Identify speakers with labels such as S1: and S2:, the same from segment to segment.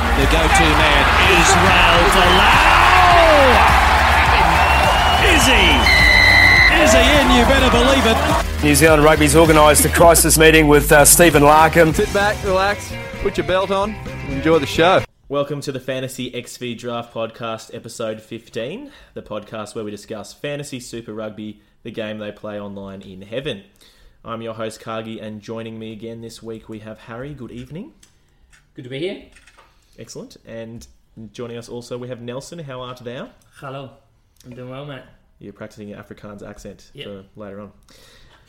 S1: two man. Israel Folau! Is he? Is he in? You better believe it.
S2: New Zealand Rugby's organised a crisis meeting with uh, Stephen Larkham.
S3: Sit back, relax, put your belt on, enjoy the show.
S4: Welcome to the Fantasy XV Draft Podcast, episode 15, the podcast where we discuss fantasy super rugby, the game they play online in heaven. I'm your host, Kagi, and joining me again this week we have Harry. Good evening.
S5: Good to be here.
S4: Excellent. And joining us also we have Nelson. How art thou?
S5: Hello. I'm doing well, mate.
S4: You're practicing your Afrikaans accent
S5: Yep.
S4: for later on.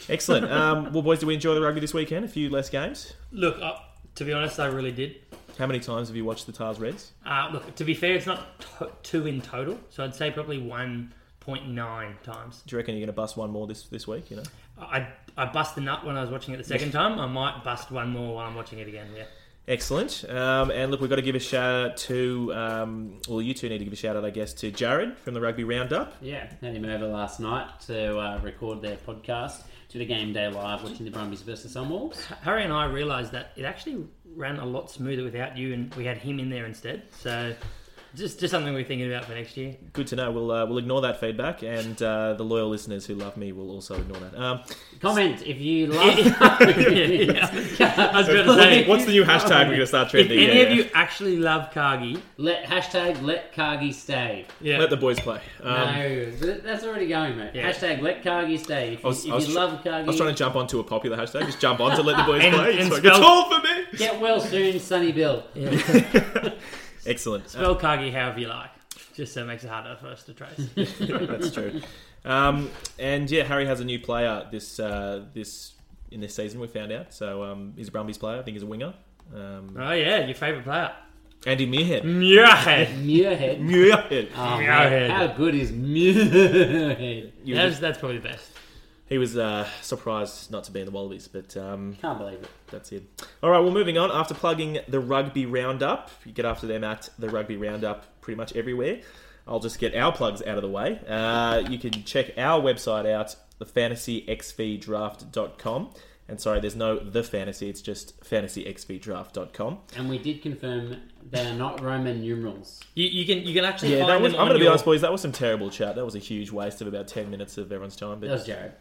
S4: Excellent. um, well, boys, did we enjoy the rugby this weekend? A few less games.
S5: Look, uh, to be honest, I really did.
S4: How many times have you watched the Tars Reds?
S5: Uh, look, to be fair, it's not t- two in total, so I'd say probably 1.9 times.
S4: Do you reckon you're going to bust one more this, this week? You know,
S5: I, I bust a nut when I was watching it the second time. I might bust one more while I'm watching it again, yeah.
S4: excellent. Um, and look, we've got to give a shout out to um, well, you two need to give a shout out, I guess, to Jared from the Rugby Roundup.
S6: Yeah, had him over last night to uh, record their podcast. Did a game day live watching the Brumbies versus Sunwolves.
S5: Harry and I realised that it actually ran a lot smoother without you, and we had him in there instead. So, just just something we're thinking about for next year.
S4: Good to know. We'll uh, we'll ignore that feedback, and uh, the loyal listeners who love me will also ignore that. Um,
S6: Comment if you love.
S5: I was going to say,
S4: what's the new hashtag we're going to start
S5: if
S4: trending?
S5: any
S4: Yeah,
S5: of
S4: yeah.
S5: you actually love Kagi,
S6: Let hashtag let Kagi stay.
S5: yeah,
S4: Let the boys play. Um,
S6: no, th- that's already going, mate.
S5: Yeah.
S6: Hashtag let Kagi stay. If you,
S4: I was-
S6: if
S4: I was
S6: you
S4: tr-
S6: love
S4: I was
S6: Kagi,
S4: trying to jump onto a popular hashtag. Just jump on to let the boys
S5: And-
S4: play.
S5: and
S4: It's, like,
S5: spell-
S4: it's all for me.
S6: get well soon, Sonny Bill.
S4: Excellent. Uh,
S5: spell Kagi however you like. Just so it makes it harder for us to trace.
S4: that's true. Um, and yeah, Harry has a new player this uh, this in this season. We found out. So um, he's a Brumbies player. I think he's a winger. Um,
S5: oh yeah, your favourite player.
S4: Andy
S5: Mm.
S4: Muirhead.
S5: Yeah,
S6: Muirhead.
S4: Muirhead.
S6: Oh, mate,
S5: Muirhead.
S6: How good is Muirhead?
S4: He was,
S5: that's, that's probably the best.
S4: he was uh, surprised not to be in the Wallabies, but um,
S6: Can't believe it.
S4: That's it. All right, well, moving on. After plugging the Rugby Roundup, you get after them at the Rugby Roundup pretty much everywhere. I'll just get our plugs out of the way. Uh, you can check our website out, thefantasyxvdraft.com. And sorry, there's no the fantasy, it's just fantasyxvdraft.com.
S6: And we did confirm they are not Roman numerals.
S5: You, you can you can actually
S4: Yeah,
S5: find
S4: that was,
S5: them
S4: I'm
S5: on
S4: going to be
S5: your-
S4: honest, boys, that was some terrible chat. That was a huge waste of about 10 minutes of everyone's time. But
S6: That was Jared.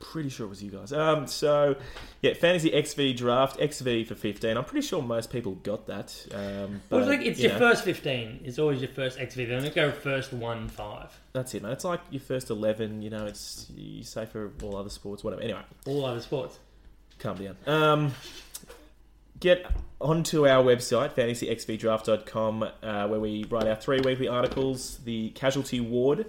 S4: pretty sure it was you guys. Um, so yeah, fantasy XV draft XV for fifteen. I'm pretty sure most people got that. Um, but,
S5: Well, it's like it's
S4: you
S5: your
S4: know,
S5: first fifteen. It's always your first XV. Then we go first one five.
S4: That's it, man. It's like your first eleven. You know, it's you say for all other sports, whatever. Anyway,
S5: All other sports.
S4: calm down. Um, get onto our website fantasyxvdraft.com uh, where we write our three weekly articles. The casualty ward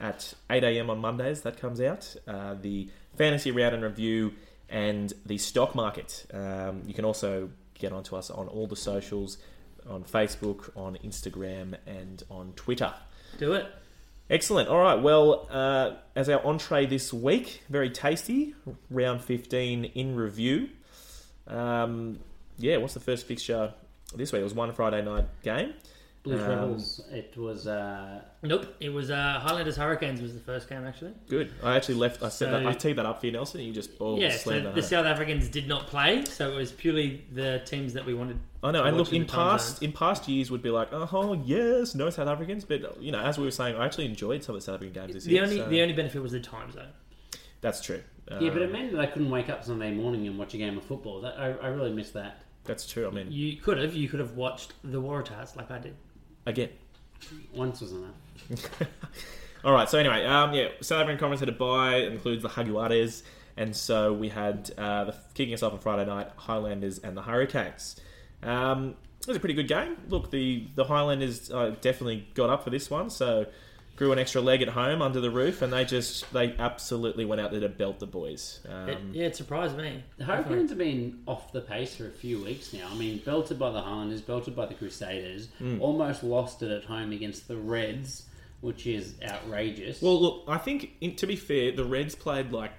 S4: at 8 a.m. on Mondays. That comes out. Uh, the fantasy round and review and the stock market. Um, you can also get onto us on all the socials, on Facebook, on Instagram, and on Twitter.
S5: Do it.
S4: Excellent. All right. Well, uh, as our entree this week, very tasty. Round fifteen in review. Um, yeah. What's the first fixture this week? It was one Friday night game.
S6: Blue
S4: Um,
S6: Rebels. It was. Uh,
S5: Nope. It was uh, Highlanders Hurricanes was the first game actually.
S4: Good. I actually left. I set
S5: So-
S4: that, I teed that up for you, Nelson. And you just oh,
S5: yeah.
S4: slammed
S5: So
S4: that.
S5: the
S4: home.
S5: South Africans did not play, so it was purely the teams that we wanted.
S4: I know,
S5: to
S4: and
S5: watch
S4: look, in
S5: the time
S4: past
S5: zone.
S4: in past years, would be like, oh yes, no South Africans, but you know, as we were saying, I actually enjoyed some of the South African games this
S5: the
S4: year.
S5: only
S4: so-
S5: the only benefit was the time zone.
S4: that's true.
S6: yeah, but
S4: Um,
S6: it meant that I couldn't wake up Sunday morning and watch a game of football. That I, I really missed that.
S4: that's true. I mean,
S5: You could have you could have watched the Waratahs like I did.
S4: again,
S6: Once was enough.
S4: All right. So anyway, um, yeah, South African Conference had a bye, includes the Jaguares, and so we had uh, the kicking us off on Friday night, Highlanders and the Hurricanes. Um, it was a pretty good game. Look, the the Highlanders uh, definitely got up for this one, so grew an extra leg at home under the roof, and they just they absolutely went out there to belt the boys. Um,
S5: It- yeah, it surprised me.
S6: The
S5: Definitely.
S6: Hurricanes have been off the pace for a few weeks now. I mean, belted by the Highlanders, belted by the Crusaders,
S4: Hmm.
S6: almost lost it at home against the Reds, which is outrageous.
S4: Well, look, I think in, to be fair, the Reds played like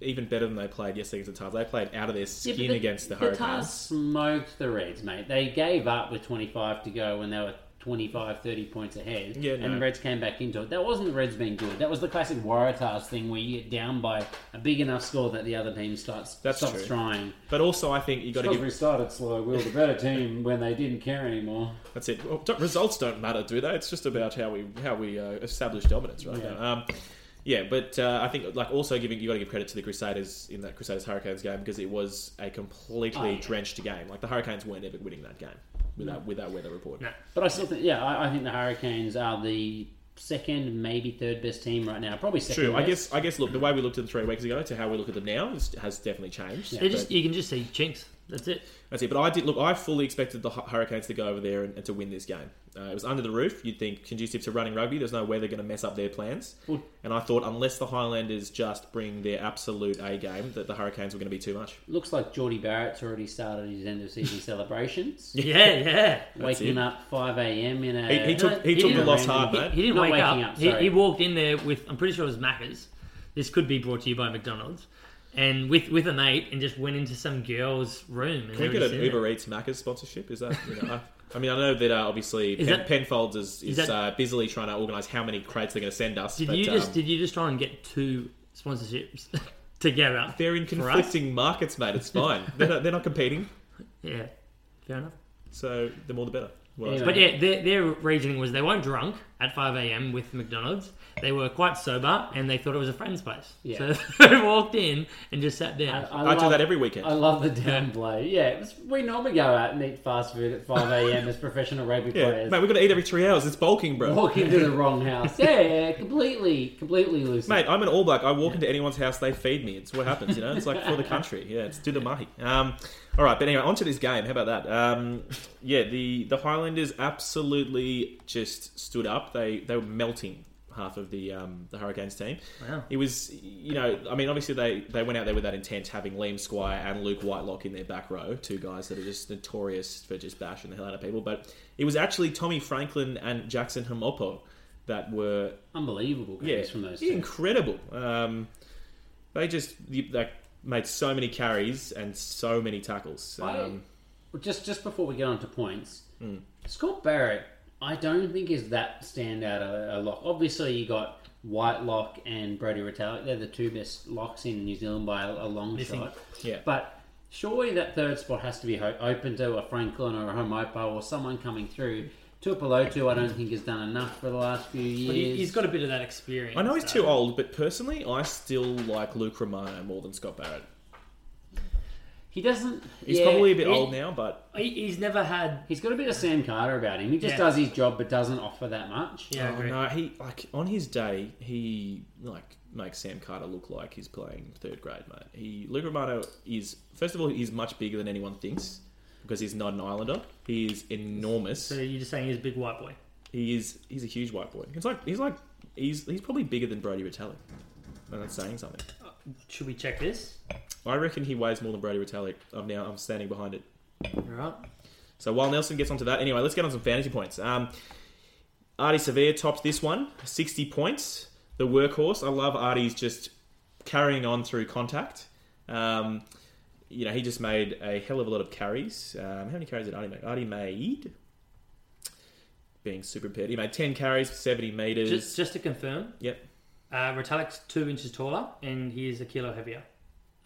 S4: even better than they played yesterday against the Tars. They played out of their
S6: Yeah,
S4: skin
S6: but
S4: against the
S6: The Tars
S4: Hurricanes.
S6: smoked the Reds, mate. They gave up with 25 to go when they were 25, 30 points ahead.
S4: Yeah,
S6: And
S4: no.
S6: the Reds came back into it. That wasn't the Reds being good. That was the classic Waratahs thing where you get down by a big enough score that the other team starts,
S4: That's
S6: stops
S4: true.
S6: trying.
S4: But also, I think you got to
S6: Because
S4: give.
S6: we started slow, we were the better team when they didn't care anymore.
S4: That's it. Well, don't- results don't matter, do they? It's just about how we how we uh, establish dominance, right?
S6: Yeah.
S4: No, Um, yeah, but uh, I think like also giving you got to give credit to the Crusaders in that Crusaders Hurricanes game because it was a completely
S6: Oh, yeah.
S4: drenched game. Like the Hurricanes weren't ever winning that game with that with that weather report.
S5: No.
S6: But I still think, yeah, I, I think the Hurricanes are the second, maybe third best team right now. Probably second.
S4: True. I
S6: best.
S4: guess I guess look the way we looked at them three weeks ago to how we look at them now is, has definitely changed.
S5: They
S4: But
S5: just you can just see chinks. That's it.
S4: that's it. But I did look. I fully expected the Hu- Hurricanes to go over there and, and to win this game. Uh, it was under the roof. You'd think conducive to running rugby. There's no way they're going to mess up their plans.
S6: Well-
S4: and I thought unless the Highlanders just bring their absolute A game, that the Hurricanes were going to be too much.
S6: Looks like Geordie Barrett's already started his end of season celebrations.
S5: Yeah, yeah.
S6: Waking
S4: it.
S6: up 5 a.m. in a.
S4: He, he took he,
S5: he
S4: took the
S5: didn't
S4: loss
S6: win.
S4: hard,
S5: He,
S4: mate.
S5: he didn't
S6: Not
S5: wake
S6: waking
S5: up.
S6: up,
S5: he,
S6: sorry.
S5: he walked in there with. I'm pretty sure it was Macca's. This could be brought to you by McDonald's, and with with a mate, and just went into some girl's room. And
S4: Can
S5: they were
S4: we get
S5: just
S4: an
S5: in
S4: Uber
S5: there.
S4: Eats Macca's sponsorship? Is that, you know, I, I mean, I know that uh, obviously Pen,
S5: Is that-
S4: Penfolds is, is,
S5: that-
S4: uh, busily trying to organise how many crates they're going to send us.
S5: Did
S4: but,
S5: you just
S4: um,
S5: did you just try and get two sponsorships together?
S4: they're in
S5: for us?
S4: conflicting markets, mate. It's fine. they're, not, they're not competing,
S5: Yeah, fair enough.
S4: so the more the better. Well,
S6: Anyway.
S5: But yeah, their, their reasoning was they weren't drunk at 5 a.m. with McDonald's. They were quite sober and they thought it was a friend's place.
S6: Yeah.
S5: So they walked in and just sat down.
S4: I do that every weekend.
S6: I love the downplay. Yeah, it was, we normally go out and eat fast food at 5 a.m. as professional rugby
S4: yeah,
S6: players.
S4: mate, we've got to eat every three hours. It's bulking, bro.
S6: Walk into the wrong house. Yeah, yeah, completely, completely loose.
S4: Mate, I'm an All Black. I walk into anyone's house, they feed me. It's what happens, you know. It's like for the country. Yeah, it's do the mahi. Um, all right, but anyway, on to this game. How about that? Um, yeah, the the Highlanders absolutely just stood up. They they were melting half of the um, the Hurricanes team.
S5: Wow.
S4: It was, you know, I mean, obviously they they went out there with that intent, having Liam Squire and Luke Whitelock in their back row, two guys that are just notorious for just bashing the hell out of people. But it was actually Tommy Franklin and Jackson Hamopo that were
S6: Unbelievable
S4: yeah,
S6: games from those two.
S4: incredible. Um, they just you- like made so many carries and so many tackles.
S6: I-
S4: Um,
S6: well, just just before we get on to points,
S4: Hmm.
S6: Scott Barrett, I don't think is that standout a, a lock. Obviously, you got Whitelock and Brody Retallick. They're the two best locks in New Zealand by a, a long
S5: Missing.
S6: shot.
S4: Yeah.
S6: But surely that third spot has to be ho- open to a Franklin or a Homopo or someone coming through. Tupelotu, I don't think has done enough for the last few years.
S5: But he, he's got a bit of that experience.
S4: I know he's
S5: though.
S4: too old, but personally, I still like Luke Romano more than Scott Barrett.
S6: He doesn't.
S4: He's
S6: yeah,
S4: probably a bit
S5: he-
S4: old now, but
S5: He, he's never had.
S6: He's got a bit of Sam Carter about him. He just
S5: Yeah.
S6: does his job, but doesn't offer that much.
S5: Yeah, I
S4: oh,
S5: agree.
S4: no, he like on his day he like makes Sam Carter look like he's playing third grade, mate. He Luke Romano is first of all he's much bigger than anyone thinks because he's not an islander. He is enormous.
S5: So you're just saying he's a big white boy.
S4: He is he's a huge white boy. It's like he's like he's he's probably bigger than Brody Retallick. And that's saying something.
S5: Should we check this?
S4: I reckon he weighs more than Brody Retallick. I'm now I'm standing behind it.
S5: All right.
S4: So while Nelson gets onto that, anyway, let's get on some fantasy points. Um, Artie Severe topped this one, 60 points. The workhorse. I love Artie's just carrying on through contact. Um, you know, he just made a hell of a lot of carries. Um, how many carries did Artie make? Artie made, being super prepared, he made 10 carries, 70 metres.
S5: Just, just to confirm,
S4: Yep.
S5: uh, Retallick's two inches taller and he is a kilo heavier.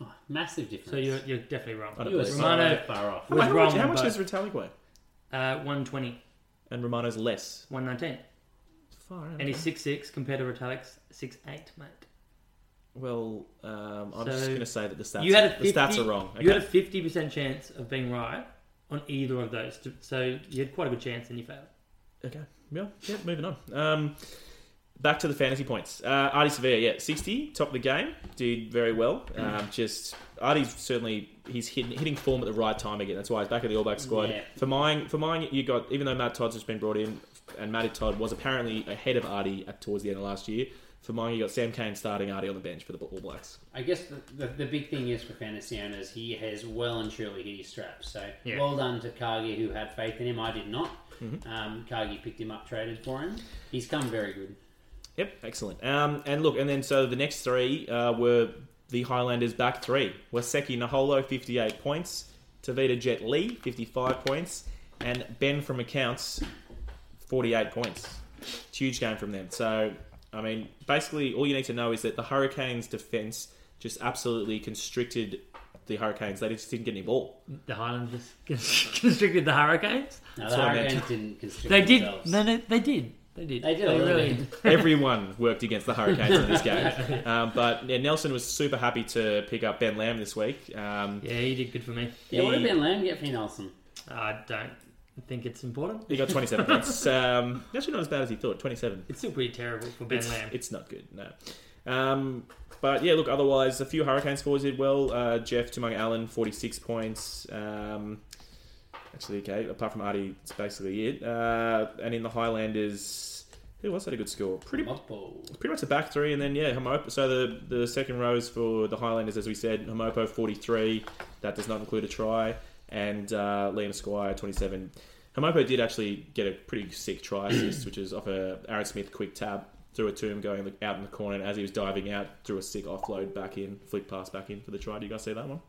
S6: Oh, massive difference.
S5: So you're, you're definitely wrong.
S4: I don't
S6: You were
S4: believe-
S5: Romano-
S6: so far off.
S4: How much, how
S5: was
S4: much-
S5: wrong,
S4: how much
S5: but-
S4: does Retallick weigh?
S5: Uh, 120,
S4: And Romano's less.
S5: 119.
S4: Far out.
S5: And he's six six compared to Retallick's six eight, mate.
S4: well, um, I'm
S5: So-
S4: just going to say that the stats,
S5: you had a 50,
S4: the stats are wrong.
S5: You
S4: Okay.
S5: had a fifty percent chance of being right on either of those, t- so you had quite a good chance, and you failed.
S4: Okay. Yeah. Yeah. Moving on. Um, back to the fantasy points. Uh, Artie Sevilla, yeah, sixty, top of the game, did very well. Um, just Artie's certainly he's hitting, hitting form at the right time again. That's why he's back in the All Black squad.
S6: Yeah.
S4: For mine, for mine, you got even though Matt Todd's just been brought in, and Matty Todd was apparently ahead of Artie at, towards the end of last year. For mine, you got Sam Kane starting Artie on the bench for the All Blacks.
S6: I guess the, the, the big thing is for fantasy owners, he has well and truly hit his straps. So
S5: Yeah. Mm-hmm.
S6: well done to Kagi, who had faith in him. I did not. Um, Kagi picked him up, traded for him. He's come very good.
S4: Yep, excellent. Um, and look, and then so the next three uh, were the Highlanders' back three: Waseki Naholo, fifty-eight points; Tavita Jet Lee, fifty-five points; and Ben from accounts 48 points. It's a huge game from them. So, I mean, basically, all you need to know is that the Hurricanes' defense just absolutely constricted the Hurricanes. They just didn't get any ball.
S5: The Highlanders just constricted the Hurricanes.
S6: No,
S4: That's
S6: the
S4: what I meant.
S6: Hurricanes didn't constrict
S5: They did.
S6: themselves.
S5: No, no, they did. They did.
S6: They did a little
S5: really.
S4: Everyone worked against the Hurricanes in this game. Um, but yeah, Nelson was super happy to pick up Ben Lamb this week. Um,
S5: Yeah, you did good for me.
S6: Yeah, what did
S4: He-
S6: Ben Lamb get for Nelson?
S5: I don't think it's important.
S4: He got 27 points. Um, actually, not as bad as he thought. 27.
S5: It's still pretty terrible for Ben
S4: It's,
S5: Lamb.
S4: it's not good, no. Um, but yeah, look, otherwise, a few Hurricane scores did well. Uh, Jeff Tumung Allen, 46 points. Um, actually, okay, apart from Artie, it's basically it. Uh, and in the Highlanders, who else had a good score? Pretty
S6: Mothball.
S4: pretty much the back three, and then yeah, Homopo. So the the second row is for the Highlanders, as we said. Homopo forty three. That does not include a try, and uh, Liam Esquire twenty seven. Homopo did actually get a pretty sick try assist, which is off a Aaron Smith quick tab through a tomb going out in the corner, and as he was diving out, threw a sick offload back in, flick pass back in for the try. Do you guys see that one?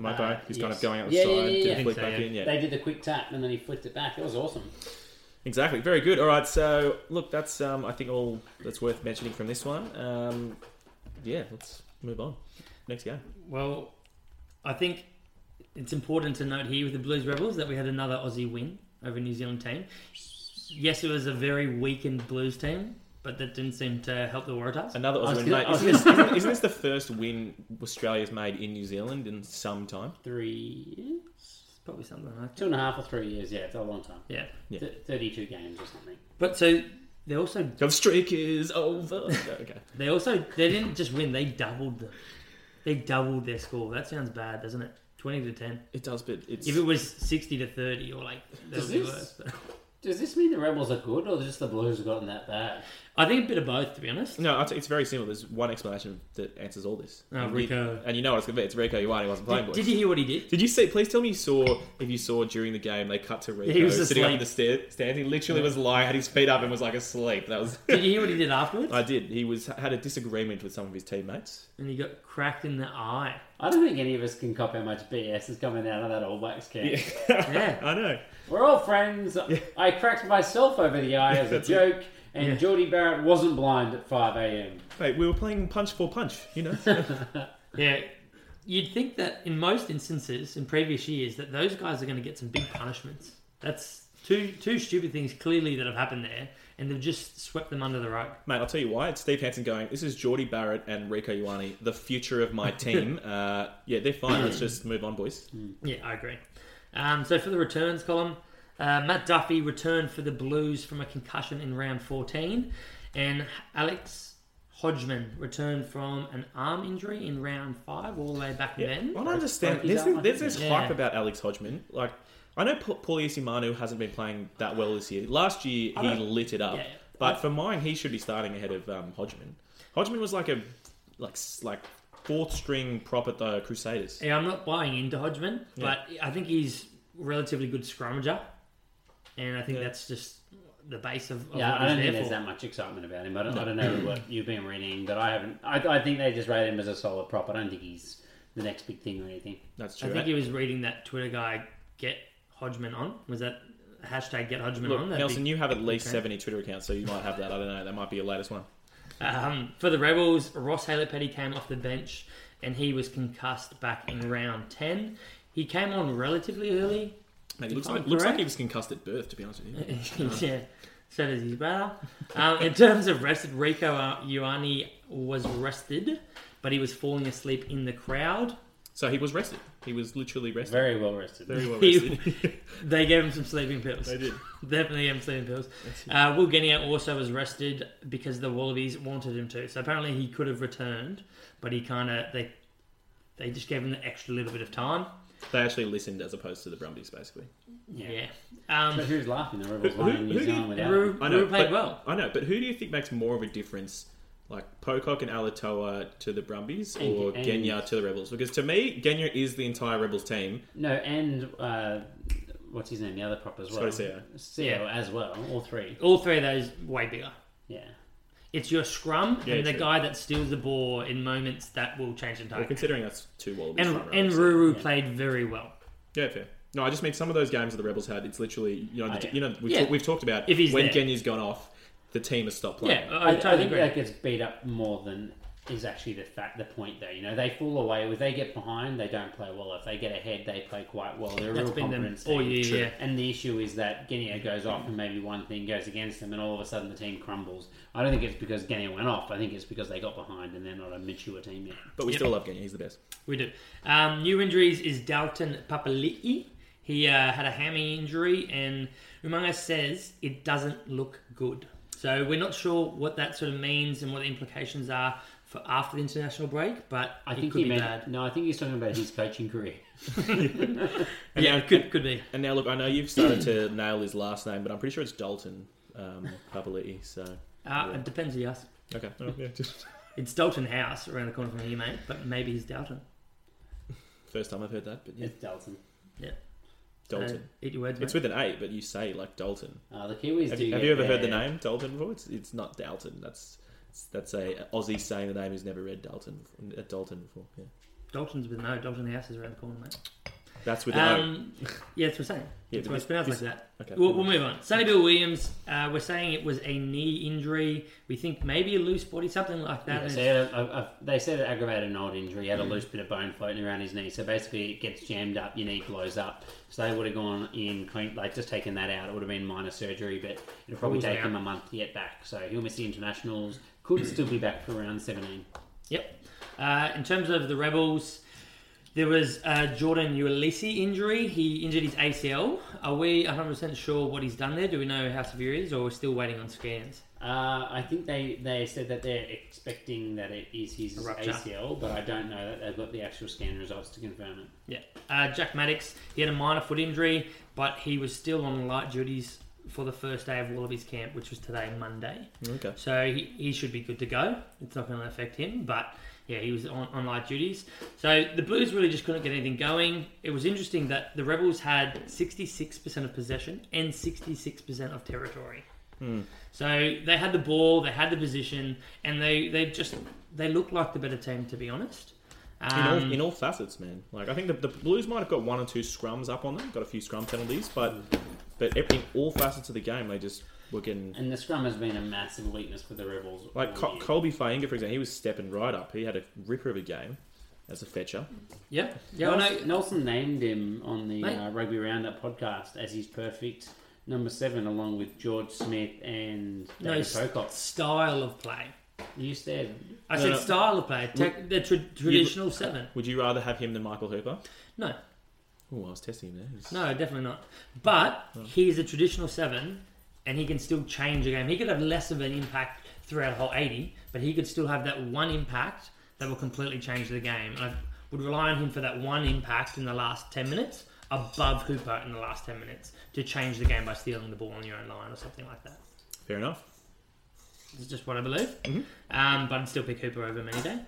S4: Homopo,
S6: Uh,
S4: he's
S6: yes.
S4: kind of going out the
S6: Yeah,
S4: side,
S6: yeah, yeah,
S4: did a
S6: yeah. I
S5: think
S4: flick
S5: so,
S4: back
S5: yeah.
S4: in. Yeah,
S6: They did the quick tap and then he flicked it back. That was awesome.
S4: Exactly. Very good. All right. So look, that's um, I think all that's worth mentioning from this one. Um, yeah, let's move on. Next game.
S5: Well, I think it's important to note here with the Blues Rebels that we had another Aussie win over a New Zealand team. Yes, it was a very weakened Blues team, but that didn't seem to help the Waratahs.
S4: Another
S6: was
S4: Aussie win,
S6: gonna-
S4: mate.
S6: I was
S4: Isn't this, isn't, isn't this the first win Australia's made in New Zealand in some time?
S6: Three years?
S5: It's probably something like that.
S6: Two and a half or three years, yeah, it's a long time.
S5: Yeah.
S4: Yeah.
S6: Th- 32 games or something.
S5: But so they also
S4: The streak is over. Yeah, okay.
S5: they also they didn't just win, they doubled them. They doubled their score. That sounds bad, doesn't it? Twenty to ten.
S4: It does, but it's
S5: If it was sixty to thirty or like that
S6: Does
S5: would be worse.
S6: this-
S5: But
S6: Does this mean the Rebels are good or just the Blues have gotten that bad?
S5: I think a bit of both to be honest.
S4: no. I'll t- It's very simple. There's one explanation that answers all this.
S5: Oh,
S4: And you-
S5: Rico.
S4: and you know what it's going to be. It's Rico Iwani wasn't playing.
S5: Did,
S4: boys.
S5: did you hear what he did?
S4: Did you see? Please tell me you saw if you saw during the game they cut to Rico
S5: He was
S4: sitting up
S5: asleep.
S4: in the stair, stands. He literally was lying, had his feet up, and was like asleep. That was.
S5: Did you hear what he did afterwards?
S4: I did. He was had a disagreement with some of his teammates.
S5: and he got cracked in the eye.
S6: I don't think any of us can cop how much BS is coming out of that All Blacks camp.
S5: Yeah.
S4: I know.
S6: We're all friends. I cracked myself over the eye as a
S4: That's it.
S6: joke, and
S5: Yeah.
S6: Geordie Barrett wasn't blind at 5 a.m.
S4: Mate, we were playing punch for punch. You know.
S5: Yeah, you'd think that in most instances in previous years that those guys are going to get some big punishments. That's two two stupid things clearly that have happened there, and they've just swept them under the rug.
S4: Mate, I'll tell you why. It's Steve Hansen going. This is Geordie Barrett and Rico Ioane, the future of my team. uh, yeah, they're fine. Let's just move on, boys.
S5: Yeah, I agree. Um, so for the returns column, uh, Matt Duffy returned for the Blues from a concussion in round 14, and Alex Hodgman returned from an arm injury in round five, all the way back
S4: Yeah,
S5: then.
S4: I don't understand.
S6: Like,
S4: There's
S6: he's
S4: this,
S6: out
S4: there's
S6: like-
S4: this
S5: Yeah.
S4: hype about Alex Hodgman. Like, I know Pa- Paul Isimanu hasn't been playing that well this year. Last year, he lit it up.
S5: Yeah.
S4: But for mine, he should be starting ahead of um, Hodgman. Hodgman was like a like s- like fourth string prop at the Crusaders.
S5: Yeah, I'm not buying into Hodgman, but I think he's a relatively good scrummager, and I think
S4: Yeah.
S5: that's just the base of, of
S6: Yeah,
S5: what
S6: I don't
S5: he's
S6: think
S5: there
S6: there's
S5: for.
S6: that much excitement about him. I don't, I don't know what you've been reading, but I haven't. I, I think they just rate him as a solid prop. I don't think he's the next big thing or anything.
S4: That's true.
S5: I think he was reading that Twitter guy get Hodgman on. Was that hashtag get Hodgman
S4: Look,
S5: on? That'd
S4: Nelson,
S5: be-
S4: you have at least
S5: okay.
S4: 70 Twitter accounts, so you might have that. I don't know. That might be your latest one.
S5: um, for the Rebels, Ross Halipetty came off the bench, and he was concussed back in round ten. He came on relatively early.
S4: Mate, he looks
S5: can't
S4: like, looks like
S5: correct.
S4: he was concussed at birth, to be honest with you.
S5: yeah, so does his brother. Um, in terms of rested, Rico Ioane was rested, but he was falling asleep in the crowd.
S4: So he was rested. He was literally rested.
S6: Very well rested.
S4: Very well
S5: He-
S4: rested.
S5: They gave him some sleeping pills.
S4: They did.
S5: Definitely gave him sleeping pills. Uh, Will Genia also was rested because the Wallabies wanted him to. So apparently he could have returned, but he kind of they they just gave him the extra little bit of time.
S4: They actually listened as opposed to the Brumbies, basically.
S5: Yeah.
S6: But
S5: Um,
S6: who's laughing? The Rebels won in
S4: who-
S6: New
S4: who
S6: Zealand
S4: did-
S6: without.
S5: Rue,
S4: I know,
S5: Rue played
S4: but-
S5: well.
S4: I know, but who do you think makes more of a difference, like Pocock and Alatoa to the Brumbies
S6: And-
S4: or
S6: and-
S4: Genya to the Rebels? Because to me, Genya is the entire Rebels team.
S6: No, and uh, what's his name? The other prop as well.
S4: Scotty Seo.
S6: Seo as well. All three.
S5: All three of those way bigger.
S6: Yeah.
S5: It's your scrum
S4: Yeah,
S5: and the
S4: true.
S5: guy that steals the ball in moments that will change the entire
S4: Well,
S5: game.
S4: considering that's two Wallabies.
S5: And
S4: front row,
S5: and
S4: so-
S5: Ruru
S6: Yeah.
S5: played very well.
S4: yeah, fair. No, I just mean some of those games that the Rebels had. It's literally you know
S6: Oh,
S4: the,
S6: yeah.
S4: you know we've,
S5: Yeah.
S4: ta- we've talked about
S5: If he's
S4: when
S5: there.
S4: Kenya's gone off, the team has stopped playing.
S5: Yeah, uh, I, I totally
S6: think
S5: agree.
S6: that gets beat up more than is actually the fact the point there. You know, they fall away if they get behind, they don't play well. If they get ahead, they play quite well. They're a
S5: That's
S6: real
S5: been them
S6: confidence
S5: all
S6: team.
S5: year. Yeah.
S6: And the issue is that Genia goes off and maybe one thing goes against them and all of a sudden the team crumbles. I don't think it's because Genia went off. I think it's because they got behind and they're not a mature team yet.
S4: But we
S5: Yep.
S4: still love Kenya. He's the best.
S5: We do. Um, new injuries is Dalton Papali'i. He uh, had a hammy injury, and Umanga says it doesn't look good. So we're not sure what that sort of means and what the implications are for after the international break, but
S6: I
S5: it
S6: think
S5: could
S6: he
S5: be
S6: meant
S5: bad.
S6: no. I think he's talking about his coaching career.
S5: yeah, it could could be. Uh,
S4: And now look, I know you've started to nail his last name, but I'm pretty sure it's Dalton um, Papali'i. So
S5: Uh, It depends who you ask.
S4: okay, oh, yeah, just
S5: It's Dalton House around the corner from you, mate, but maybe he's Dalton.
S4: first time I've heard that. But yeah,
S6: It's Dalton.
S5: So,
S4: Dalton.
S5: Uh, eat your words, mate.
S4: It's with an A, but you say like Dalton.
S6: Uh, the Kiwis
S4: Have
S6: do.
S4: you, have
S6: get
S4: you ever heard the
S6: their-
S4: name Dalton before? It's, it's not Dalton. That's that's a Aussie saying the name who's never read Dalton uh, Dalton before. Yeah.
S5: Dalton's with no. Dalton House is around the corner, mate.
S4: That's with an O.
S5: Um, yeah, that's what we're saying.
S4: Yeah,
S5: that's
S4: but
S5: why it's
S4: this-
S5: pronounced like
S4: this-
S5: that.
S4: Okay.
S5: We'll, we'll move on. Sonny Bill Williams, uh, we're saying it was a knee injury. We think maybe a loose body, something like that.
S6: Yeah, so he had a- a- a- uh, they said it aggravated an old injury. He had a loose bit of bone floating around his knee. So basically, it gets jammed up. Your knee blows up. So they would have gone in clean, like just taken that out. It would have been minor surgery, but it'll probably
S5: Pulls it
S6: take him
S5: out.
S6: a month to get back. So he'll miss the internationals. Could still be back for round seventeen.
S5: Yep. Uh, in terms of the Rebels, there was uh, Jordan Ulysses injury. He injured his ACL. Are we 100% sure what he's done there? Do we know how severe it is, or we're still waiting on scans?
S6: Uh, I think they, they said that they're expecting that it is his
S5: A rupture.
S6: ACL, but I don't know that they've got the actual scan results to confirm it.
S5: Yeah. Uh, Jack Maddox, he had a minor foot injury, but he was still on light duties for the first day of Wallabies camp, which was today, Monday.
S4: Okay.
S5: So he, he should be good to go. It's not going to affect him, but yeah, he was on, on light duties. So the Blues really just couldn't get anything going. It was interesting that the Rebels had 66% of possession and 66% of territory. So they had the ball, they had the position, and they, they just they looked like the better team, to be honest.
S4: In all,
S5: Um,
S4: in all facets, man. Like I think the, the Blues might have got one or two scrums up on them, got a few scrum penalties, but but every, in all facets of the game, they just were getting
S6: And the scrum has been a massive weakness for the Rebels.
S4: like
S6: all
S4: Col-
S6: year.
S4: Colby Fainga, for example. He was stepping right up. He had a ripper of a game as a fetcher.
S5: yeah, yeah, I know.
S6: Nelson, Nelson named him on the
S5: Mate.
S6: uh, Rugby Roundup podcast as his perfect number seven, along with George Smith and
S5: No,
S6: David
S5: s-
S6: Pocock.
S5: style of play.
S6: You said
S5: I
S4: No,
S5: said
S4: no.
S5: style of play, tech, the tra- traditional seven.
S4: Would you rather have him than Michael Hooper?
S5: No,
S4: Oh, I was testing him there. He's-
S5: no, definitely not. But he's a traditional seven, and he can still change a game. He could have less of an impact throughout a whole eighty, but he could still have that one impact that will completely change the game. I would rely on him for that one impact in the last ten minutes, above Hooper in the last ten minutes, to change the game by stealing the ball on your own line or something like that.
S4: Fair enough.
S5: It's just what I believe. Um, but I'd still pick Hooper over many day.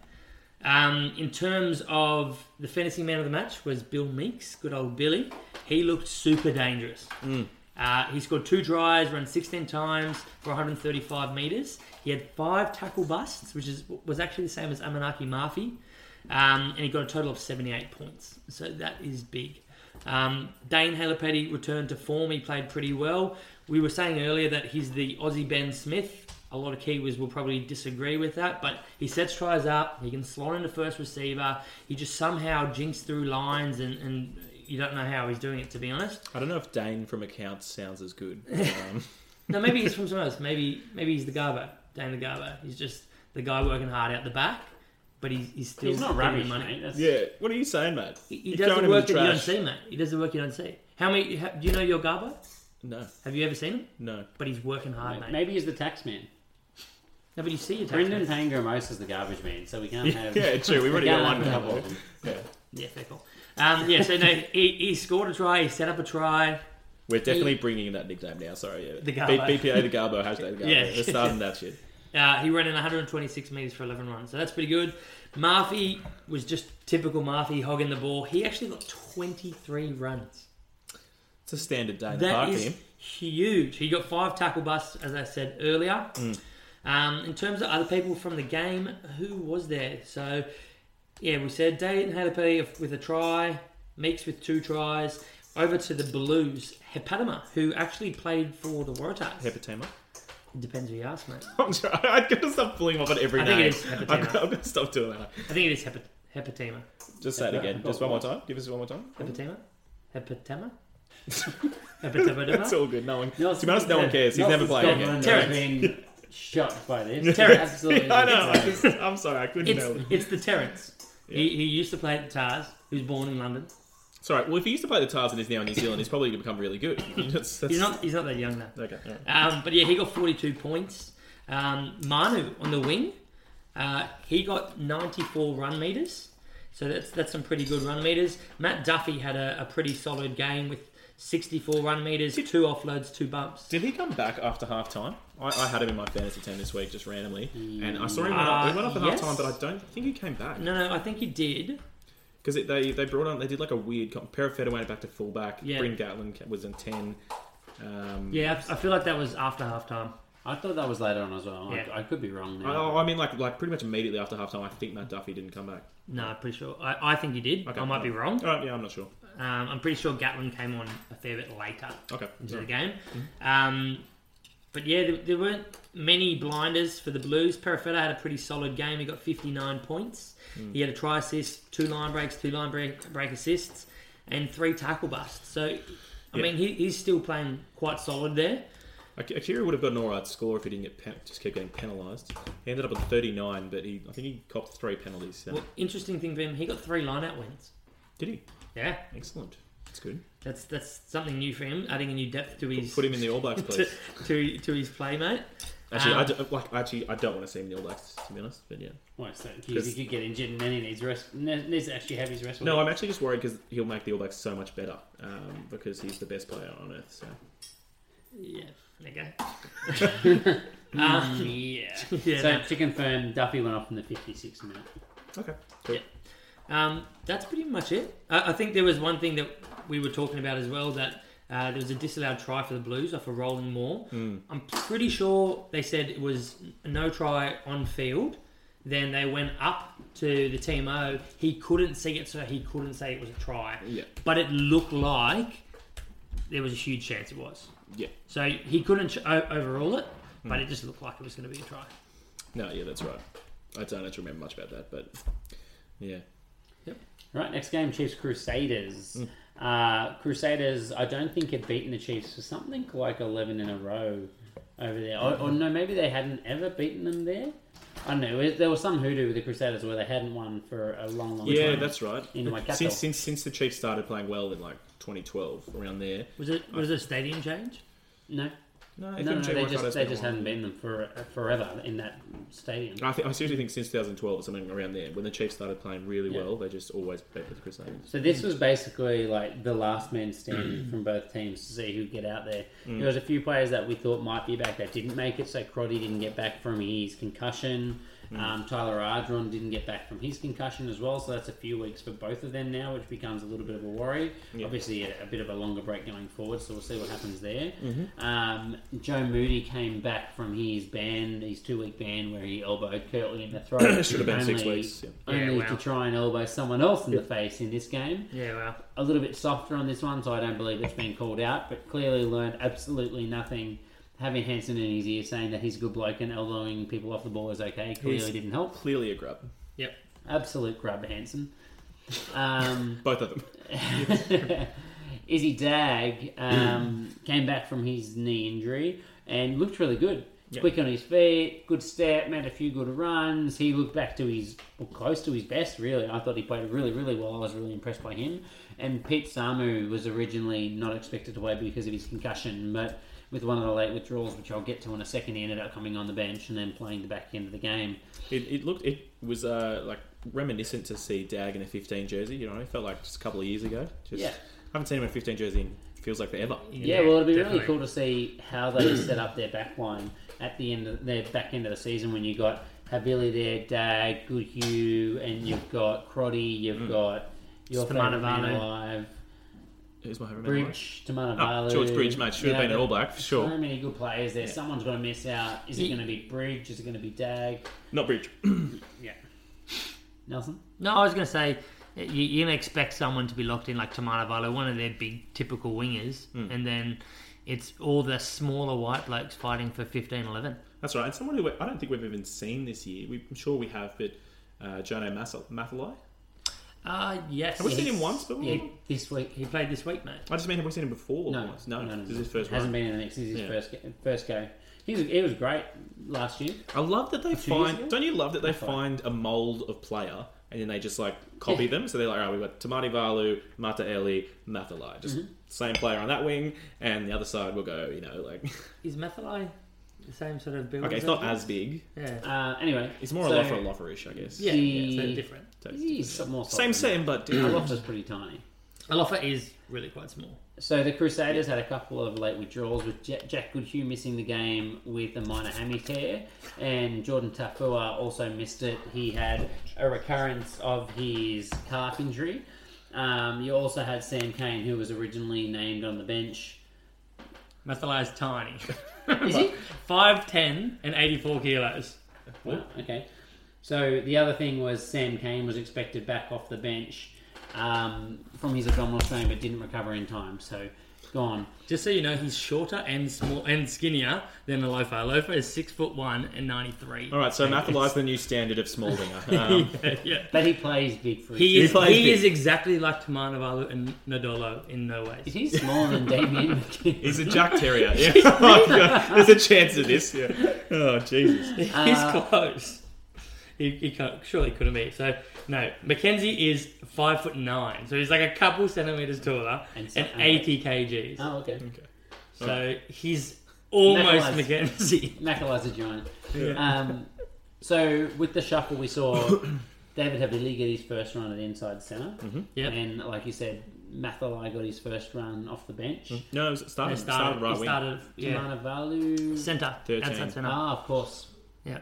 S5: Um, in terms of the fantasy man of the match was Bill Meeks, good old Billy. He looked super dangerous. Uh, he scored two tries, run 16 times for 135 meters. He had five tackle busts, which is was actually the same as Amanaki Mafi, um, and he got a total of 78 points. So that is big. Um, Dane Halapeti returned to form. He played pretty well. We were saying earlier that he's the Aussie Ben Smith. A lot of Kiwis will probably disagree with that, but he sets tries up. He can slot in the first receiver. He just somehow jinks through lines, and, and you don't know how he's doing it, to be honest.
S4: I don't know if Dane from accounts sounds as good. Um,
S5: No, maybe he's from somewhere else. Maybe maybe he's the Garbo, Dan the Garbo. He's just the guy working hard out the back, but he's, he's still
S6: he's not
S5: getting the
S6: rubbish, mate. That's,
S4: yeah. What are you saying, mate?
S5: He, he
S4: You're
S5: does
S4: throwing him
S5: the
S4: in
S5: work that you don't
S4: trash.
S5: see, mate. He does the work you don't see. How many? How, do you know your Garbo?
S4: No,
S5: Have you ever seen him?
S4: no.
S5: But he's working hard, mate.
S6: Maybe he's the tax man.
S5: No, but you see your tax
S6: Brendan
S5: man.
S6: Pangramos is the garbage man, so we can't have.
S4: Yeah, true. We've
S6: we
S4: already
S6: can't
S4: got one.
S6: have a
S4: now.
S6: couple of them.
S5: Yeah, fair call. Um, yeah, so no, he, he scored a try. He set up a try.
S4: We're definitely bringing in that nickname now. Sorry, yeah.
S5: The Garbo.
S4: B- BPA the Garbo hashtag the Garbo.
S5: Yeah.
S4: We're starting that shit.
S5: Uh, he ran in 126 metres for 11 runs, so that's pretty good. Murphy was just typical Murphy hogging the ball. He actually got 23 runs.
S4: It's a standard day in the
S5: That
S4: park for
S5: is
S4: him.
S5: huge. He got five tackle busts, as I said earlier.
S4: Mm.
S5: Um, in terms of other people from the game, who was there? So, yeah, we said Day and Halapeti with a try, Meeks with two tries. over to the Blues, Hepatoma, who actually played for the Waratahs.
S4: Hepatema.
S5: Depends who you ask, mate.
S4: I'm sorry, I've got to stop pulling off on every
S5: I
S4: name.
S5: think it
S4: I've
S5: is Hepatema.
S4: got, I've got to stop doing that.
S5: I think it is hepat- Hepatema.
S4: Just say it again.
S6: I've
S4: Just
S6: got
S4: one more time. Give us one more time.
S5: Hepatema? Hepatema?
S4: That's
S5: Hepatema?
S4: all good. No one.
S6: No,
S4: to be honest, no one cares. He's never played again.
S6: Terrence has been shocked by this.
S5: Terrence.
S6: absolutely.
S4: I know. I just, I'm sorry. I couldn't know.
S5: It's, it's the Terrence. He, he used to play at the Tars. He was born in London.
S4: Sorry. Well, if he used to play the Tars and is now in New Zealand, he's probably going to become really good. That's- that's-
S5: He's not. He's not that young now.
S4: Okay. all right.
S5: Um, but yeah, he got 42 points. Um, Manu on the wing, uh, he got 94 run meters. So that's that's some pretty good run meters. Matt Duffy had a, a pretty solid game with 64 run meters, two offloads, two bumps.
S4: Did he come back after half time? I, I had him in my fantasy team this week just randomly, and I saw him run up, he went up at
S5: Uh, yes.
S4: half time, but I don't think he came back
S5: No, no, I think he did.
S4: because they they brought on they did like a weird comp. Perifetta went back to fullback.
S5: Yeah.
S4: Bryn Gatlin ca- was in ten. Um,
S5: Yeah, I I feel like that was after halftime.
S6: I thought that was later on as well.
S5: Yeah.
S6: I, I could be wrong
S4: I,
S6: now.
S4: I mean, like like pretty much immediately after half time, I think Matt Duffy didn't come back.
S5: No, I'm pretty sure. I, I think he did.
S4: Okay,
S5: I might be
S4: alright.
S5: wrong.
S4: All right, yeah, I'm not sure.
S5: Um, I'm pretty sure Gatlin came on a fair bit later
S4: Okay,
S5: into the
S4: alright.
S5: game.
S4: Mm-hmm.
S5: Um, but yeah, there, there weren't many blinders for the Blues. Perifetta had a pretty solid game. He got 59 points.
S4: Mm.
S5: He had a try assist, two line breaks, two line break, break assists, and three tackle busts. So, I
S4: Yeah.
S5: mean, he, he's still playing quite solid there.
S4: Ak- Akira would have got an all right score if he didn't get pen- just keep getting penalised. He ended up with 39, but he I think he copped three penalties. So.
S5: Well, interesting thing for him, he got three line out wins.
S4: Did he?
S5: Yeah,
S4: Excellent. That's good.
S5: that's that's something new for him, adding a new depth to his
S4: Put him in the All Blacks,
S5: to,
S4: please.
S5: to, to his play, mate.
S4: Actually, I
S5: Um,
S4: do, like actually I don't want to see him in the All Blacks to be honest. But yeah,
S6: Well, so he, he could get injured and then he needs rest. ne- Needs to actually have his rest.
S4: no, I'm actually just worried because he'll make the All Blacks so much better um, because he's the best player on earth. So
S5: Yeah, there you go. um,
S6: Ah, yeah.
S5: yeah,
S6: so
S5: no.
S6: to confirm, Duffy went off in the 56th minute.
S4: okay, cool.
S5: Yeah. Um, that's pretty much it. I, I think there was one thing that we were talking about as well that uh, there was a disallowed try for the Blues off a rolling Moore.
S6: Mm.
S5: I'm pretty sure they said it was no try on field. Then they went up to the TMO. He couldn't see it, so he couldn't say it was a try.
S4: Yeah.
S5: But it looked like there was a huge chance it was.
S4: Yeah.
S5: So he couldn't ch- o- overrule it,
S6: Mm.
S5: but it just looked like it was going to be a try.
S4: No, yeah, that's right. I don't actually remember much about that, but yeah,
S6: Right, next game, Chiefs Crusaders.
S4: Mm.
S6: Uh, Crusaders, I don't think had beaten the Chiefs for something like eleven in a row over there, or, or no, maybe they hadn't ever beaten them there. I don't know. There was some hoodoo with the Crusaders where they hadn't won for a long, long time.
S4: yeah, that's right.
S6: In Waikato.
S4: Since since since the Chiefs started playing well in like 2012 around there.
S5: Was it was it a stadium change?
S6: no,
S4: No,
S6: no, no. They just they just hadn't beaten them for forever in that stadium.
S4: I, think, I seriously think since 2012 or something around there, when the Chiefs started playing really
S6: Yeah.
S4: well, they just always beat the Crusaders.
S6: So this was basically like the last man standing from both teams to see who'd get out there.
S4: Mm.
S6: There was a few players that we thought might be back that didn't make it. So Crotty didn't get back from his concussion.
S4: Mm.
S6: Um, Tyler Ardron didn't get back from his concussion as well. So that's a few weeks for both of them now, which becomes a little bit of a worry. Obviously, a, a bit of a longer break going forward. So we'll see what happens there.
S4: Mm-hmm.
S6: Um, Joe Moody came back from his ban, his two-week ban, where he elbowed Kirtley in the throat.
S4: Should have been six
S6: Only-
S4: weeks, yeah.
S5: Yeah,
S6: Only
S5: wow.
S6: to try and elbow someone else in the face in this game
S5: Yeah, well,
S6: a little bit softer on this one, so I don't believe it's been called out, but clearly learned absolutely nothing. Having Hanson in his ear saying that he's a good bloke and elbowing people off the ball is okay clearly
S4: He's-
S6: didn't help.
S4: Clearly a grub.
S5: yep.
S6: Absolute grub, Hanson. Um,
S4: Both of them.
S6: Izzy Dag um, came back from his knee injury and looked really good. Quick on his feet, good step, made a few good runs. He looked back to his, well, close to his best, really. I thought he played really, really well. I was really impressed by him. And Pete Samu was originally not expected to play because of his concussion, but with one of the late withdrawals, which I'll get to in a second, he ended up coming on the bench and then playing the back end of the game.
S4: It, it looked it was uh, like reminiscent to see Dag in a 15 jersey. You know, it felt like just a couple of years ago. Just
S6: Yeah.
S4: haven't seen him in a 15 jersey. in Feels like forever.
S6: Yeah, well, it'll be
S5: definitely.
S6: really cool to see how they set up their back line at the end of their back end of the season when you got Havili there, Dag, Goodhue, and you've got Crotty, you've
S4: Mm.
S6: got your favourite man
S5: Stamanovalu.
S6: alive,
S4: Who's my home
S6: Bridge,
S4: Oh,
S6: Tamanavalu.
S4: George Bridge, mate. Should
S6: You know,
S4: have been an All Black for
S6: So
S4: sure.
S6: many good players there. Someone's got to miss out. Is it
S5: Ye-
S6: going to be Bridge? Is it going to be Dag?
S4: Not Bridge.
S6: Yeah. Nelson?
S5: No, I was going to say eh, you, you're gonna expect someone to be locked in like Tamanavalo, one of their big typical wingers,
S4: Hmm.
S5: and then it's all the smaller white blokes fighting for 15-11.
S4: That's right. And someone who I don't think we've even seen this year. We, I'm sure we have, but uh, Jono Mas- Mathalai.
S5: Uh, yes.
S4: Have we seen
S5: He's-
S4: him once before?
S6: Yeah, this week
S5: He played this week, mate.
S4: I just mean, have we seen him before?
S6: No,
S4: once? no, This is his first
S6: Hasn't
S4: one.
S6: been in the mix. This is his
S4: Yeah.
S6: first go, first go. He was, he was great last year.
S4: I love that they
S6: years
S4: find.
S6: ago?
S4: Don't you love that they find a mold of player and then they just like copy
S6: Yeah.
S4: them? So they're like, all right, we've got Tamati Valu, Mataeli, Mathalai, just same player on that wing, and the other side will go, you know, like
S5: Is Mathalai the same sort of build?
S4: okay, it's not as big.
S5: Yeah.
S6: Uh, anyway,
S4: It's more
S6: so
S4: a Lofra Loferish, I guess.
S5: Yeah,
S6: the-
S5: yeah, so different.
S4: So it's different.
S6: He's more solid
S4: Same, same, but
S6: than that.
S4: different.
S6: Loftus is pretty tiny.
S5: Alofa is really quite small.
S6: So the Crusaders had a couple of late withdrawals with Jack, Jack Goodhue missing the game with a minor hammy tear, and Jordan Tafua also missed it. He had a recurrence of his calf injury. Um, you also had Sam Kane, who was originally named on the bench.
S5: Mathalai is tiny.
S6: Is he?
S5: 5'10 and 84 kilos.
S6: Wow, Uh, okay. So the other thing was Sam Kane was expected back off the bench um, from his abdominal strain, but didn't recover in time. So gone.
S5: Just so you know, he's shorter and small and skinnier than Alofa. Alofa is six foot one and 93.
S4: All right, so Mathalai's the new standard of small winger. Um,
S5: yeah, yeah.
S6: But he plays big for his
S5: He is,
S4: plays
S5: he
S4: big.
S5: is exactly like Tamanavalu and Nadolo in no ways.
S6: Is he smaller than Damien McKee?
S4: He's a Jack Terrier. Yeah. Oh, God. There's a chance of this. Yeah. Oh, Jesus.
S5: He's close. He, he can't, surely couldn't be. So no, Mackenzie is five foot nine, so he's like a couple centimeters taller
S6: And
S5: and, uh,
S6: so-
S5: eighty kgs.
S6: Oh, okay.
S5: so he's almost
S6: Likewise.
S5: Mackenzie.
S6: Macalai's a giant. Um, so with the shuffle, we saw David Havili get his first run at inside center
S5: Yep.
S6: and like you said, Mathalai got his first run off the bench.
S5: Mm-hmm.
S4: No, it started,
S5: He started,
S4: started right
S5: he
S4: wing.
S5: started yeah,
S6: Manavalu.
S5: center,
S4: 13.
S5: outside center.
S6: Ah, of course.
S5: yeah,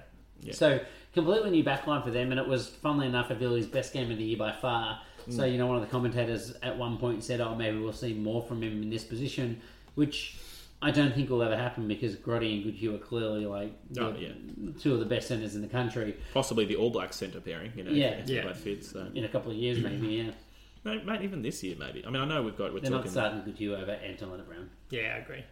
S6: So completely new backline for them, and it was, funnily enough, Avili's best game of the year by far.
S4: Mm.
S6: So you know, one of the commentators at one point said, "Oh, maybe we'll see more from him in this position," which I don't think will ever happen because Grotty and Goodhue are clearly like the-
S4: Oh, yeah.
S6: two of the best centers in the country
S4: Possibly the All Black centre pairing, you know,
S6: Yeah.
S4: if
S5: Yeah.
S4: that fits. So.
S6: in a couple of years, maybe. Yeah,
S4: No, mate, even this year, maybe. I mean, I know we've got, we're
S6: they're not
S4: talking.
S6: starting Goodhue over Anton Leonard Brown.
S5: yeah, I agree.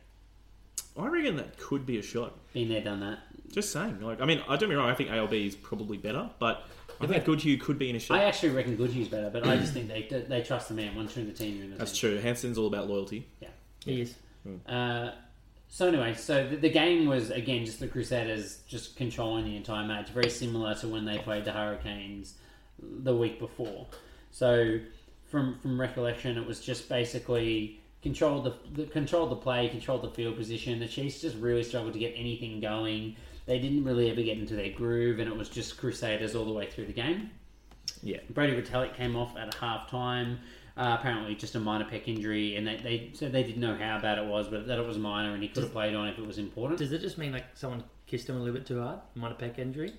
S4: I reckon that could be a shot.
S6: Been there, done that.
S4: Just saying. Like, I mean, I don't be wrong, I think ALB is probably better, but I think Goodhue could be in a
S6: I
S4: shot.
S6: actually reckon Goodhue's better, but I just think they they trust the man. Once you're in the team, you're in the
S4: That's
S6: team.
S4: true. Hanson's all about loyalty.
S5: He is.
S6: Uh, so anyway, so the, the game was again just the Crusaders just controlling the entire match, very similar to when they played the Hurricanes the week before. So from from recollection, it was just basically controlled the, the controlled the play, controlled the field position. The Chiefs just really struggled to get anything going. They didn't really ever get into their groove, and it was just Crusaders all the way through the game.
S4: Yeah.
S6: Brady Retallick came off at half time. Uh, apparently, just a minor pec injury, and they, they said they didn't know how bad it was, but that it was minor and he could have played on if it was important.
S5: Does it just mean like someone kissed him a little bit too hard? Might have peck injury.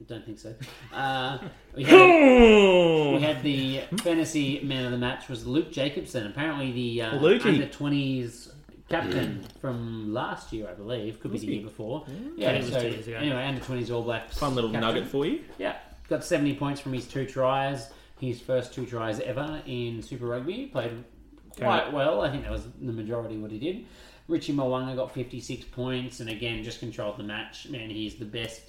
S6: I don't think so. Uh, we, had, we had the fantasy man of the match was Luke Jacobson, apparently the uh,
S4: Lukey.
S6: under twenties captain from last year, I believe, could be the year before. Yeah,
S5: I think it
S6: so
S5: was two years ago.
S6: anyway, under twenties All Blacks.
S4: Fun little
S6: captain.
S4: nugget for you.
S6: Yeah, got 70 points from his two tries, his first two tries ever in Super Rugby. Played quite
S4: Okay.
S6: well. I think that was the majority what he did. Richie Mwanga got 56 points and again just controlled the match. Man, he's the best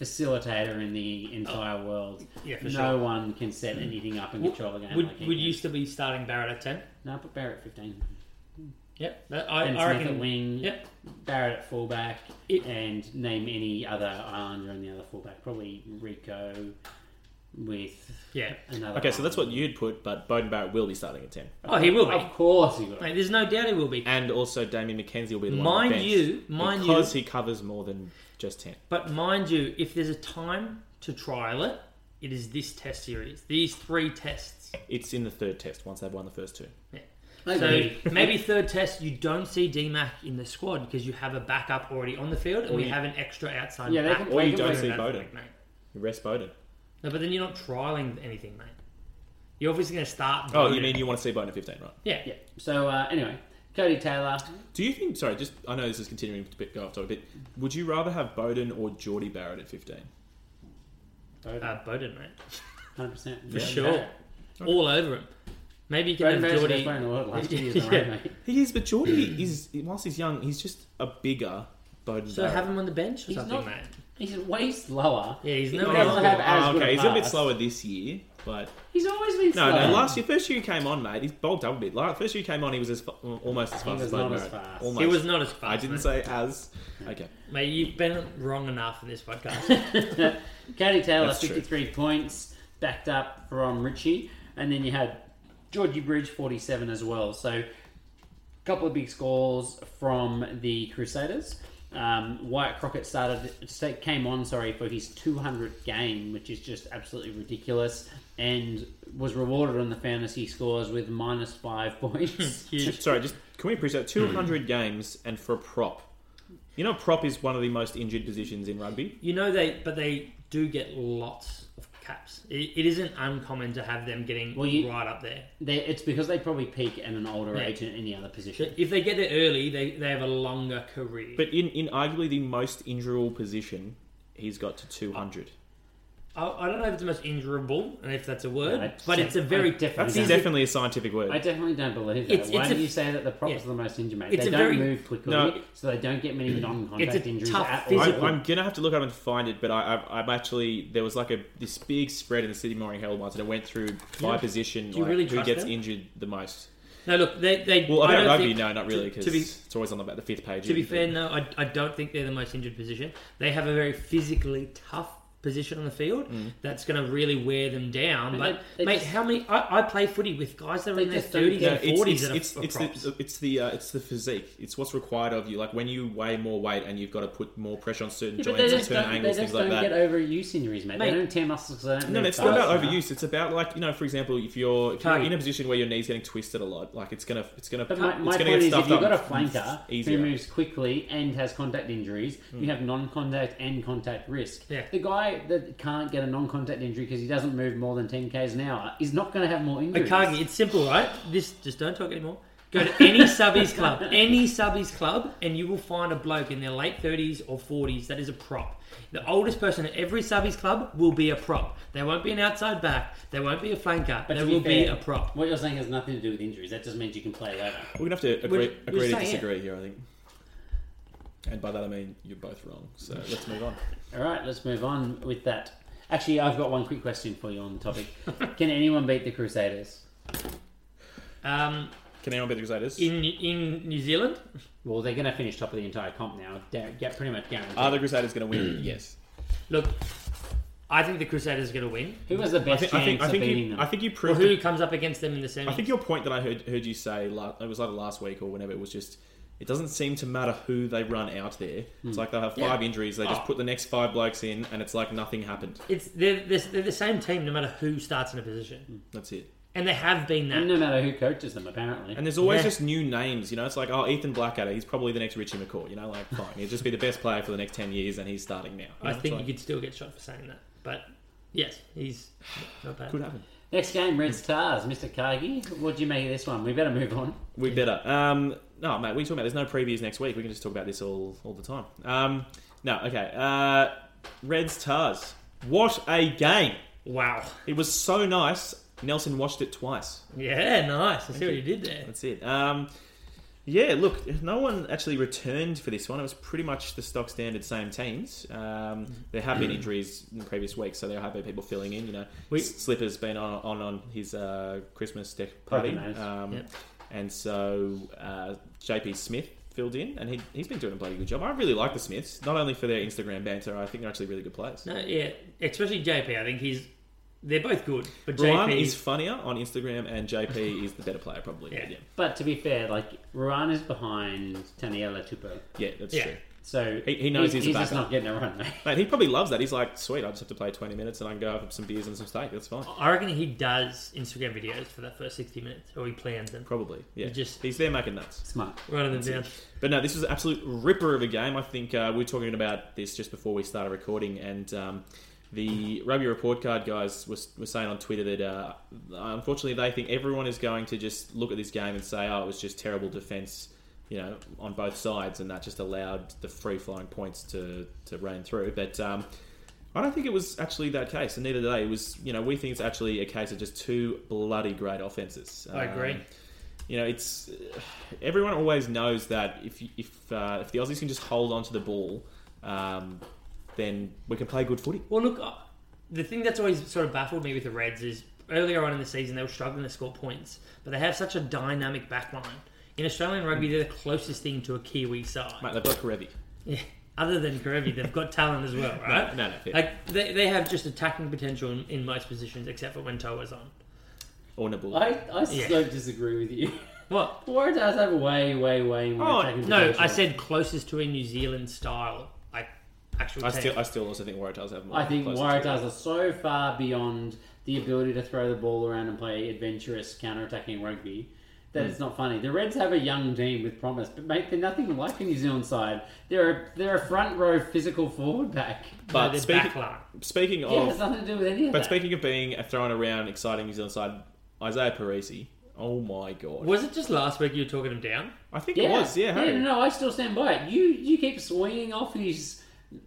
S6: facilitator in the entire world.
S5: Oh. yeah, for
S6: no
S5: sure.
S6: one can set anything up and control the game.
S5: Would,
S6: like he
S5: would
S6: can.
S5: you still be starting Barrett at ten?
S6: No, put Barrett at 15.
S5: Yep. That, I,
S6: And
S5: I
S6: Smith
S5: reckon.
S6: at wing.
S5: Yep.
S6: Barrett at fullback,
S5: It-
S6: and name any other Islander in the other fullback. Probably Rico with
S5: Yeah.
S6: another.
S4: Okay, so that's what
S6: Islander.
S4: you'd put, but Bowden Barrett will be starting at 10.
S5: Oh, he will be.
S6: Of course he will.
S5: Mate, there's no doubt he will be.
S4: And also, Damien McKenzie will be the one on
S5: Mind
S4: the bench
S5: you- mind you-
S4: because he covers more than just ten.
S5: But mind you, if there's a time to trial it, it is this test series. These three tests.
S4: It's in the third test once they've won the first two.
S5: So
S6: Okay.
S5: maybe third test you don't see DMAC in the squad because you have a backup already on the field and we have an extra outside
S6: Yeah, they
S5: back.
S6: can- Or you don't
S4: see
S5: That's
S4: Bowden.
S5: it, mate.
S4: You rest Bowden.
S5: No, but then you're not trialing anything, mate. You're obviously going to start.
S4: Oh, you
S5: Bowden.
S4: mean you want to see Bowden at fifteen, right?
S5: yeah?
S6: yeah. So uh, anyway, Cody Taylor.
S4: Do you think? Sorry, just I know this is continuing to bit- go off topic. But would you rather have Bowden or Geordie Barrett at fifteen?
S5: Uh, Bowden, mate.
S6: hundred percent.
S5: for sure. All over him. Maybe you can have Geordie.
S6: in the world last year,
S5: Yeah.
S6: mate.
S4: He is, but Geordie is, whilst he's young, he's just a bigger Bowden
S5: So
S4: Barrett.
S5: have him on the bench or
S6: He's
S5: something,
S6: not-
S5: mate.
S6: He's way slower.
S5: Yeah, he's
S6: He
S5: not-
S6: doesn't have as
S4: Oh,
S6: good
S4: okay, he's a bit
S6: pass.
S4: slower this year, but
S6: He's always been
S4: no,
S6: slow.
S4: no. Last year, first year he came on, mate, he's bulked up a bit. Last first year he came on, he was as fa- almost as fast
S6: was
S4: as Bowden
S6: not as
S4: Barrett.
S6: fast.
S4: Almost.
S5: He was not as fast.
S4: I didn't
S5: mate.
S4: say as. Okay.
S5: Mate, you've been wrong enough in this podcast.
S6: Cody Taylor,
S4: That's true.
S6: 53 points, backed up from Richie. And then you had Georgie Bridge, 47 as well. So a couple of big scores from the Crusaders. Um, Wyatt Crockett started sta- came on sorry for his 200th game, which is just absolutely ridiculous, and was rewarded on the fantasy scores with minus five points.
S5: Huge.
S4: Sorry, just can we appreciate 200 games and for a prop? You know, prop is one of the most injured positions in rugby.
S5: You know they, but they do get lots of caps. It, it isn't uncommon to have them getting
S6: Well, you-
S5: right up there.
S6: they, it's because they probably peak at an older
S5: Yeah.
S6: age than any other position.
S5: If they get there early, they, they have a longer career.
S4: But in, in arguably the most injurable position, he's got to 200.
S5: I, I don't know if it's the most injurable, and if that's a word,
S6: No, I'd
S5: but
S6: say-
S5: it's a very
S6: I'd definitely
S4: That's
S6: Yeah.
S4: definitely a scientific word.
S6: I definitely don't believe that.
S5: It's-
S6: Why
S5: it's
S6: do
S5: a-
S6: you say that the props
S5: yeah.
S6: are the most injured, mate?
S5: It's
S6: they
S5: a
S6: don't
S5: very-
S6: move quickly,
S4: No.
S6: so they don't get many non-contact
S5: It's a
S6: injuries
S5: tough
S6: at
S4: I,
S5: physical-
S6: all.
S4: I'm gonna have to look up and find it, but I, I, I'm actually there was like a this big spread in the City Morning Herald once, and it went through by
S5: Yeah.
S4: position
S5: Do you
S4: like,
S5: really
S4: who
S5: trust
S4: gets
S5: them?
S4: injured the most.
S5: no. Look, they they.
S4: Well,
S5: I
S4: about
S5: don't
S4: rugby,
S5: think-
S4: no, not really,
S5: to-
S4: because
S5: to be
S4: it's always on about the fifth page.
S5: To be
S4: of the-
S5: fair, no, I, I don't think they're the most injured position. They have a very physically tough position on the field
S4: Mm.
S5: that's going to really wear them down.
S6: They-
S5: But
S6: they
S5: mate,
S6: just-
S5: how many? I, I play footy with guys that are
S6: They
S5: in their
S6: just don't
S5: thirties
S6: get-
S4: No,
S5: and forties
S4: it's
S5: that are
S4: it's
S5: are
S4: it's,
S5: props.
S4: it's the it's the uh, it's the physique. It's what's required of you. Like when you weigh more weight and you've got to put more pressure on certain
S6: Yeah, but they
S4: joints and
S6: just
S4: certain
S6: don't, they
S4: angles,
S6: just
S4: things
S6: don't
S4: like
S6: get
S4: that.
S6: overuse injuries, mate. They
S5: Mate.
S6: don't tear muscles. They don't
S4: No,
S6: move
S4: no, it's not
S6: fast
S4: about
S6: enough.
S4: overuse. It's about like you know, for example, if you're if you're
S5: Target.
S4: in a position where your knee's getting twisted a lot, like it's gonna it's gonna
S6: But my,
S4: it's
S6: my
S4: gonna
S6: point
S4: get
S6: is, if
S4: stuffed
S6: you've got a
S4: up
S6: flanker
S4: easier.
S6: who moves quickly and has contact injuries, you have non-contact and contact risk.
S5: Yeah.
S6: The guy that can't get a non-contact injury because he doesn't move more than 10 k's an hour is not going to have more injuries.
S5: Okagi, it's simple, right? This just don't talk anymore. Go to any subbies club, any subbies club, and you will find a bloke in their late thirties or forties that is a prop. The oldest person at every subbies club will be a prop. They won't be an outside back. They won't be a flanker.
S6: But
S5: they
S6: to
S5: will be
S6: fair,
S5: a prop.
S6: What you're saying has nothing to do with injuries. That just means you can play later.
S4: We're gonna have to agree,
S5: We're-
S4: agree
S5: we're
S4: to
S5: saying it.
S4: disagree here, I think. And by that I mean you're both wrong. So let's move on.
S6: All right, let's move on with that. Actually, I've got one quick question for you on the topic. Can anyone beat the Crusaders?
S5: Um,
S4: Can anyone beat the Crusaders?
S5: in in New Zealand,
S6: Well, they're going to finish top of the entire comp now. They're get pretty much guaranteed.
S4: Are the Crusaders going to win? yes.
S5: look, I think the Crusaders are going to win.
S6: Who has the
S4: I
S6: best
S4: think,
S6: chance
S4: I think, I
S6: of
S4: think,
S6: beating
S4: you,
S6: them?
S4: I think you
S5: Well,
S4: proved.
S5: who comes up against them in the semi?
S4: I think your point that I heard heard you say la it was either last week or whenever it was just. It doesn't seem to matter who they run out there.
S6: Hmm.
S4: It's like they'll have five injuries. They
S6: Oh.
S4: just put the next five blokes in, and it's like nothing happened.
S5: it's they're, they're, they're the same team no matter who starts in a position,
S4: That's it.
S5: and they have been that.
S6: And no matter who coaches them, apparently.
S4: And there's always
S5: Yeah.
S4: just new names. You know, it's like oh, Ethan Blackadder. He's probably the next Richie McCaw. You know, like fine, he'll just be the best player for the next ten years, and he's starting now. You know,
S5: I
S4: it's
S5: think
S4: like,
S5: you could still get shot for saying that, but yes, he's not bad.
S4: could happen.
S6: Next game, Red Stars. Mr. Kagi, what do you make of this one? We better move on.
S4: We better. Um, no, mate, we talking about. There's no previews next week. We can just talk about this all all the time. Um, no, okay. Uh, Reds Tars. What a game!
S5: Wow.
S4: It was so nice. Nelson watched it twice.
S5: Yeah, nice. I see what you did there.
S4: That's it. Um, yeah, look, no one actually returned for this one. It was pretty much the stock standard same teams. Um, there have been injuries in the previous week, so there have been people filling in. You know,
S5: Mm. We-
S4: Slipper's been on on, on his uh, Christmas deck party,
S6: Poker night.
S4: um,
S5: Yep.
S4: and so uh, JP Smith filled in, and he, he's been doing a bloody good job. I really like the Smiths, not only for their Instagram banter. I think they're actually really good players.
S5: No, yeah, especially JP. I think he's. They're both good, but
S4: Brian
S5: JP
S4: is funnier on Instagram, and JP is the better player probably.
S5: Yeah.
S4: Yeah, yeah,
S6: But to be fair, like, Ruan is behind Taniela Tupo.
S4: that's
S5: Yeah.
S4: true.
S6: So
S4: He- he knows he's a
S6: just not
S4: backup.
S6: getting a run, mate.
S4: Mate, he probably loves that. He's like, sweet, I just have to play 20 minutes and I can go have some beers and some steak. That's fine.
S5: I reckon he does Instagram videos for that first sixty minutes, or he plans them.
S4: Probably. Yeah.
S5: He just-
S4: He's there making nuts.
S6: Smart.
S5: Running them down.
S4: But no, this was an absolute ripper of a game. I think uh, we were talking about this just before we started recording, and um, the Rugby Report Card guys was, were saying on Twitter that uh, unfortunately they think everyone is going to just look at this game and say, oh, it was just terrible defence, you know, on both sides, and that just allowed the free flowing points to, to rain through. But um, I don't think it was actually that case, and neither did they. It was, you know, we think it's actually a case of just two bloody great offenses.
S5: I agree.
S4: Um, you know, it's everyone always knows that if you- if uh, if the Aussies can just hold on to the ball, um, then we can play good footy.
S5: Well, look, uh, the thing that's always sort of baffled me with the Reds is earlier on in the season they were struggling to score points, but they have such a dynamic back line. In Australian rugby, they're the closest thing to a Kiwi side.
S4: Mate, they've got Karevi.
S5: Yeah. Other than Karevi, they've got talent as well, right?
S4: no, no, yeah.
S5: Like they, they have just attacking potential in, in most positions except for when Toa's on.
S4: or Nabul.
S6: I, I
S5: Yeah.
S6: so disagree with you.
S5: What?
S6: Warriors have a way, way, way more
S5: Oh
S6: attacking
S5: no,
S6: potential.
S5: I said closest to a New Zealand style, like actual.
S4: I
S5: team.
S4: still I still also think Waratahs have more.
S6: I think
S4: closer
S6: Waratahs are so far beyond the ability to throw the ball around and play adventurous counter-attacking rugby that
S4: Hmm.
S6: it's not funny. The Reds have a young team with promise, but mate, they're nothing like the New Zealand side. They're a, they're a front row physical forward back.
S4: to-
S5: No,
S4: But
S5: their
S4: speaking,
S5: back line.
S4: speaking
S6: Yeah, it has
S4: of
S6: nothing to do with any of
S4: Oh. But
S6: that.
S4: speaking of being a thrown around, exciting New Zealand side, Isaiah Parisi. Oh my god!
S5: Was it just last week you were talking him down?
S4: I think
S6: yeah,
S4: it was. Yeah, hey.
S6: no, no, I still stand by it. You you keep swinging off his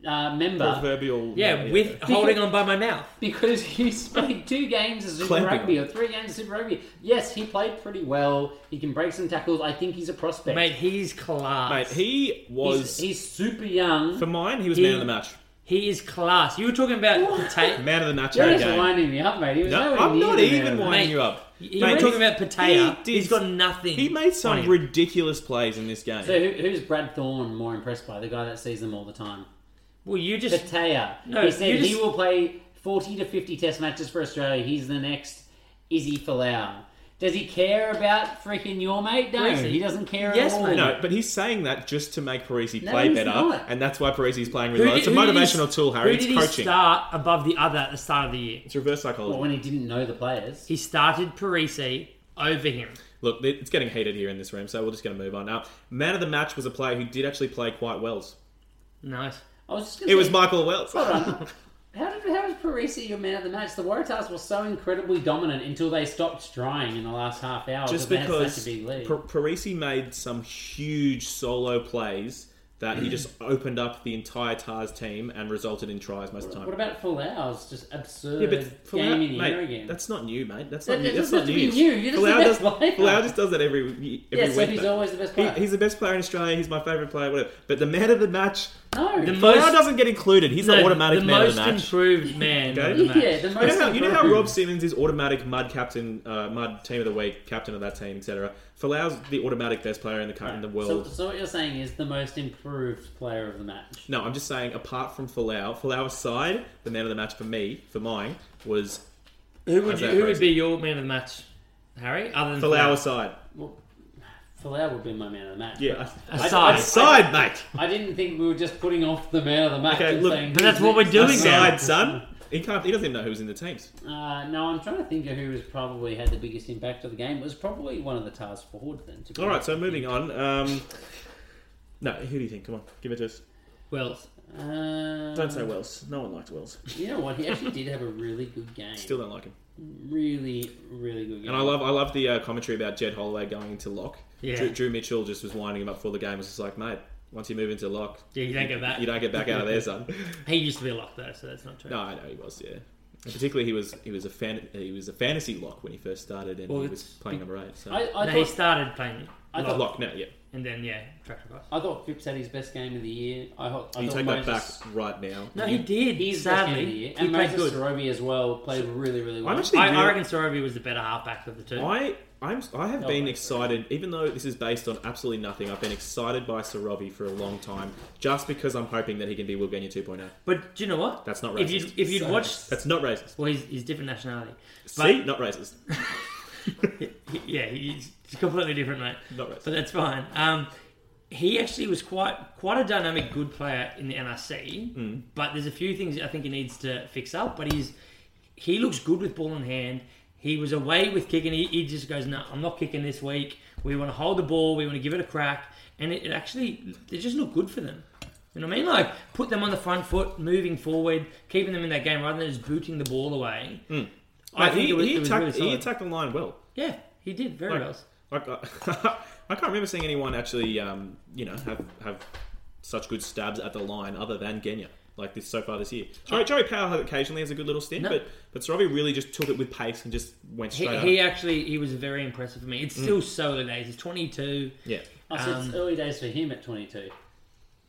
S6: uh, member
S4: proverbial.
S5: Yeah, with holding on by my mouth.
S6: because you played two games of Super
S4: Clamping
S6: Rugby
S4: on.
S6: or three games of Super Rugby. Yes, he played pretty well. He can break some tackles. I think he's a prospect.
S5: Mate, he's class.
S4: mate, he was
S6: he's, he's super young.
S4: for mine. He was
S5: he-
S4: man of the match.
S5: He is class. You were talking about potato.
S4: Man of the match.
S6: Joe's
S4: that game.
S6: winding me up, mate. He was
S4: No,
S6: nowhere
S4: I'm
S6: near
S4: not
S6: the
S4: even
S6: man.
S5: Mate,
S4: winding you up.
S5: You
S4: Mate,
S5: were talking about potato.
S4: he did-
S5: He has got nothing.
S4: He made
S5: on
S4: some
S5: him.
S4: ridiculous plays in this game.
S6: So who, who's Brad Thorne more impressed by? The guy that sees them all the time.
S5: Well, you just
S6: Patea.
S5: No,
S6: he said
S5: you just-
S6: he will play 40 to 50 test matches for Australia. He's the next Izzy Falau. Does he care about freaking your mate? No,
S5: Where is he?
S6: he doesn't care
S5: Yes,
S6: at all.
S5: mate.
S4: no, but he's saying that just to make Parisi
S6: No,
S4: play
S6: he's
S4: better,
S6: not.
S4: and that's why Parisi's playing
S5: Who
S4: really well.
S5: did-
S4: It's a
S5: who did he-
S4: motivational tool, Harry.
S5: Who
S4: It's
S5: did he
S4: coaching.
S5: start above the other at the start of the year?
S4: It's reverse psychology.
S6: Well, when he didn't know the players.
S5: He started Parisi over him.
S4: Look, it's getting heated here in this room, so we're just going to move on. Now, man of the match was a player who did actually play quite Wells.
S5: Nice.
S6: I was just gonna
S4: It was
S6: say,
S4: Michael Wells.
S6: Hold on. How did how was Parisi your man of the match? The Waratahs were so incredibly dominant until they stopped trying in the last half hour.
S4: Just
S6: they had
S4: because
S6: such a big lead.
S4: Pa- Parisi made some huge solo plays that he just opened up the entire Tars team and resulted in tries most of the time.
S6: What about Falau's just absurd
S4: yeah, but Folau-
S6: game in the
S4: mate,
S6: year again?
S4: that's not new, mate. That's
S6: That-
S4: not new.
S6: that
S4: That's
S6: doesn't
S4: not
S6: have to
S4: new.
S6: be new. You're just the
S4: Folau
S6: best
S4: does,
S6: player.
S4: Folau just does that every every
S6: yeah, so
S4: week.
S6: he's
S4: mate.
S6: always the best
S4: He-
S6: player.
S4: he's the best player in Australia. He's my favourite player. Whatever. But the man of the match,
S6: no,
S5: The
S4: Folau
S5: Most-
S4: doesn't get included. He's the
S5: No,
S4: automatic
S5: the
S4: man
S5: most
S4: of the match.
S5: improved man
S4: Okay.
S5: of the match.
S6: yeah, the
S4: You
S6: most.
S4: know, how, you know how
S6: improved.
S4: Rob Simmons is automatic mud captain, uh, mud team of the week, captain of that team, etc. Falau's the automatic best player in the cou- in the
S6: So,
S4: world.
S6: so what you're saying is the most improved player of the match.
S4: no, I'm just saying. Apart from Falau, Falau aside, the man of the match for me, for mine, was
S5: Who would
S4: How's
S5: you,
S4: that
S5: who
S4: phrase?
S5: would be your man of the match, Harry? Other than
S4: Falau aside.
S6: Falau would be my man of the match.
S4: Yeah,
S6: but I-
S5: Aside.
S6: I-
S4: aside, mate.
S6: I, didn't think we were just putting off the man of the match.
S4: Okay,
S6: and
S4: look,
S6: saying
S5: But
S6: who's
S5: that's what we're
S6: next.
S5: doing now.
S4: Aside, son. He can't. He doesn't even know who's in the teams.
S6: Uh, no, I'm trying to think of who was probably had the biggest impact of the game. It was probably one of the Tars forward then. To be
S4: All right, so moving on. Um, no, who do you think? Come on, give it to us.
S5: Wells.
S6: Uh,
S4: Don't say Wells. No one likes Wells.
S6: You know what? He actually did have a really good game.
S4: Still don't like him.
S6: really, really good game.
S4: And I love I love the uh, commentary about Jed Holloway going into lock.
S5: Yeah.
S4: Drew, Drew Mitchell just was winding him up before the game. Was just like, mate, once you move into lock,
S5: Yeah, you don't get back.
S4: you don't get back out of there, son.
S5: He used to be a lock though, so that's not true.
S4: no, I know he was. Yeah. And particularly, he was he was a fan he was a fantasy lock when he first started, and
S5: Well,
S4: he was
S5: it's-
S4: playing number eight. So
S6: I, I
S5: No, he
S6: thought,
S5: started playing
S6: I
S5: lock,
S6: thought-
S4: lock now, yeah.
S5: and then yeah, tracked across.
S6: I thought Phipps had his best game of the year. I, ho- I
S4: You
S6: thought
S4: take that back
S6: Moses-
S4: right now.
S5: Oh, No, he did.
S6: He's best game
S5: sadly,
S6: of the year.
S5: he
S6: And
S5: played
S6: Moses
S5: good.
S6: Sorobi as well played really, really well.
S4: I'm actually
S5: I, I
S4: really- Oh,
S5: reckon Sorobi was the better halfback of the two.
S4: I I'm I have
S6: No,
S4: been
S6: wait.
S4: excited, even though this is based on absolutely nothing. I've been excited by Sarabi for a long time, just because I'm hoping that he can be Wilgania 2.0.
S5: But do you know what?
S4: That's not
S5: If
S4: racist.
S5: you'd, if you'd
S6: So-
S5: watched,
S4: oh. That's not racist.
S5: well, he's, he's different nationality.
S4: See, not racist.
S5: He- yeah, he's completely different, mate.
S4: Not racist.
S5: But that's fine. Um, he actually was quite quite a dynamic, good player in the NRC.
S4: Hmm.
S5: But there's a few things I think he needs to fix up. But he's he looks good with ball in hand. He was away with kicking. He, he just goes, "No, I'm not kicking this week. We want to hold the ball. We want to give it a crack." And it, it actually they just look good for them. You know what I mean? Like put them on the front foot, moving forward, keeping them in that game rather than just booting the ball away. I
S4: Like,
S5: think
S4: Hmm. he,
S5: it was,
S4: he
S5: it was
S4: attacked,
S5: really
S4: he
S5: solid.
S4: attacked the line well.
S5: Yeah, he did very
S4: Like,
S5: well.
S4: like, I, I can't remember seeing anyone actually, um, you know, have have such good stabs at the line other than Genya. like this so far this year. Joey, Joey Powell occasionally has a good little stint,
S5: No.
S4: but but Sorovi really just took it with pace and just went
S5: He,
S4: straight.
S5: he
S4: up. Mm.
S5: actually he was very impressive for me. It's still so early days. He's 22,
S4: Yeah,
S6: I said
S5: Um,
S6: it's early days for him at 22.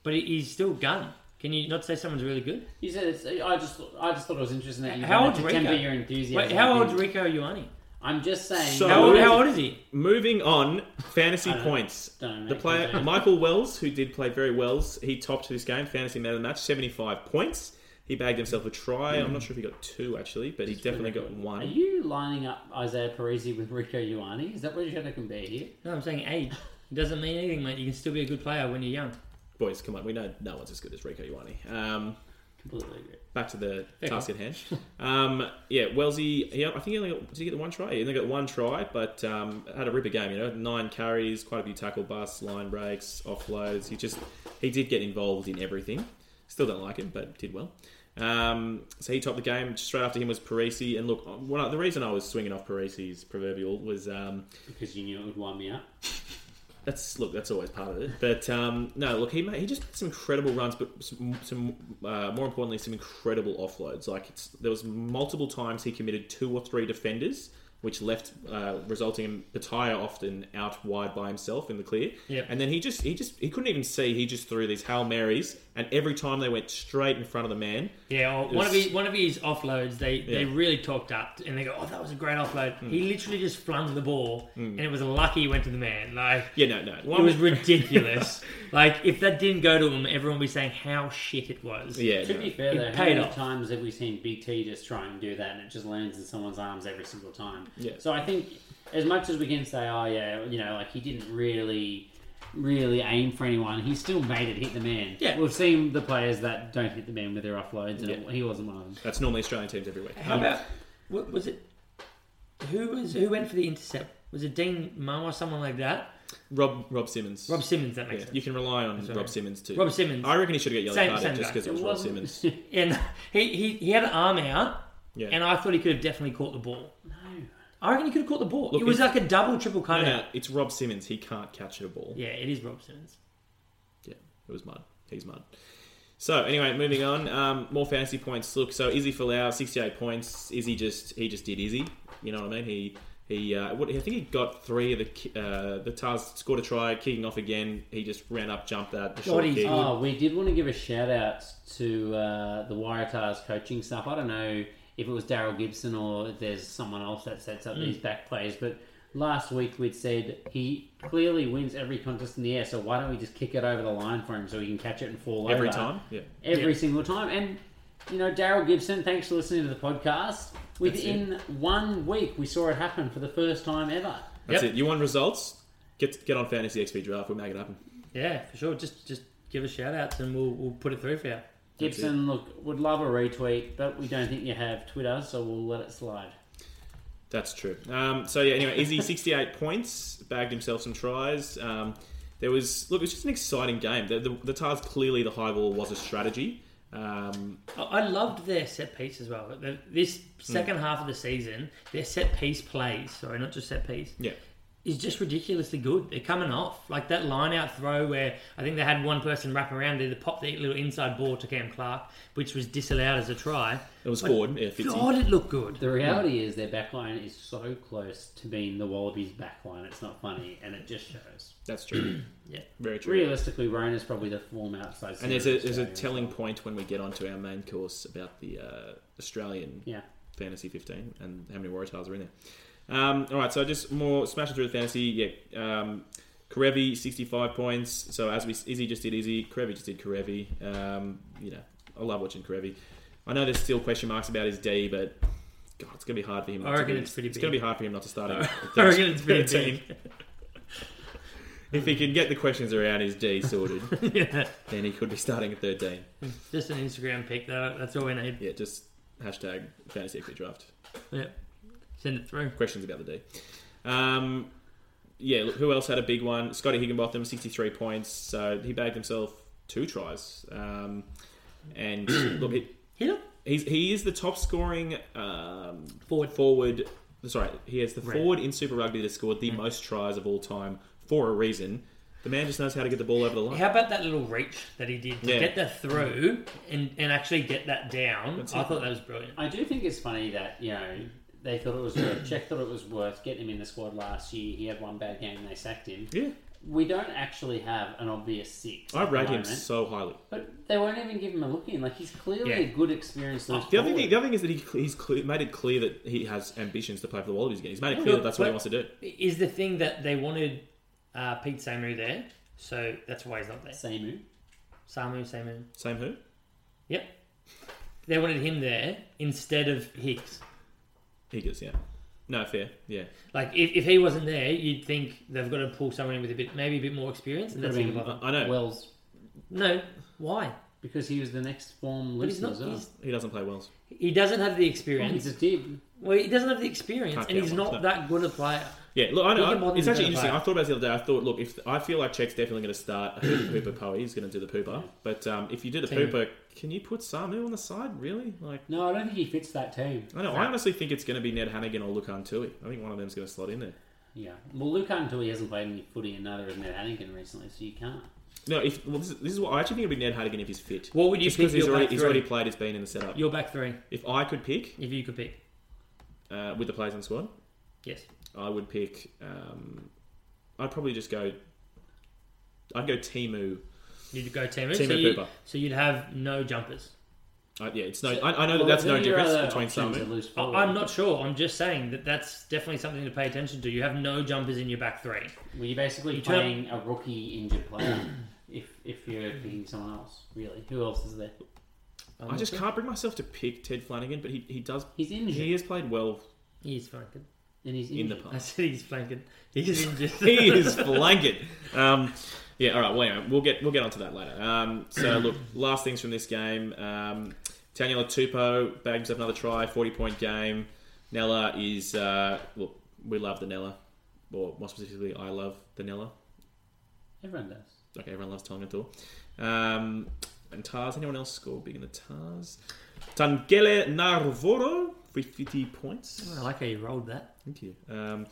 S5: but he, he's still gun. Can you not say someone's really good?
S6: You said it's. I just. I just thought it was interesting that you
S5: How
S6: wanted
S5: old's
S6: to temper
S5: Rico?
S6: your enthusiasm.
S5: Wait, how
S6: with
S5: old's
S6: him.
S5: Rico Ioane?
S6: I'm just saying.
S4: So-
S5: How old, how old is he?
S4: Moving on, fantasy points.
S6: don't
S4: the
S6: make
S4: player
S6: me do it.
S4: Michael Wells, who did play very well, he topped this game fantasy man of the match, seventy-five points. He bagged himself a try. I'm not
S6: Hmm.
S4: sure if he got two actually, but he definitely got one.
S6: Are you lining up Isaiah Parisi with Rico Ioane? Is that what you're going to compare here?
S5: No, I'm saying age. It doesn't mean anything, mate. You can still be a good player when you're young.
S4: Boys, come on, we know no one's as good as Rico Ioane. Um,
S6: Completely agree.
S4: back to the
S5: Fair
S4: task at hand. Um, yeah, Wellesley. He, I think he only got, did he get the one try. He only got one try, but um, had a ripper game. You know, nine carries, quite a few tackle busts, line breaks, offloads. He just he did get involved in everything. Still don't like him, but did well. Um, so he topped the game. Straight after him was Parisi, and look, one of, the reason I was swinging off Parisi's proverbial was um,
S6: Because you knew it would wind me up.
S4: that's look, that's always part of it. But um, no, look, he made, he just made some incredible runs, but some, some uh, more importantly, some incredible offloads. Like it's, there was multiple times he committed two or three defenders, which left uh, resulting in Pataya often out wide by himself in the clear.
S5: Yep.
S4: And then he just he just he couldn't even see. He just threw these hail marys, and every time they went straight in front of the man.
S5: Yeah, well, one of
S4: was-
S5: his one of his offloads, they, they
S4: Yeah. Mm.
S5: really talked up and they go, "Oh, that was a great offload." He literally just flung the ball, and it was lucky he went to the man. Like
S4: Yeah, no, no.
S5: it was ridiculous. like if that didn't go to him, everyone would be saying how shit it was.
S4: yeah.
S6: To
S4: no.
S6: be fair,
S5: It
S6: though, how
S5: paid
S6: many
S5: off.
S6: times have we seen Big T just try and do that and it just lands in someone's arms every single time?
S4: Yeah.
S6: So I think, as much as we can say, oh, yeah, you know, like he didn't really, really aim for anyone, he still made it hit the man.
S5: Yeah.
S6: We've seen the players that don't hit the man with their offloads, and
S4: Yeah.
S6: he wasn't one of them.
S4: That's normally Australian teams Um, every week.
S5: How about what was it? Who was who went for the intercept? Was it Dean Moe or someone like that?
S4: Rob Rob Simmons.
S5: Rob Simmons, that makes
S4: Yeah,
S5: sense.
S4: you can rely on
S5: right.
S4: Rob Simmons too.
S5: Rob Simmons.
S4: I reckon he should have got
S5: Same-
S4: yellow
S5: same
S4: carded just
S5: guy.
S4: because it was Rob Simmons.
S5: And he, he, he had an arm out,
S4: Yeah.
S5: and I thought he could have definitely caught the ball. No. I reckon he could have caught the ball.
S4: Look,
S5: it was
S4: if-
S5: like a double, triple
S4: No,
S5: cutout.
S4: no, it's Rob Simmons. He can't catch a ball.
S5: Yeah, it is Rob Simmons.
S4: Yeah, it was mud. He's mud. So anyway, moving on. Um, more fantasy points. Look, so Izzy Folau, sixty-eight points. Izzy just he just did Izzy. You know what I mean? He he. Uh, what, I think he got three of the ki- uh, the Tars scored a try, kicking off again. He just ran up, jumped that. The short
S5: he's
S4: kick.
S6: Oh, we did want to give a shout out to uh, the Waratahs coaching staff. I don't know if it was Daryl Gibson or if there's someone else that sets up
S4: Mm.
S6: these back plays, but last week we'd said he clearly wins every contest in the air, so why don't we just kick it over the line for him so he can catch it and fall
S4: every
S6: over?
S4: time. Yeah.
S6: Every single time. And, you know, Daryl Gibson, thanks for listening to the podcast. Within one week, we saw it happen for the first time ever.
S4: That's
S5: Yep.
S4: it. You want results? Get get on fantasy XP draft. We will make it happen.
S5: Yeah, for sure. Just just give us shout outs and we'll, we'll put it through for you.
S6: Gibson, look, would love a retweet, but we don't think you have Twitter, so we'll let it slide.
S4: That's true. Um, so yeah, anyway, Izzy sixty-eight points, bagged himself some tries. Um, there was look, it was just an exciting game. The, the, the Tars clearly the high ball was a strategy. Um,
S5: I- I loved their set piece as well. The- This
S4: Hmm.
S5: second half of the season, their set piece plays, sorry, not just set piece,
S4: yeah,
S5: is just ridiculously good. They're coming off. Like that line out throw where I think they had one person wrap around there to pop the little inside ball to Cam Clark, which was disallowed as a try.
S4: it was
S5: But
S4: forward. Yeah, Fitzy.
S5: God, it looked good.
S6: The reality is their backline is so close to being the Wallabies' backline. It's not funny, and it just shows.
S4: That's true.
S5: Yeah.
S4: Very true.
S6: Realistically, Rona's probably the form outside.
S4: And there's a there's a
S6: Australia.
S4: telling point when we get onto our main course about the uh, Australian
S6: Yeah,
S4: fantasy 15 and how many Waratahs are in there. Um, all right, so just more smashing through the fantasy. Yeah, um, Karevi 65 points. So as we Izzy just did Izzy, Karevi just did Karevi. Um, you know, I love watching Karevi. I know there's still question marks about his D, but God, it's gonna be hard for him.
S5: I
S4: not to
S5: reckon
S4: be-
S5: it's pretty
S4: It's
S5: big.
S4: gonna be hard for him not to start. at
S5: I reckon it's pretty
S4: 13. If he can get the questions around his D sorted,
S5: yeah.
S4: then he could be starting at 13.
S5: Just an Instagram pic, though. That's all we need.
S4: Yeah, just hashtag fantasy equity draft.
S5: Yeah. Send it through.
S4: questions about the D. Um, yeah, look, who else had a big one? Scotty Higginbotham, 63 points. So he bagged himself two tries. Um, and look, he,
S5: Hit it.
S4: he's, he is the top scoring um,
S5: Forward.
S4: forward. Sorry, he is the
S5: Right.
S4: forward in Super Rugby that scored the most tries of all time for a reason. The man just knows how to get the ball over the line.
S5: How about that little reach that he did to
S4: Yeah.
S5: get that through and, and actually get that down?
S4: That's
S5: I
S4: it.
S5: thought that was brilliant.
S6: I do think it's funny that you know they thought it was worth. Czech thought it was worth getting him in the squad last year. He had one bad game, and they sacked him.
S4: Yeah,
S6: We don't actually have an obvious six.
S4: I
S6: at the
S4: rate him
S6: moment,
S4: so highly.
S6: but they won't even give him a look in. Like he's clearly
S5: Yeah.
S6: a good, experienced. loose
S4: The other, thing,
S6: forward.
S4: the other thing is that he, cle- he's cle- made it clear that he has ambitions to play for the Wallabies again. He's made it clear that that's what he wants to do.
S5: Is the thing that they wanted uh, Pete Samu there, so that's why he's not there.
S6: Seimu.
S5: Samu, Samu.
S4: Same who?
S5: Yep. They wanted him there instead of Hicks.
S4: He does, yeah. No, fair. Yeah.
S5: Like, if, if he wasn't there, you'd think they've got to pull someone in with a bit, maybe a bit more experience. And that's
S6: Could've
S5: the
S6: been-
S5: other one.
S4: I know.
S6: Wells
S5: No, why?
S6: because he was the next form
S5: But he's
S6: looser
S5: not.
S6: as well.
S5: He's,
S4: He doesn't play Wells.
S5: he doesn't have the
S6: Well,
S5: experience.
S6: he's a dib.
S5: Well, he doesn't have the experience,
S4: Can't
S5: and
S4: get
S5: he's
S4: one,
S5: not
S4: no.
S5: that good a player.
S4: Yeah, look, I know.
S5: He can
S4: I-
S5: modern
S4: it's actually
S5: player.
S4: interesting. I thought about this the other day. I thought, look, if I feel like Czech's definitely going to start a hooper poey, he's going to do the pooper. But um, if you do the
S5: Team.
S4: pooper, can you put Samu on the side? Really? Like,
S6: No, I don't think he fits that team.
S4: I know. I honestly think it's going to be Ned Hannigan or Lukan Tui. I think one of them's going to slot in there.
S6: Yeah. Well, Luke until he hasn't played any footy, and neither has Matt Hannigan recently, so you can't.
S4: No, if well, this, is, this is what I actually think it'd be Ned Hannigan if he's fit.
S5: What would you
S4: Just because
S5: pick
S4: he's
S5: your
S4: already
S5: back
S4: he's
S5: three?
S4: already played, he's been in the setup.
S5: Your back three,
S4: If I could pick
S5: if you could pick.
S4: uh, with the players on the squad,
S5: Yes.
S4: I would pick. Um, I'd probably just go. I'd go Timu.
S5: You'd go Timu.
S4: Timu
S5: so, you,
S4: Pupa.
S5: so you'd have no jumpers.
S4: Uh, yeah, it's no. I, I know that that's no difference between Samu.
S5: I, I'm not sure. I'm just saying that that's definitely something to pay attention to. You have no jumpers in your back three.
S6: Well, you're basically
S5: You turn-
S6: playing a rookie injured player if if you're picking someone else, really. Who else is there?
S4: I just can't bring myself to pick Ted Flanagan, but he, he does.
S6: He's injured.
S4: He has played well
S5: He's flanking.
S6: And he's
S4: in the
S6: injured.
S5: I
S4: past.
S5: said he's flanking. He's injured.
S4: he is blanket. Um, yeah, all right. Well, anyway, we'll get we'll get onto that later. Um, so look, last things from this game. Um, Daniel Tupo bagged himself another try, forty point game. Nella is uh, look, we love the Nella, or more specifically, I love the Nella.
S6: Everyone does.
S4: Okay, everyone loves Tonga Tour. Um, and Tars, anyone else score big in the Tars? Tangele Narvoro, 50 points.
S5: Oh, I like how you rolled that.
S4: Thank you. Um,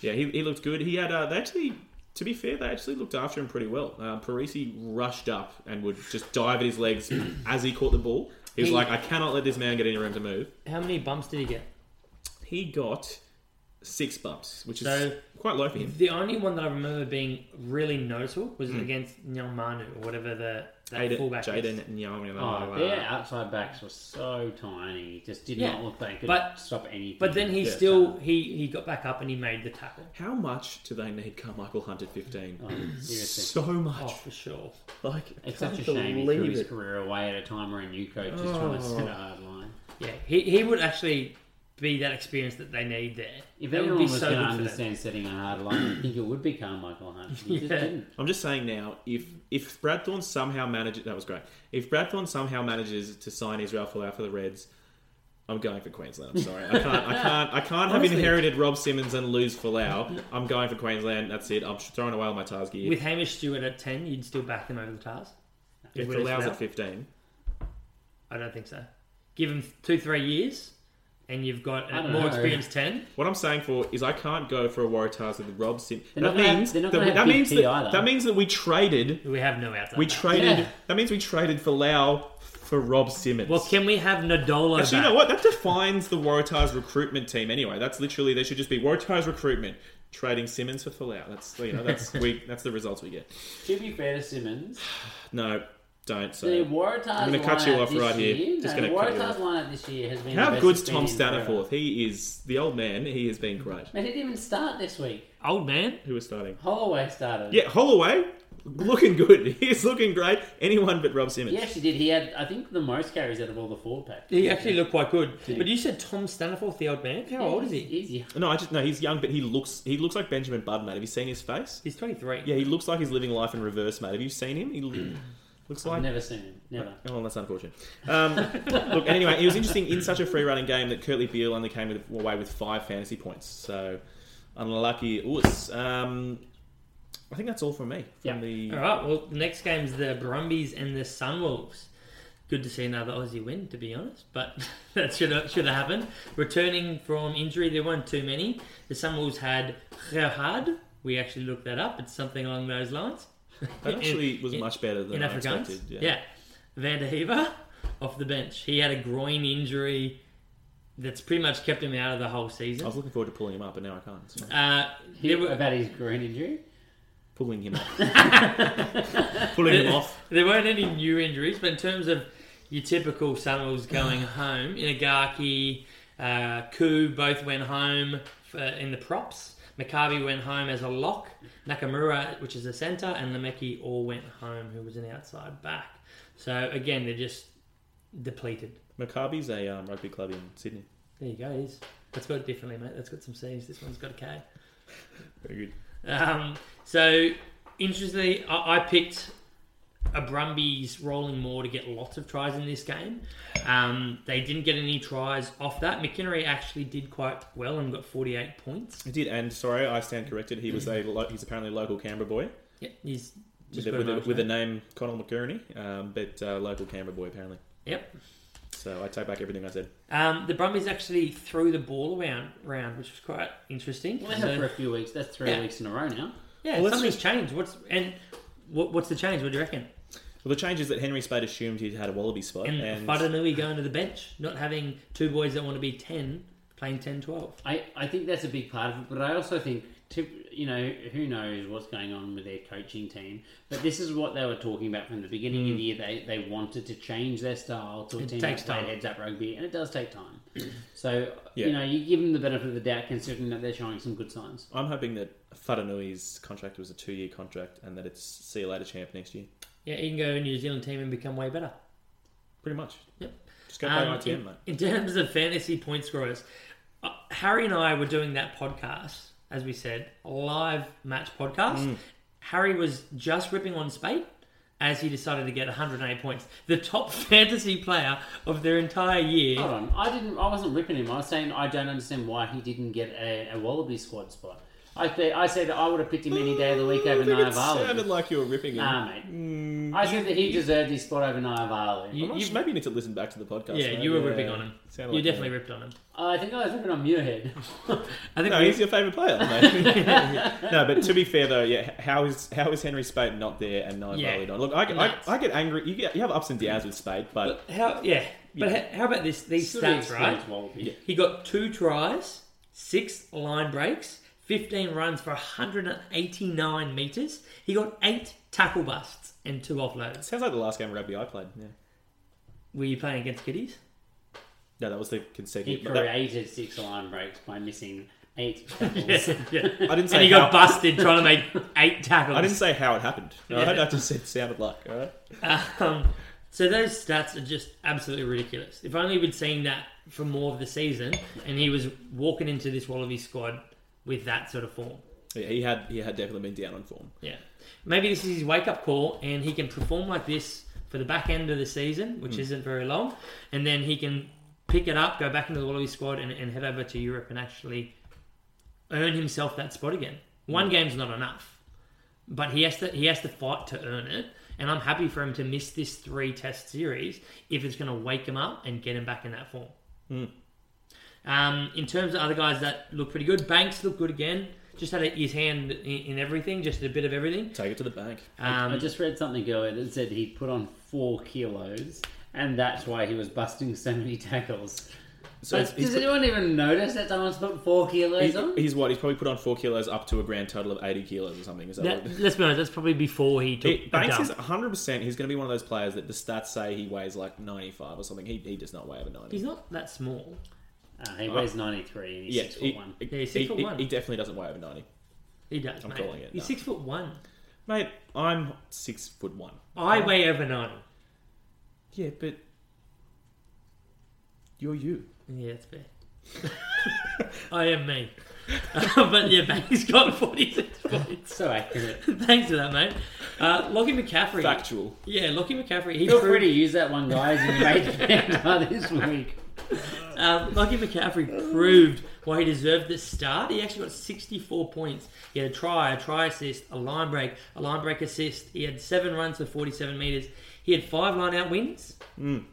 S4: yeah, he, he looked good. He had, uh, they actually, to be fair, they actually looked after him pretty well. Uh, Parisi rushed up and would just dive at his legs as he caught the ball. He was
S5: He-
S4: like, I cannot let this man get any room to move.
S5: How many bumps did he get?
S4: He got six bumps, which is
S5: So-
S4: quite low for him.
S5: The only one that I remember being really noticeable was against Nyang Manu or whatever the
S4: Hmm.
S5: that
S4: Jaden,
S5: fullback is.
S4: Jaden, Nyama, uh,
S6: Oh, their outside backs were so tiny. He just did
S5: Yeah.
S6: not look like he could
S5: But-
S6: stop anything.
S5: But then he
S4: Yeah.
S5: still he he got back up and he made the tackle.
S4: How much do they need Carmichael Hunt at 15?
S6: Oh, seriously.
S4: So much.
S5: Oh, for sure.
S4: Like,
S6: It's
S4: can't
S6: such a shame he threw
S4: believe
S6: his
S4: it.
S6: career away at a time where a new coach is trying to
S4: Oh.
S6: set a hard line.
S5: Yeah, he, he would actually be that experience that they need there.
S6: If
S5: that
S6: everyone
S5: would be
S6: was
S5: so
S6: going to
S5: good for them.
S6: understand setting a hard line, I think it would be Carmichael Hunt. He just
S5: Yeah.
S6: didn't.
S4: I'm just saying now, if if Brad Thorne somehow manages, that was great. If Brad Thorne somehow manages to sign Israel Folau for the Reds, I'm going for Queensland. I'm sorry, I can't, I can't, I can't have
S5: Honestly.
S4: inherited Rob Simmons and lose Folau. I'm going for Queensland. That's it. I'm throwing away all my Tars gear.
S5: With Hamish Stewart at ten, you'd still back them over the Tars.
S4: if
S5: With
S4: Folau's
S5: Folau?
S4: at 15,
S5: I don't think so. Give him two three years, and you've got
S6: I
S5: a
S6: don't
S5: more
S6: know.
S5: experienced ten.
S4: What I'm saying for is I can't go for a Waratahs with Rob Sim.
S6: They're not gonna have- they're not gonna have
S4: that
S6: Big
S4: means
S6: T
S4: that,
S6: either.
S4: that means that we traded.
S5: We have no outside.
S4: We
S5: back.
S4: traded.
S6: Yeah.
S4: That means we traded for Lau for Rob Simmons.
S5: well, can we have Nadolo?
S4: Actually, you
S5: back?
S4: know what? That defines the Waratahs recruitment team anyway. That's literally they should just be Waratahs recruitment trading Simmons for Folau. That's you know that's we that's the results we get.
S6: To be fair to Simmons,
S4: No, don't
S6: the
S4: say.
S6: Waratahs
S4: I'm gonna
S6: lineup
S4: cut you off
S6: this
S4: right here.
S6: year,
S4: Just
S6: no, the
S4: gonna cut you
S6: Waratahs
S4: off.
S6: lineup this year has been the
S4: How
S6: best
S4: good's
S6: it's
S4: Tom
S6: been in forever.
S4: Staniforth? He is the old man. He has been great.
S6: They didn't even start this week.
S5: Old man.
S4: Who was starting?
S6: Holloway started.
S4: Yeah, Holloway looking good. He's looking great. Anyone but Rob Simmons.
S6: He actually did. He had, I think, the most carries out of all the forward pack.
S5: He actually looked quite good. But you said Tom Staniforth, the old man. How old is he?
S6: Easy.
S4: No, I just no. He's young, but he looks he looks like Benjamin Bud, mate. Have you seen his face?
S5: He's twenty three.
S4: Yeah, he looks like he's living life in reverse, mate. Have you seen him? He lo- looks like
S6: I've never seen him. Never.
S4: Oh, well, that's unfortunate. Um, look, and anyway, it was interesting in such a free running game that Curtly Beale only came with, away with five fantasy points. So unlucky. Us. Um, I think that's all from me.
S6: Yeah.
S4: From the
S5: All right. Well, the next game's the Brumbies and the Sunwolves. Good to see another Aussie win, to be honest. But that should have, should have happened. Returning from injury, there weren't too many. The Sunwolves had Gerhard. We actually looked that up. It's something along those lines.
S4: That actually was
S5: in-
S4: much better than
S5: in
S4: I
S5: Afrikaans.
S4: expected.
S5: yeah. Van der Heever off the bench. He had a groin injury that's pretty much kept him out of the whole
S4: I
S5: season.
S4: was looking forward to pulling him up, but now I can't. So
S5: Uh,
S6: He,
S5: there were-
S6: about his groin injury.
S4: pulling him up, pulling
S5: Uh,
S4: him off.
S5: There weren't any new injuries, but in terms of your typical Samuels going home, Inagaki, uh, Ku both went home for, in the props. Maccabi went home as a lock. Nakamura, which is a centre, and Lameki all went home, who was an outside back. So again, they're just depleted.
S4: Maccabi's a um, rugby club in Sydney.
S5: There you go. It is. That's got it differently, mate. That's got some C's. This one's got a K.
S4: Very good.
S5: Um, so, interestingly, I, I picked a Brumbies rolling more to get lots of tries in this game. Um, they didn't get any tries off that. McInnery actually did quite well and got 48 points.
S4: He did, and sorry, I stand corrected. He was a lo- he's apparently a local Canberra boy
S5: Yep, he's
S4: with,
S5: just
S4: a,
S5: got
S4: with, a,
S5: nice
S4: with a
S5: name.
S4: name Connell McGurney, um, but uh, local Canberra boy apparently.
S5: Yep.
S4: So I take back everything I said.
S5: Um, the Brumbies actually threw the ball around, round, which was quite interesting.
S6: Well, they
S5: So-
S6: have for a few weeks. That's three
S5: Yeah.
S6: weeks in a row now.
S5: yeah,
S4: Well, let's
S5: something's changed. What's and what, what's the change? What do you reckon?
S4: Well, the change is that Henry Spade assumed he'd had a Wallaby spot,
S5: And,
S4: and
S5: Fadanui going to the bench, not having two boys that want to be 10 playing 10 12.
S6: I, I think that's a big part of it, but I also think, tip, you know, who knows what's going on with their coaching team. But this is what they were talking about from the beginning of the year. They, they wanted to change their style to a
S5: Mm. It
S6: team
S5: takes
S6: that played
S5: time.
S6: heads up rugby, and it does take time. so,
S4: Yeah.
S6: you know, you give them the benefit of the doubt considering that they're showing some good signs.
S4: I'm hoping that Fadanui's contract was a two-year contract, and that it's see you later champ next year.
S5: Yeah, he can go to New Zealand team and become way better.
S4: Pretty much.
S5: Yep.
S4: Just go play
S5: Um,
S4: ITM,
S5: in,
S4: mate.
S5: in terms of fantasy point scorers, uh, Harry and I were doing that podcast, as we said, a live match podcast. Harry was just ripping on Spate as he decided to get 108 points, the top fantasy player of their entire year.
S6: Hold on, I didn't. I wasn't ripping him. I was saying I don't understand why he didn't get a, a Wallaby squad spot. I th- I said I would have picked him any day of the
S5: Oh,
S6: week over
S4: sounded
S6: Niavalu.
S4: like you were ripping him.
S5: Um,
S6: Nah, mate. I said that he deserved his spot over Niavalu.
S5: You-
S4: I'm not
S5: you-
S4: sure- maybe you need to listen back to the podcast.
S5: yeah,
S4: mate.
S5: you were ripping on him.
S4: Sounded
S5: you
S4: like
S5: definitely
S4: him.
S5: ripped on him.
S6: Uh, I think I was ripping on Muirhead.
S5: I think
S4: No,
S5: we-
S4: he's your favourite player. Mate. no, but to be fair though, yeah, how is how is Henry Spade not there and Nine
S5: Yeah.
S4: yeah. not? Look, I, get- I,
S5: Nuts.
S4: I get angry. You, get, you have ups and downs with Spade, but
S5: how, yeah, but how, how about this? These stats, right?
S6: Wallaby.
S5: He got two tries, six line breaks, 15 runs for 189 metres. He got eight tackle busts and two offloads.
S4: sounds like the last game of rugby I played. Yeah,
S5: Were you playing against kiddies?
S4: no, that was the
S6: He
S4: consecutive. but that-
S6: created six line breaks by missing eight tackles.
S5: yeah.
S4: I didn't
S5: And
S4: say
S5: he
S4: how,
S5: got busted trying to make eight tackles.
S4: I didn't say how it happened. No,
S5: Yeah.
S4: I just said sounded like. All right.
S5: Um, so those stats are just absolutely ridiculous. If only we'd seen that for more of the season, and he was walking into this Wallaby squad with that sort of form.
S4: Yeah, he had he had definitely been down on form.
S5: Yeah. Maybe this is his wake up call and he can perform like this for the back end of the season,
S6: Hmm.
S5: which isn't very long, and then he can pick it up, go back into the Wallaby squad and, and head over to Europe and actually earn himself that spot again.
S6: Hmm.
S5: One game's not enough. But he has to he has to fight to earn it. And I'm happy for him to miss this three test series if it's gonna wake him up and get him back in that form. Um, in terms of other guys that look pretty good, Banks looked good again. Just had his hand in, in everything, just a bit of everything.
S4: Take it to the bank.
S5: Um,
S6: I just read something earlier that said he put on four kilos, and that's why he was busting so many tackles.
S4: So
S6: But does anyone even notice that someone's put four kilos
S4: he's,
S6: on?
S4: he's what? He's probably put on four kilos up to a grand total of eighty kilos or something. Is that? what-
S5: that, let's be honest, that's probably before he took
S4: It, Banks
S5: the
S4: is
S5: dump.
S4: 100. percent He's going to be one of those players that the stats say he weighs like 95 or something. He, he does not weigh over 90.
S5: He's not that small.
S6: Uh, he weighs 93 and he's
S4: yeah,
S6: six
S4: he-
S6: foot one.
S4: he-
S5: Yeah, he's six
S4: he-
S5: foot
S4: he-
S5: one.
S4: he definitely doesn't weigh over 90.
S5: He does,
S4: I'm
S5: mate.
S4: calling it
S5: He's
S4: now.
S5: six foot one.
S4: Mate, I'm six foot one.
S5: I weigh over ninety.
S4: Yeah, but you're you.
S5: Yeah, that's fair. I am me. but yeah, Banks got forty six points.
S6: So accurate.
S5: Thanks for that, mate. Uh, Lockie McCaffrey.
S4: Factual.
S5: Yeah, Lockie McCaffrey. He
S6: Feel
S5: proved-
S6: free to use that one, guys, and you made it this week.
S5: Um, Lucky McCaffrey proved why he deserved the start. He actually got 64 points. He had a try, a try assist, a line break, a line break assist. He had seven runs for 47 metres. He had five line out wins.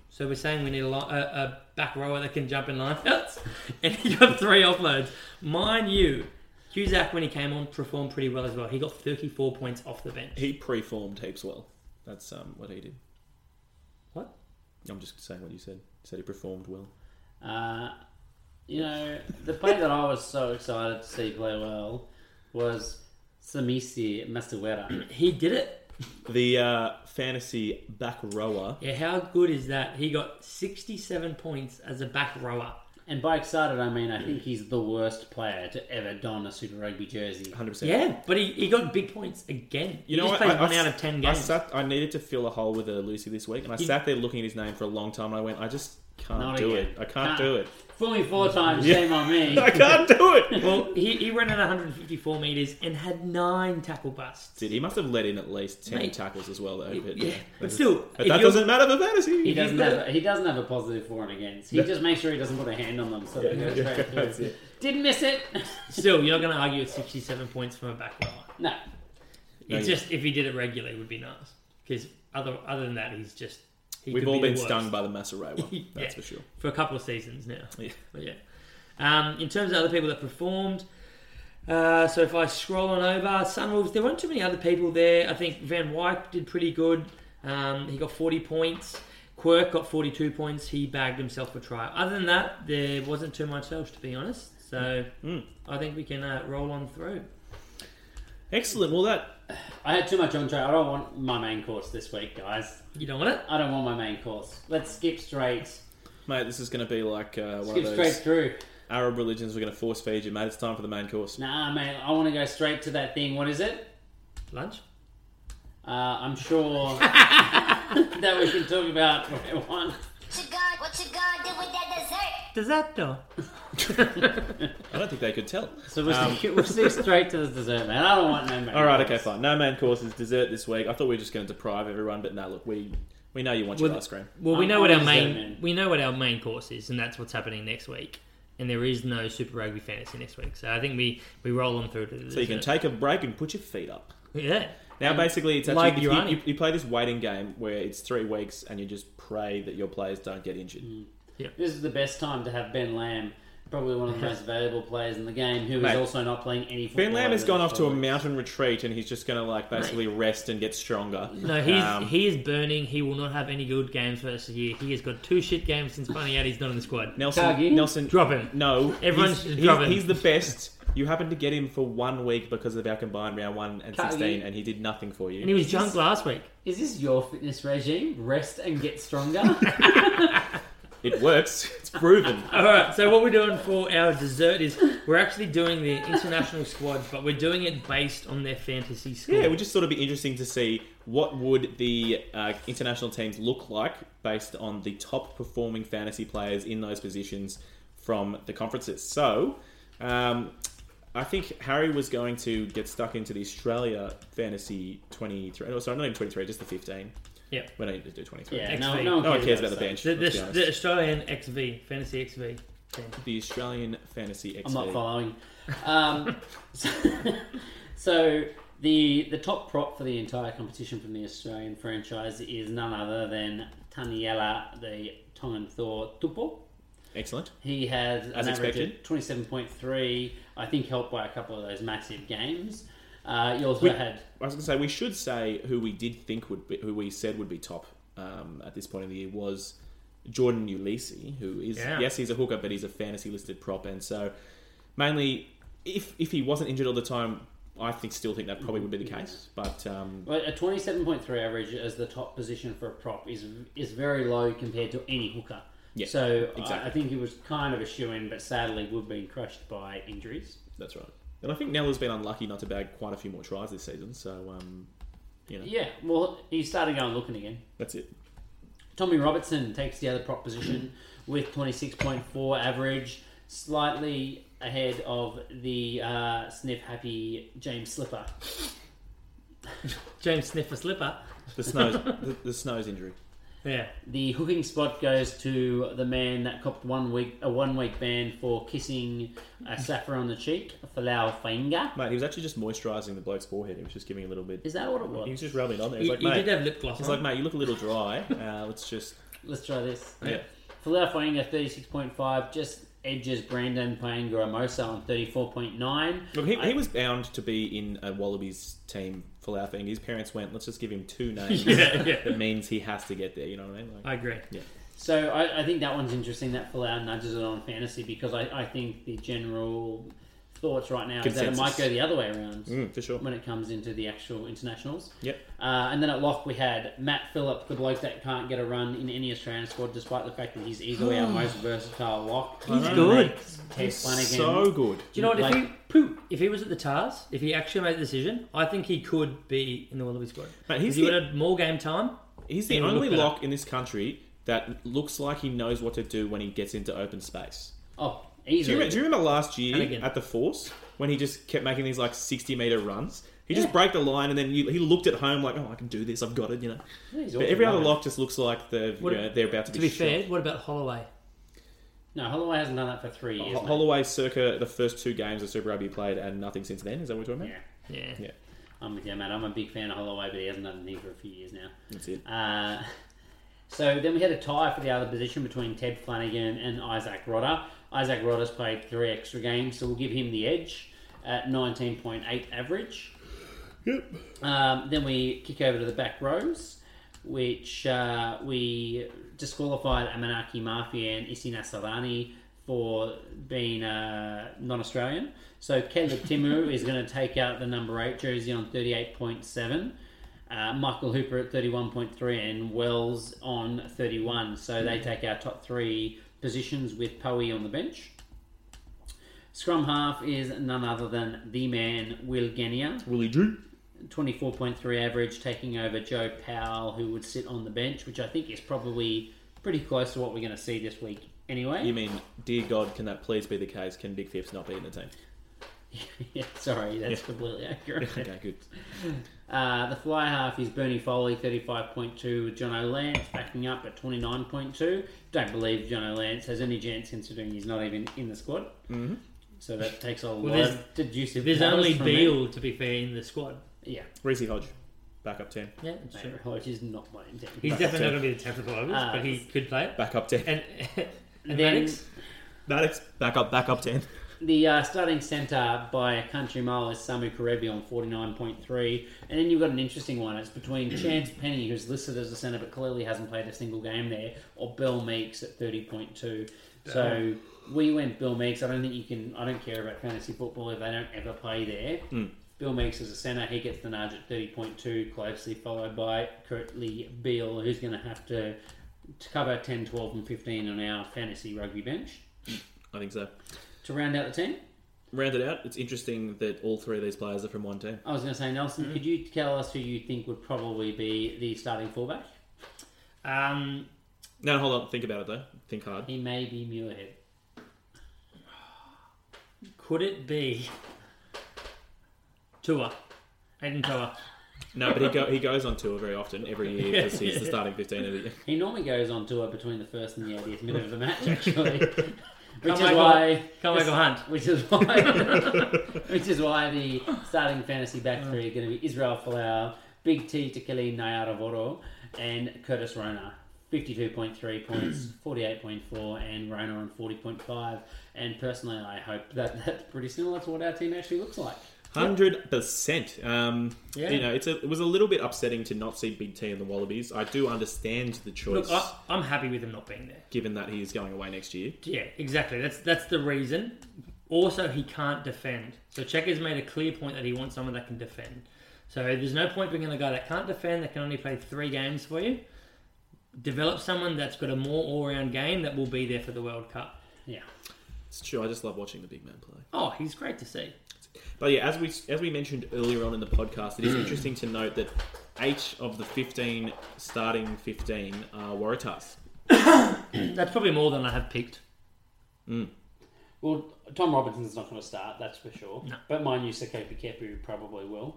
S5: So we're saying we need a, li- a, a back rower that can jump in line outs. And he got three offloads. Mind you, Cusack, when he came on, performed pretty well as well. He got 34 points off the bench.
S4: He preformed heaps well. That's um, what he did.
S5: What?
S4: I'm just saying what you said. You said he performed well.
S6: Uh, you know, the player that I was so excited to see play well was Samisi Masuera.
S5: He did it.
S4: The uh, fantasy back rower.
S5: Yeah, how good is that? He got 67 points as a back rower.
S6: And by excited, I mean I think he's the worst player to ever don a Super Rugby jersey.
S4: 100%.
S5: Yeah, but he, he got big points again.
S4: You know
S5: he just
S4: what?
S5: played
S4: I- I
S5: one
S4: s-
S5: out of 10
S4: I,
S5: games.
S4: sat, I needed to fill a hole with a Lucy this week, and I sat there looking at his name for a long time, and I went, I just can't
S6: Not
S4: do
S6: again.
S4: it. I can't do it.
S6: Fool me four times, shame on me.
S4: I can't do it.
S5: Well, he, he ran at 154 metres and had nine tackle busts.
S4: Dude, he must have let in at least 10
S5: Mate.
S4: tackles as well, though. But,
S5: Yeah, but still,
S4: But
S5: if
S4: that
S5: you're-
S4: doesn't matter for
S6: He
S4: fantasy.
S6: doesn't have he doesn't have a positive for and against. He just makes sure he doesn't put a hand on them, so they go straight through. Didn't miss it.
S5: still, you're not going to argue with 67 points from a back rower.
S6: no,
S5: It's
S4: you-
S5: just if he did it regularly, it would be nice. Because other other than that, he's just he
S4: We've
S5: could
S4: all
S5: be the
S4: been
S5: worst
S4: stung by the Masarewa, that's for
S5: Yeah.
S4: sure.
S5: for a couple of seasons now.
S4: Yeah.
S5: But yeah. Um, in terms of other people that performed, uh, so if I scroll on over, Sunwolves, there weren't too many other people there. I think Van Wyk did pretty good. Um, he got 40 points. Quirk got 42 points. He bagged himself a try. Other than that, there wasn't too much else, to be honest. So I think we can uh, roll on through.
S4: Excellent. Well, that
S6: I had too much entree. I don't want my main course this week, guys.
S5: You don't want it?
S6: I don't want my main course. Let's skip straight.
S4: mate, this is going to be like uh, one
S6: Skip
S4: of
S6: straight
S4: those
S6: through.
S4: Arab religions. We're going to force feed you, mate. It's time for the main course.
S6: Nah, man. I want to go straight to that thing. What is it?
S5: Lunch?
S6: Uh, I'm sure that we can talk about what we want.
S7: What you gonna, what you gonna do with that dessert?
S5: Does that though?
S4: I don't think they could tell.
S6: So we'll, skip, we'll skip straight to the dessert, man. I don't want no main.
S4: Um, All right,
S6: course.
S4: okay, fine. No man course is dessert this week. I thought we were just going to deprive everyone, but no, look, we we know you want your
S5: Well,
S4: ice cream.
S5: Well, we
S6: I'm
S5: know what our
S6: always
S5: main
S6: there, man.
S5: we know what our main course is, and that's what's happening next week. And there is no Super Rugby Fantasy next week, so I think we we roll on through to the
S4: So you can
S5: dessert.
S4: take a break and put your feet up.
S5: yeah.
S4: Now, basically, it's
S5: Mm. like
S4: actually you,
S5: Urani.
S4: you, you play this waiting game where it's three weeks, and you just pray that your players don't get injured.
S5: Mm.
S6: This is the best time to have Ben Lamb, probably one of the most valuable players in the game, who is
S4: Mate.
S6: also not playing any football.
S4: Ben Lamb has
S6: over
S4: gone
S6: the
S4: off to a
S6: summer.
S4: mountain retreat, and he's just going to like basically rest and get stronger.
S5: No, he's
S4: Um,
S5: he is burning. He will not have any good games for the rest of the year. He has got two shit games since finding out he's not in the squad.
S4: Nelson.
S6: Kagi?
S4: Nelson.
S5: Drop him.
S4: No,
S5: Everyone
S4: he's,
S5: should
S4: he's-
S5: drop him.
S4: he's the best. You happened to get him for one week because of our combined round one and
S6: Kagi.
S4: sixteen, and he did nothing for you.
S5: And he was junk last week.
S6: Is this your fitness regime? Rest and get stronger.
S4: It works. It's proven.
S5: All right. So what we're doing for our dessert is we're actually doing the international squad, but we're doing it based on their fantasy score.
S4: Yeah, it would just sort of be interesting to see what would the uh, international teams look like based on the top performing fantasy players in those positions from the conferences. So, um, I think Harry was going to get stuck into the Australia fantasy twenty three. No, sorry, not even twenty three, just the fifteen.
S5: Yep.
S4: we don't need to do twenty three.
S6: yeah,
S5: XV.
S6: no, no, one
S4: No one cares about the
S6: that.
S4: bench.
S5: The,
S4: let's be
S5: the,
S4: honest.
S5: the Australian XV fantasy XV. team.
S4: The Australian fantasy. E. XV.
S6: I'm not following. Um, so, so the the top prop for the entire competition from the Australian franchise is none other than Taniela, the Tongan Thor Tupo.
S4: Excellent.
S6: He has
S4: As
S6: an
S4: expected.
S6: average of 27.3, I think helped by a couple of those massive games. Uh, you also had
S4: I was going to say we should say who we did think would be, who we said would be top um, at this point in the year was Jordan Ulisi, who is
S5: Yeah.
S4: yes he's a hooker but he's a fantasy listed prop, and so mainly if if he wasn't injured all the time, I think still think that probably would be the case. But um,
S6: well, a 27.3 average as the top position for a prop is is very low compared to any hooker.
S4: Yeah,
S6: so I- I,
S4: exactly.
S6: think it was kind of a shoe in, but sadly we've been crushed by injuries.
S4: that's right. And I think Nella's been unlucky not to bag quite a few more tries this season, so um,
S6: Yeah, well, he started going looking again.
S4: that's it.
S6: Tommy Robertson takes the other prop position with 26.4 average, slightly ahead of the uh, sniff happy James Slipper.
S5: James Sniffer Slipper.
S4: The snow's the, the snow's injury.
S5: Yeah.
S6: The hooking spot goes to the man that copped one week a one week ban for kissing a sapphire on the cheek, Falau Fainga.
S4: Mate, he was actually just moisturising the bloke's forehead. He was just giving a little bit.
S6: Is that what it
S4: He
S6: was?
S4: was just rubbing it on there. He's
S5: You,
S4: like,
S5: you
S4: mate,
S5: did have lip gloss
S4: he's
S5: on.
S4: like, mate, you look a little dry. Uh, let's just
S6: Let's try this.
S4: yeah.
S6: Falau Fainga, 36.5, just edges Brandon playing Goromosa on 34.9.
S4: Look, he,
S6: I-
S4: he was bound to be in a Wallabies team for our thing. His parents went, let's just give him two names.
S5: Yeah, yeah.
S4: That means he has to get there. You know what I mean? Like,
S5: I agree.
S6: So I, I think that one's interesting that Falau nudges it on fantasy because I, I think the general thoughts right now is that it might
S4: Consensus.
S6: go the other way around
S4: Mm, for sure.
S6: when it comes into the actual internationals.
S4: Yep.
S6: Uh, and then at lock we had Matt Phillip, the bloke that can't get a run in any Australian squad despite the fact that he's easily our most versatile lock. He's
S5: good.
S6: Tess Flanagan.
S4: So good.
S5: Do you know what? If
S6: Like-
S5: he pooh, if he was at the TARS, if he actually made the decision, I think he could be in the Wallaby squad.
S4: Mate,
S5: If
S4: he's
S5: he would
S4: the,
S5: have more game time.
S4: he's the
S5: he would look
S4: only
S5: better.
S4: lock in this country that looks like he knows what to do when he gets into open space.
S6: Oh,
S4: Do you,
S6: easily.
S4: re- do you remember last year
S5: Hannigan.
S4: at the Force when he just kept making these like 60 meter runs? He just broke the line and then you, he looked at home like, oh, I can do this. I've got it, you know.
S6: He's
S4: But
S6: awesome,
S4: every other
S6: right?
S4: lock just looks like they're, you
S5: What-
S4: know, they're about to,
S5: To be
S4: shot.
S5: fair, what about Holloway?
S6: No, Holloway hasn't done that for three
S4: Oh,
S6: years. mate.
S4: Holloway circa the first two games of Super Rugby played and nothing since then. Is that what you're talking
S6: Yeah.
S4: about?
S5: Yeah.
S4: Yeah.
S6: I'm with you, man. I'm a big fan of Holloway, but he hasn't done anything for a few years now.
S4: That's it.
S6: Uh, so then we had a tie for the other position between Ted Flanagan and Isaac Rodder. Isaac Rodder's played three extra games, so we'll give him the edge at 19.8 average. Yep. Um, then we kick over to the back rows, which uh, we disqualified Amanaki Mafia and Issy Nasarani for being uh, non Australian. So Caleb Timu is going to take out the number 8 jersey on 38.7 uh, Michael Hooper at 31.3 and Wells on 31. So they take our top three positions with Poey on the bench. Scrum half is none other than the man, Will Genia.
S4: Willie Drew.
S6: 24.3 average, taking over Joe Powell, who would sit on the bench, which I think is probably pretty close to what we're going to see this week anyway.
S4: You mean, dear God, can that please be the case? Can Big Thips not be in the team?
S6: yeah, sorry, that's completely accurate.
S4: Okay, good.
S6: Uh, the fly half is Bernie Foley, 35.2, with John O'Lance backing up at 29.2. Don't believe John O'Lance has any chance considering he's not even in the squad. Mm-hmm. So that takes a lot
S5: there's-
S6: of deducive
S5: There's
S6: powers
S5: only
S6: from it.
S5: Beal to be fair in the squad.
S6: Yeah,
S4: Reese Hodge, backup 10.
S5: Yeah, it's true.
S6: Mate, Hodge is not playing ten.
S5: He's
S4: Back
S5: definitely
S4: to-
S5: not going to be the tenth of Wallabies,
S6: Ah.
S5: but he could play it.
S4: Backup 10.
S5: And, and
S6: Then-
S5: Maddox?
S4: Maddox, backup, backup 10.
S6: The uh, starting centre by a country mile is Samu Karevi on 49.3. And then you've got an interesting one. It's between Chance Penny, who's listed as a centre but clearly hasn't played a single game there, or Bill Meeks at 30.2. So we went Bill Meeks. I don't think you can, I don't care about fantasy football if they don't ever play there. Bill Meeks is a centre. He gets the nudge at 30.2, closely followed by Curtly Beale, who's going to have to, to cover 10, 12, and 15 on our fantasy rugby bench
S4: I think so.
S6: to round out the team.
S4: Rounded out, it's interesting that all three of these players are from one team.
S6: I was going to say, Nelson, could you tell us who you think would probably be the starting fullback?
S5: Um,
S4: No, hold on. Think about it, though. Think hard.
S6: He may be Muirhead.
S5: could it be Tua? Aiden Tua.
S4: No, but he, go, he goes on tour very often every year because he's the starting 15 of the year.
S6: He normally goes on tour between the first and the 80th minute of the match, actually. which is
S5: Carmichael-
S6: why.
S5: Carmichael Hunt.
S6: Which is why. which is why the starting fantasy back three are going to be Israel Folau, Big T Tekeli Nayaravoro, and Curtis Rona. 52.3 points, 48.4, and Rona on 40.5. And personally, I hope that that's pretty similar to what our team actually looks like.
S4: Hundred percent. Um,
S5: Yeah.
S4: You know, it's a, it was a little bit upsetting to not see Big T in the Wallabies. I do understand the choice,
S5: Look, I, I'm happy with him not being there.
S4: given that he is going away next year.
S5: Yeah, exactly. That's that's the reason. Also, he can't defend. So Checker's made a clear point that he wants someone that can defend. So there's no point bringing a guy that can't defend that can only play three games for you. Develop someone that's got a more all-round game that will be there for the World Cup.
S6: Yeah.
S4: It's true. I just love watching the big man play.
S5: Oh, he's great to see.
S4: But yeah, as we as we mentioned earlier on in the podcast,
S5: Mm.
S4: it is interesting to note that eight of the fifteen starting fifteen are Waratahs.
S5: That's probably more than I have picked.
S6: Well, Tom Robinson's not going to start, that's for sure.
S5: No.
S6: But mind you, Sakopi Kepu probably will.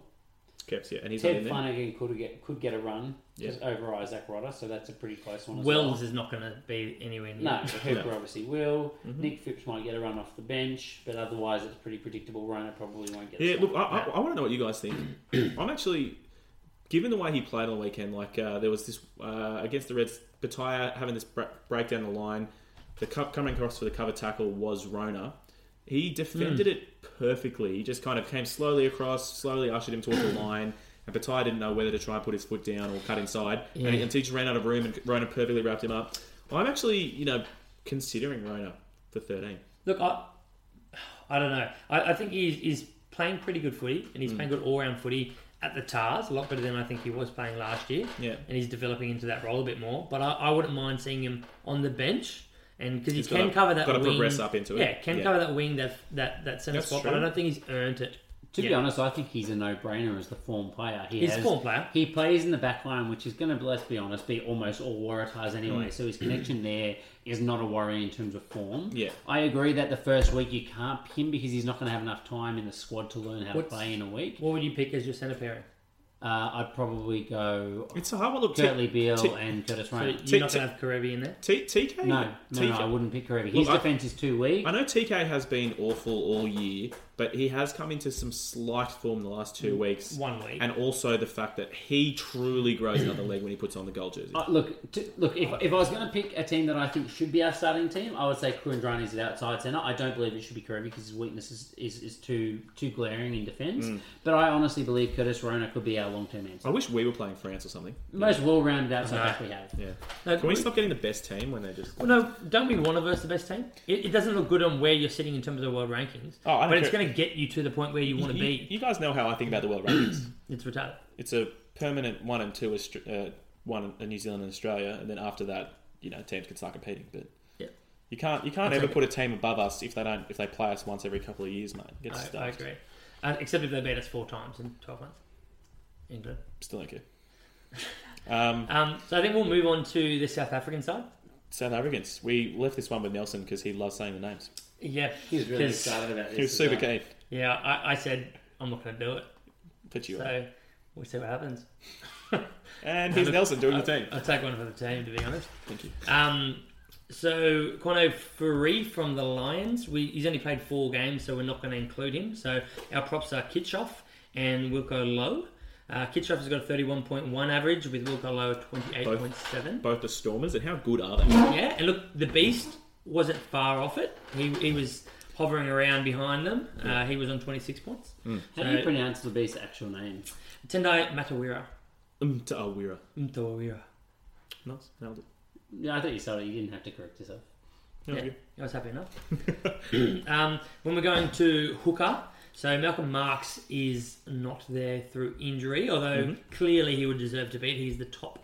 S4: Keps, yeah, and he's not in
S6: Ted
S4: there.
S6: Flanagan could get could get a run
S4: Yeah.
S6: just over Isaac Rodder, so that's a pretty close one. As
S5: Wells
S6: well.
S5: is not going to be anywhere near.
S6: no, but Hooper
S4: No.
S6: obviously will. Nick Phipps might get a run off the bench, but otherwise it's pretty predictable. Rona probably won't get. a
S4: Yeah,
S6: start.
S4: look, I, I, I want to know what you guys think. I'm actually, given the way he played on the weekend, like uh, there was this uh, against the Reds, Pataya having this bra- break down the line, the cup coming across for the cover tackle was Rona. He defended
S6: Hmm.
S4: it perfectly. He just kind of came slowly across, slowly ushered him towards the line. And Patai didn't know whether to try and put his foot down or cut inside. And he,
S5: Yeah.
S4: and he just ran out of room, and Rona perfectly wrapped him up. I'm actually, you know, considering Rona for 13.
S5: Look, I, I don't know. I, I think he's, he's playing pretty good footy, and
S4: Hmm.
S5: he's playing good all-round footy at the Tars, a lot better than I think he was playing last year.
S4: Yeah.
S5: and he's developing into that role a bit more. But I, I wouldn't mind seeing him on the bench, and because he
S4: He's
S5: can
S4: gotta-
S5: cover that.
S4: gotta
S5: wing,
S4: progress up into it.
S5: Yeah, can
S4: Yeah.
S5: cover that wing that that that centre
S4: That's
S5: spot.
S4: true.
S5: But I don't think he's earned it.
S6: To be
S5: Yeah.
S6: honest, I think he's a no-brainer as the form player. He
S5: He's a
S6: has-
S5: form player.
S6: He plays in the back line, which is going to, let's be honest, be almost all Waratahs anyway.
S5: Mm.
S6: So his connection there is not a worry in terms of form.
S4: Yeah.
S6: I agree that the first week you can't pin because he's not going to have enough time in the squad to learn how
S5: What's-
S6: to play in a week.
S5: What would you pick as your centre pairing?
S6: Uh, I'd probably go
S4: It's a hard one. Look, T-
S6: Kurtley Beale
S4: T-
S6: and Curtis
S5: So
S6: Ryan.
S5: you're
S4: T-
S5: not
S4: T-
S5: going to have Karevi in there.
S4: T- TK?
S6: No, no,
S4: TK
S6: no, I wouldn't pick Karevi. His
S4: Look, I-
S6: defense is too weak.
S4: I know TK has been awful all year, but he has come into some slight form the last two weeks.
S5: Mm, One week.
S4: And also the fact that he truly grows another leg when he puts on the gold jersey.
S6: Uh, look, t look. If, if I was going to pick a team that I think should be our starting team, I would say Kurandrani is the outside centre. I don't believe it should be Karevi because his weakness is, is, is too too glaring in defence.
S5: Mm.
S6: But I honestly believe Curtis Rona could be our long term answer.
S4: I wish we were playing France or something.
S6: Most well rounded outside
S5: No.
S6: back we have.
S4: Yeah.
S5: No,
S4: Can we stop getting the best team when they're just.
S5: Well, no, don't be one of us the best team. It, it doesn't look good on where you're sitting in terms of the world rankings.
S4: Oh, I don't
S5: but it's
S4: care.
S5: going to get you to the point where you want to
S4: you,
S5: be.
S4: you guys know how I think about the world rankings.
S5: It's retarded.
S4: it's a permanent one and two, Aust- uh, one in New Zealand and Australia, and then after that, you know, teams can start competing. But
S5: Yeah,
S4: you can't, you can't
S5: I'll
S4: ever
S5: take it.
S4: put a team above us if they don't, if they play us once every couple of years, mate. Get
S5: I, I
S4: stuffed.
S5: agree. Uh, except if they beat us four times in twelve months. England.
S4: Still don't care. Um,
S5: Um, so I think we'll move on to the South African side.
S4: South Africans. We left this one with Nelson because he loves saying the names.
S5: Yeah,
S6: He's really
S5: 'cause-
S6: excited about this.
S4: He was super keen.
S5: Yeah, I, I said I'm not going to do it.
S4: Put you on.
S5: So we'll see what happens.
S4: And here's
S5: Look,
S4: Nelson doing the
S5: I'll-
S4: team.
S5: I'll take one for the team, to be honest.
S4: Thank you.
S5: Um, so Quano Furi from the Lions. We, he's only played four games, so we're not going to include him. So our props are Kitchoff and Wilco Low. Uh, Kitchoff has got a 31.1 average with Wilco Low 28.7.
S4: Both the Stormers and how good are they?
S5: Yeah, and look, the Beast wasn't far off it. He, he was hovering around behind them. Uh, he was on 26 points.
S6: How do you pronounce the beast's actual name?
S5: Tendai Matawira.
S4: Um, to Awira.
S5: Matawira.
S4: Nice. Nailed it.
S6: Yeah, I thought you said it. You didn't have to correct yourself.
S4: Nailed
S5: Yeah,
S4: it.
S5: I was happy enough. um, when we're going to hooker, so Malcolm Marks is not there through injury, although
S4: Mm-hmm.
S5: clearly he would deserve to be. He's the top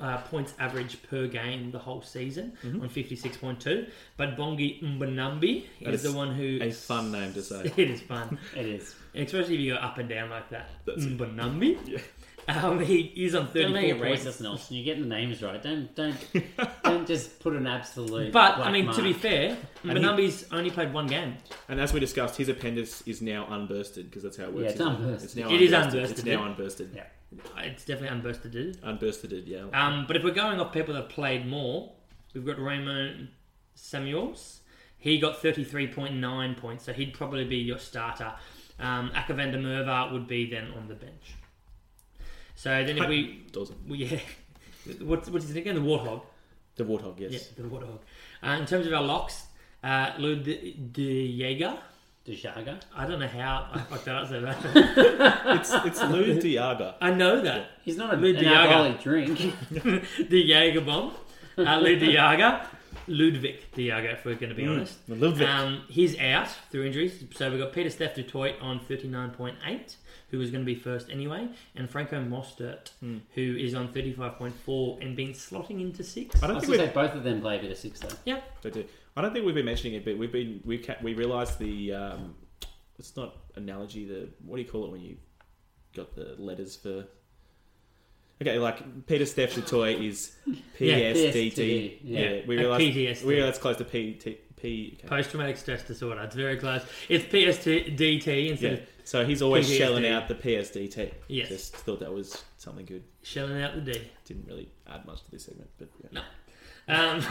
S5: uh, points average per game the whole season
S4: Mm-hmm.
S5: on fifty six point two. But Bongi Mbanambi is,
S4: is
S5: the one who
S4: A fun name to say.
S5: It is fun,
S6: It is.
S5: especially if you go up and down like that.
S4: That's it.
S5: Mbanambi. Um, he is on
S6: Don't make
S5: thirty
S6: it
S5: four points.
S6: racist, Nelson. You're getting the names right. Don't don't don't just put an absolute.
S5: But I
S6: black
S5: mean, to be
S6: mark.
S5: fair, Mbanambi's only played one game.
S4: And as we discussed, his appendix is now unbursted because that's how it works.
S6: Yeah, it's
S4: isn't it?
S6: unbursted.
S4: It's now
S5: It is
S4: unbursted.
S5: unbursted,
S4: It's
S5: yeah.
S4: now unbursted.
S6: Yeah.
S5: It's definitely unbursted, dude.
S4: Unbursted, yeah.
S5: Um, but if we're going off people that have played more, we've got Raymond Samuels. He got 33.9 points, so he'd probably be your starter. Um, Akavenda Merva would be then on the bench. So then if we,
S4: Doesn't.
S5: we yeah, what's, what's his again? The Warthog.
S4: The Warthog, yes.
S5: Yeah, the Warthog. Uh, in terms of our locks, uh, Lou De, De Jaeger.
S6: Deshaga.
S5: I don't know how I fucked that up so bad.
S4: It's, it's Lou Diaga.
S5: I know that.
S6: He's not a,
S5: Lou
S6: an
S5: Diaga.
S6: alcoholic drink.
S5: the Jaeger bomb. Uh, Lou Diaga. Ludwig Diaga, if we're going to be honest.
S4: Mm, Ludwig.
S5: Um, he's out through injuries. So we've got Peter Steph Detroit on 39.8, who was going to be first anyway, and Franco Mostert,
S4: Hmm.
S5: who is on 35.4 and been slotting into six.
S6: I
S4: I don't
S6: was
S4: think
S6: going to
S4: we've
S6: say both of them play a bit of six though.
S5: Yep.
S4: They do. I don't think we've been mentioning it, but we've been we ca- we realised the um, it's not analogy. The what do you call it when you got the letters for? Okay, like Peter Steph Toy is PSDT.
S6: PSDT, yeah.
S4: we
S5: Like
S4: realised
S5: PTSD.
S4: we realised close to PT. P, okay.
S5: Post traumatic stress disorder. It's very close. It's PSDT instead
S4: Yeah.
S5: of
S4: So he's always
S5: PTSD.
S4: shelling out the PSDT.
S5: Yes.
S4: Just thought that was something good.
S5: shelling out the D.
S4: Didn't really add much to this segment, but yeah.
S5: Um,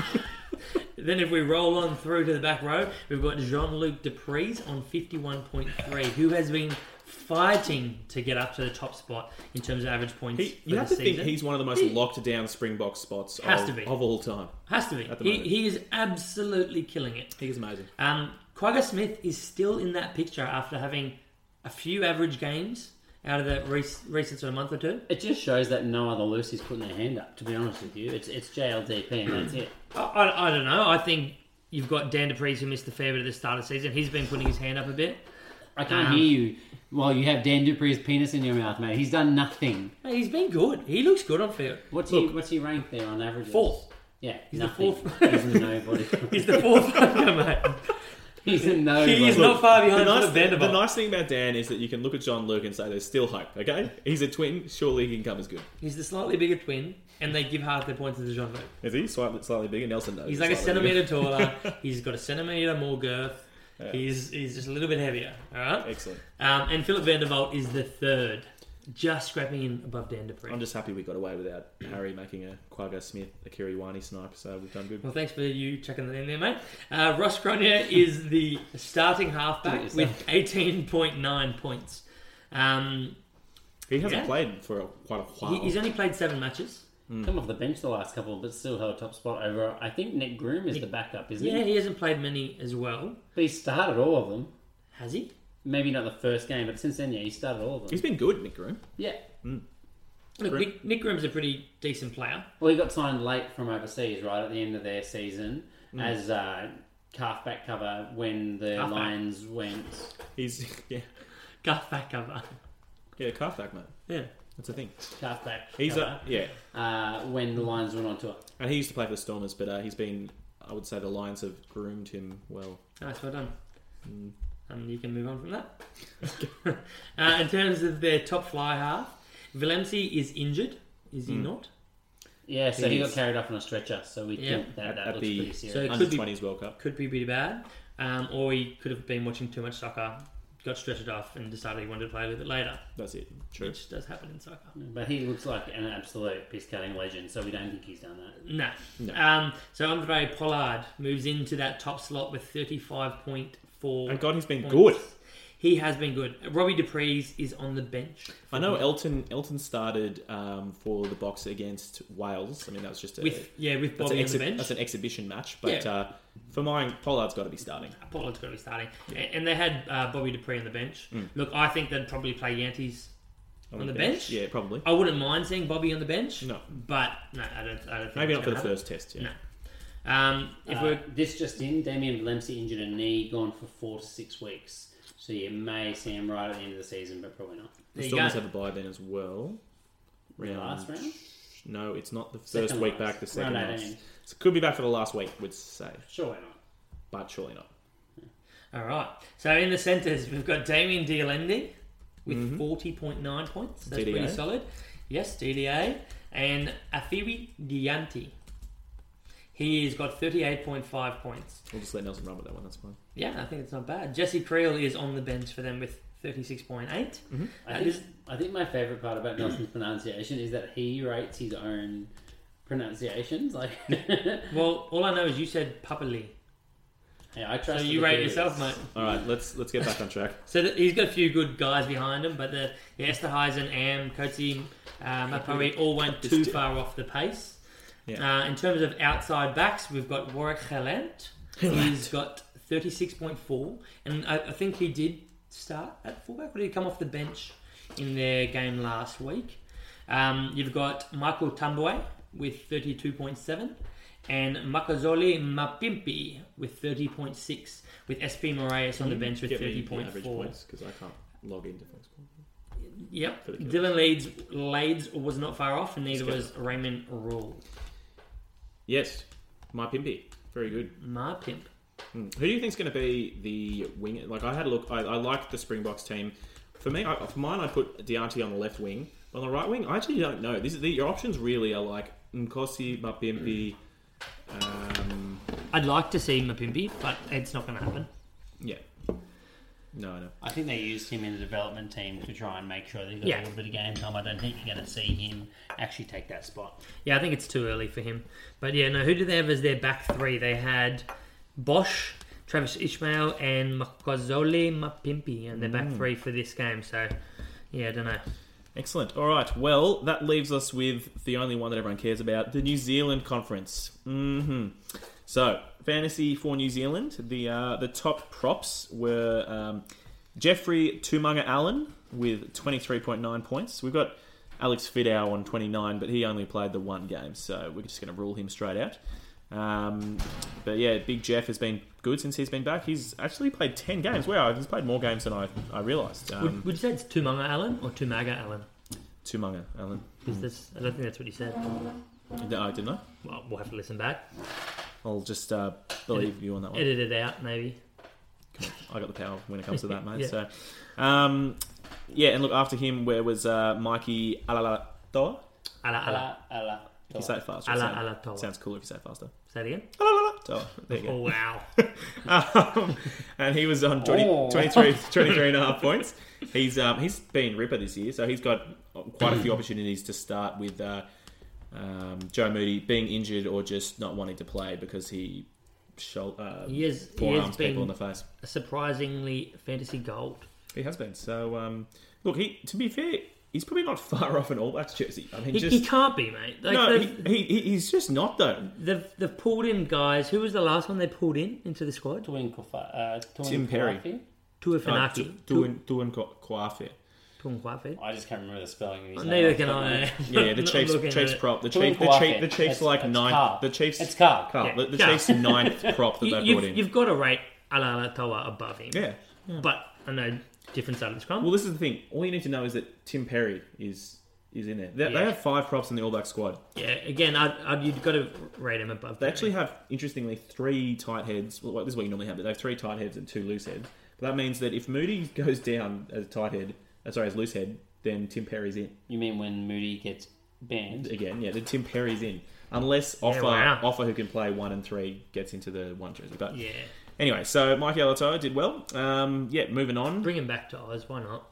S5: then if we roll on through to the back row, we've got Jean-Luc Dupries on 51.3, who has been fighting to get up to the top spot in terms of average points.
S4: He, you
S5: for
S4: have
S5: the
S4: to think
S5: season.
S4: he's one of the most locked down Springbok spots
S5: Has
S4: of,
S5: to be.
S4: of all time.
S5: has to be.
S4: at the
S5: He,
S4: moment.
S5: he is absolutely killing it.
S4: He is amazing.
S5: Um, Quagga Smith is still in that picture after having a few average games out of the rec- recent sort of month or two.
S6: It just shows that no other Lucy's putting their hand up. To be honest with you, it's it's JLDP and that's it.
S5: I, I, I don't know. I think you've got Dan DePries who missed a fair bit at the start of the season. He's been putting his hand up a bit.
S6: I can't
S5: Um,
S6: hear you. Well, you have Dan Dupree's penis in your mouth, mate. He's done nothing.
S5: Hey, he's been good. He looks good on field.
S6: What's
S5: Look.
S6: he What's he ranked there on average?
S5: Fourth.
S6: Yeah,
S5: He's the
S6: nothing.
S5: fourth.
S6: He's a nobody.
S5: He's the fourth fucker, mate.
S6: He's a nobody.
S5: He is not far
S4: The
S5: behind
S4: nice,
S5: Philip
S4: the
S5: Vanderbilt.
S4: nice thing about Dan is that you can look at John Luke and say there's still hope, okay? He's a twin, surely he can come as good.
S5: He's the slightly bigger twin, and they give half their points to the Jean Luc.
S4: Is he slightly, slightly bigger? Nelson knows.
S5: He's like a
S4: slightly bigger.
S5: centimeter taller. He's got a centimeter more girth. He's he's just a little bit heavier. All right.
S4: Excellent.
S5: Um, and Philip Vanderbilt is the third, just scrapping in above Dan Dupree.
S4: I'm just happy we got away without Harry making a Quagga Smith, a Kiriwani snipe, so we've done good.
S5: Well, thanks for you chucking that in there, mate. Uh, Ross Gronier is the starting halfback
S6: Yes.
S5: with 18.9 points. Um,
S4: He hasn't
S5: Yeah.
S4: played for a, quite a while.
S5: he- he's only played seven matches.
S6: Come off the bench the last couple, but still held top spot over. I think Nick Groom is the backup, isn't
S5: Yeah,
S6: he?
S5: he hasn't played many as well.
S6: But he started all of them.
S5: Has he?
S6: Maybe not the first game, but since then, yeah, he started all of them.
S4: he's been good, Nick Groom.
S6: Yeah.
S5: Look, Nick, Nick Grimm's a pretty decent player.
S6: Well, he got signed late from overseas, right at the end of their season, as uh, halfback cover when the
S5: Halfback.
S6: Lions went.
S4: He's, yeah,
S5: Guff back cover.
S4: yeah, halfback, mate.
S5: Yeah.
S4: That's the thing.
S6: Halfback.
S4: He's
S6: cover,
S4: a, yeah,
S6: uh, when the Lions went on tour.
S4: and he used to play for the Stormers, but uh, he's been, I would say, the Lions have groomed him well.
S5: Nice, well done.
S4: Mm.
S5: Um, you can move on from that. uh, in terms of their top fly half, Valenci is injured, is
S4: Mm.
S5: he not?
S6: Yeah, so he,
S4: He
S6: got
S4: is.
S6: carried off on a stretcher. So we
S5: Yeah.
S6: think that that
S4: at
S6: looks
S4: the-
S6: pretty serious.
S5: So- It could
S4: Under
S5: be-
S4: 20s World Cup.
S5: Could be pretty bad. Um, or he could have been watching too much soccer, got stretched off, and decided he wanted to play a little bit later,
S4: That's it. True.
S5: which does happen in soccer.
S6: but he looks like an absolute piss cutting legend. So we don't think he's done that.
S5: No. Um, so Andre Pollard moves into that top slot with 35.4.
S4: Thank God he's been
S5: points.
S4: good.
S5: He has been good. Robbie Dupree's is on the bench
S4: I know Elton Elton started um, for the box against Wales. I mean, that was just a,
S5: with yeah with
S4: that's, an
S5: Bobby on the
S4: exhi-
S5: bench.
S4: that's an exhibition match. But
S5: Yeah.
S4: uh, for mine, Pollard's got to be starting.
S5: Portland's going to be starting. A- And they had uh, Bobby Dupree on the bench.
S4: Hmm.
S5: Look, I think they'd probably play Yanties on, the bench. Oh,
S4: Yeah, probably.
S5: I wouldn't mind seeing Bobby on the bench.
S4: No.
S5: But no, I don't, I don't think
S4: Maybe
S5: it's
S4: not for the
S5: gonna happen.
S4: first test. Yeah.
S5: Um, if
S6: Uh,
S5: we're
S6: this just in, Damien Valemsi injured a knee, gone for four to six weeks. So you may see him right at the end of the season, but probably not.
S5: there
S4: The
S5: you
S4: Stormers
S5: go.
S4: have a bye then as well. Round-
S6: Last round?
S4: No, it's not the first
S6: Second last.
S4: week back. The second
S6: Round
S4: last.
S6: 18.
S4: So it could be back for the last week, would say,
S6: Sure, why not?
S4: but surely not.
S5: All right. So in the centres, we've got Damien Dialendi with
S4: Mm-hmm.
S5: 40.9 points. That's
S4: DDA.
S5: pretty solid. Yes, DDA. And Afiwi Dianti. He's got 38.5 points.
S4: We'll just let Nelson run with that one. That's fine.
S5: Yeah, I think it's not bad. Jesse Creel is on the bench for them with 36.8.
S6: I
S5: Uh,
S6: think,
S5: this-
S6: I think my favorite part about Nelson's pronunciation is that he writes his own pronunciations. Like, yeah,
S5: well, all I know is you said Papali.
S6: I
S5: So
S6: trust.
S5: you
S6: the
S5: rate
S6: theories.
S5: yourself, mate.
S4: All right, let's let's get back on track.
S5: So that he's got a few good guys behind him, but the, the Esterhuizen, Am, Coetzee, um, Mapari all went too far off the pace.
S4: Yeah.
S5: Uh, in terms of outside backs, we've got Warwick Hellant. He's got 36.4, and I, I think he did start at fullback, or did he come off the bench in their game last week? Um, you've got Michael Tambwe with 32.7 and Makazoli Mapimpi with 30.6 with SP Moraes on the bench with
S4: Mm-hmm. Get me the
S5: 30.4.
S4: average points because I can't log into Foxball.
S5: Yep.
S4: for the Cowboys.
S5: Dylan Leeds Leeds was not far off and neither
S4: Skip
S5: was Raymond Rule.
S4: Yes, my Pimpy. Very good.
S5: Ma Pimp.
S4: Who do you think's going to be the wing? Like I had a look. I, I liked the Springboks team. For me, I, for mine, I put Deontay on the left wing. On the right wing, I actually don't know. This is the, your options really are like Nkosi, Mapimpi. Um,
S5: I'd like to see Mapimpi, but it's not going to happen.
S4: yeah. No, I know.
S6: I think they used him in the development team to try and make sure that he got
S5: Yeah.
S6: a little bit of game time. I don't think you're going to see him actually take that spot.
S5: Yeah, I think it's too early for him. But yeah, no, who did they have as their back three? They had Bosch, Travis Ishmael and Makwazole Mapimpi, and they're back three for this game. So, yeah, I don't know.
S4: Excellent. All right. Well, that leaves us with the only one that everyone cares about the New Zealand Conference. hmm So, fantasy for New Zealand, the, uh, the top props were um, Jeffrey Tumunga Allen with 23.9 points. We've got Alex Fidow on 29, but he only played the one game, so we're just going to rule him straight out. Um, but yeah, Big Jeff has been good since he's been back. He's actually played 10 games. Wow, he's played more games than I, I realised. Um,
S5: Would, would you say it's Tumunga Allen or Tumaga Allen?
S4: Tumunga Allen.
S5: 'Cause that's- I don't think that's what you said.
S4: No, I didn't know.
S5: Well, we'll have to listen back.
S4: I'll just uh, believe you on that one.
S5: Edit it out, maybe.
S4: I got the power when it comes to that, mate.
S5: Yeah.
S4: So, um, yeah, and look after him. Where was uh, Mikey Alalatoa?
S5: Ala ala.
S6: Ala, ala.
S4: If you say it faster, it
S5: Ala-
S4: sound-
S5: Alatoa.
S4: sounds cooler if you say it faster.
S5: Say that again.
S4: Alalatoa. There you
S5: Oh,
S4: go.
S5: wow.
S4: Um, and he was on 20,
S6: Oh.
S4: 23, 23 and a half points. He's um, he's been ripper this year, so he's got quite a few opportunities to start with uh, um, Joe Moody being injured or just not wanting to play because he. Shol- uh,
S5: He is- he
S4: forearms
S5: has been-
S4: people in the face.
S5: Surprisingly, fantasy gold.
S4: He has been. So, um, look, he to be fair, he's probably not far off an All Blacks jersey. I mean,
S5: He,
S4: just
S5: he can't be, mate. Like,
S4: no, he,
S5: they've,
S4: he, he- he's just not though.
S5: they've, they've pulled in guys. Who was the last one they pulled in into the squad?
S6: Twin Kufa, uh, Twin
S4: Tim Perry.
S6: Kufafi?
S5: Tua
S4: No,
S5: Finaki.
S4: doing doing Kwafe.
S5: Tuanquafe.
S6: I just can't remember the spelling of his name.
S5: Neither can I.
S4: Yeah, the
S5: Not
S4: Chiefs.
S5: looking at
S4: Chiefs
S5: it.
S4: prop. The
S6: Tuan
S4: Chiefs. The,
S6: Kouafi.
S4: Chief, the Chiefs
S6: It's-
S4: like
S6: it's
S4: ninth.
S6: Carr.
S4: The Chiefs.
S6: It's Carr.
S4: Carr.
S5: Yeah,
S4: The, the
S5: Carr.
S4: Chiefs ninth prop that
S5: You,
S4: they brought
S5: you've,
S4: in.
S5: you've got to rate Alala Toa above him.
S4: yeah.
S5: But I know different side of the scrum.
S4: Well, this is the thing. All you need to know is that Tim Perry is is in there. They, they
S5: Yeah.
S4: have five props in the All Black squad.
S5: yeah, again, I'd, I'd, you've got to rate him above.
S4: They actually have, interestingly, three tight heads. Well, this is what you normally have, but they have three tight heads and two loose heads. But that means that if Moody goes down as a tight head, uh, sorry, as loose head, then Tim Perry's in
S6: You mean when Moody gets banned?
S4: again. Yeah, then Tim Perry's in. Unless Offer,
S5: wow.
S4: Offer who can play one and three, gets into the one jersey. But
S5: Yeah.
S4: anyway, so Mikey Alatoa did well. Um, yeah, moving on.
S5: Bring him back to Oz. Why not?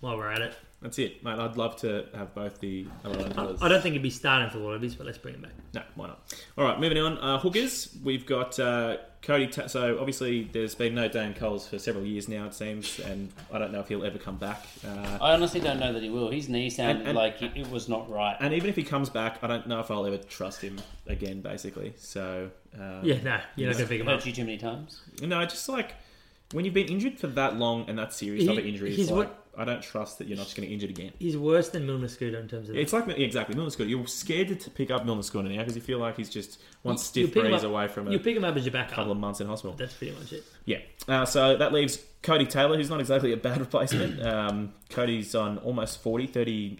S5: While we're at it.
S4: That's it, mate. I'd love to have both the Alatoas.
S5: I don't think he'd be starting for Wallabies, but let's bring him back.
S4: No, why not? All right, moving on. Uh, hookers, we've got uh, Cody. Ta- so obviously, there's been no Dan Coles for several years now, it seems, and I don't know if he'll ever come back. Uh,
S6: I honestly don't know that he will. His knee sounded
S4: And- and-
S6: like it, it was not right.
S4: and even if he comes back, I don't know if I'll ever trust him again. Basically, so um,
S5: Yeah, no, you're not going to pick him up.
S6: Hurt you too many times.
S4: no, just like when you've been injured for that long and that serious
S5: He-
S4: of an injury,
S5: he's
S4: it's like,
S5: what-
S4: I don't trust that you're not just going to injure again.
S5: He's worse than Milner Scooter in terms of.
S4: It's like yeah, exactly Milner Scott. You're scared to pick up Milner Scott now because you feel like he's just one
S5: You
S4: stiff
S5: pick him
S4: breeze
S5: up-
S4: away from
S5: You
S4: a
S5: pick him up as your backup.
S4: couple of months in hospital.
S5: That's pretty much it.
S4: Yeah. Uh, so that leaves Cody Taylor, who's not exactly a bad replacement. um, Cody's on almost 40,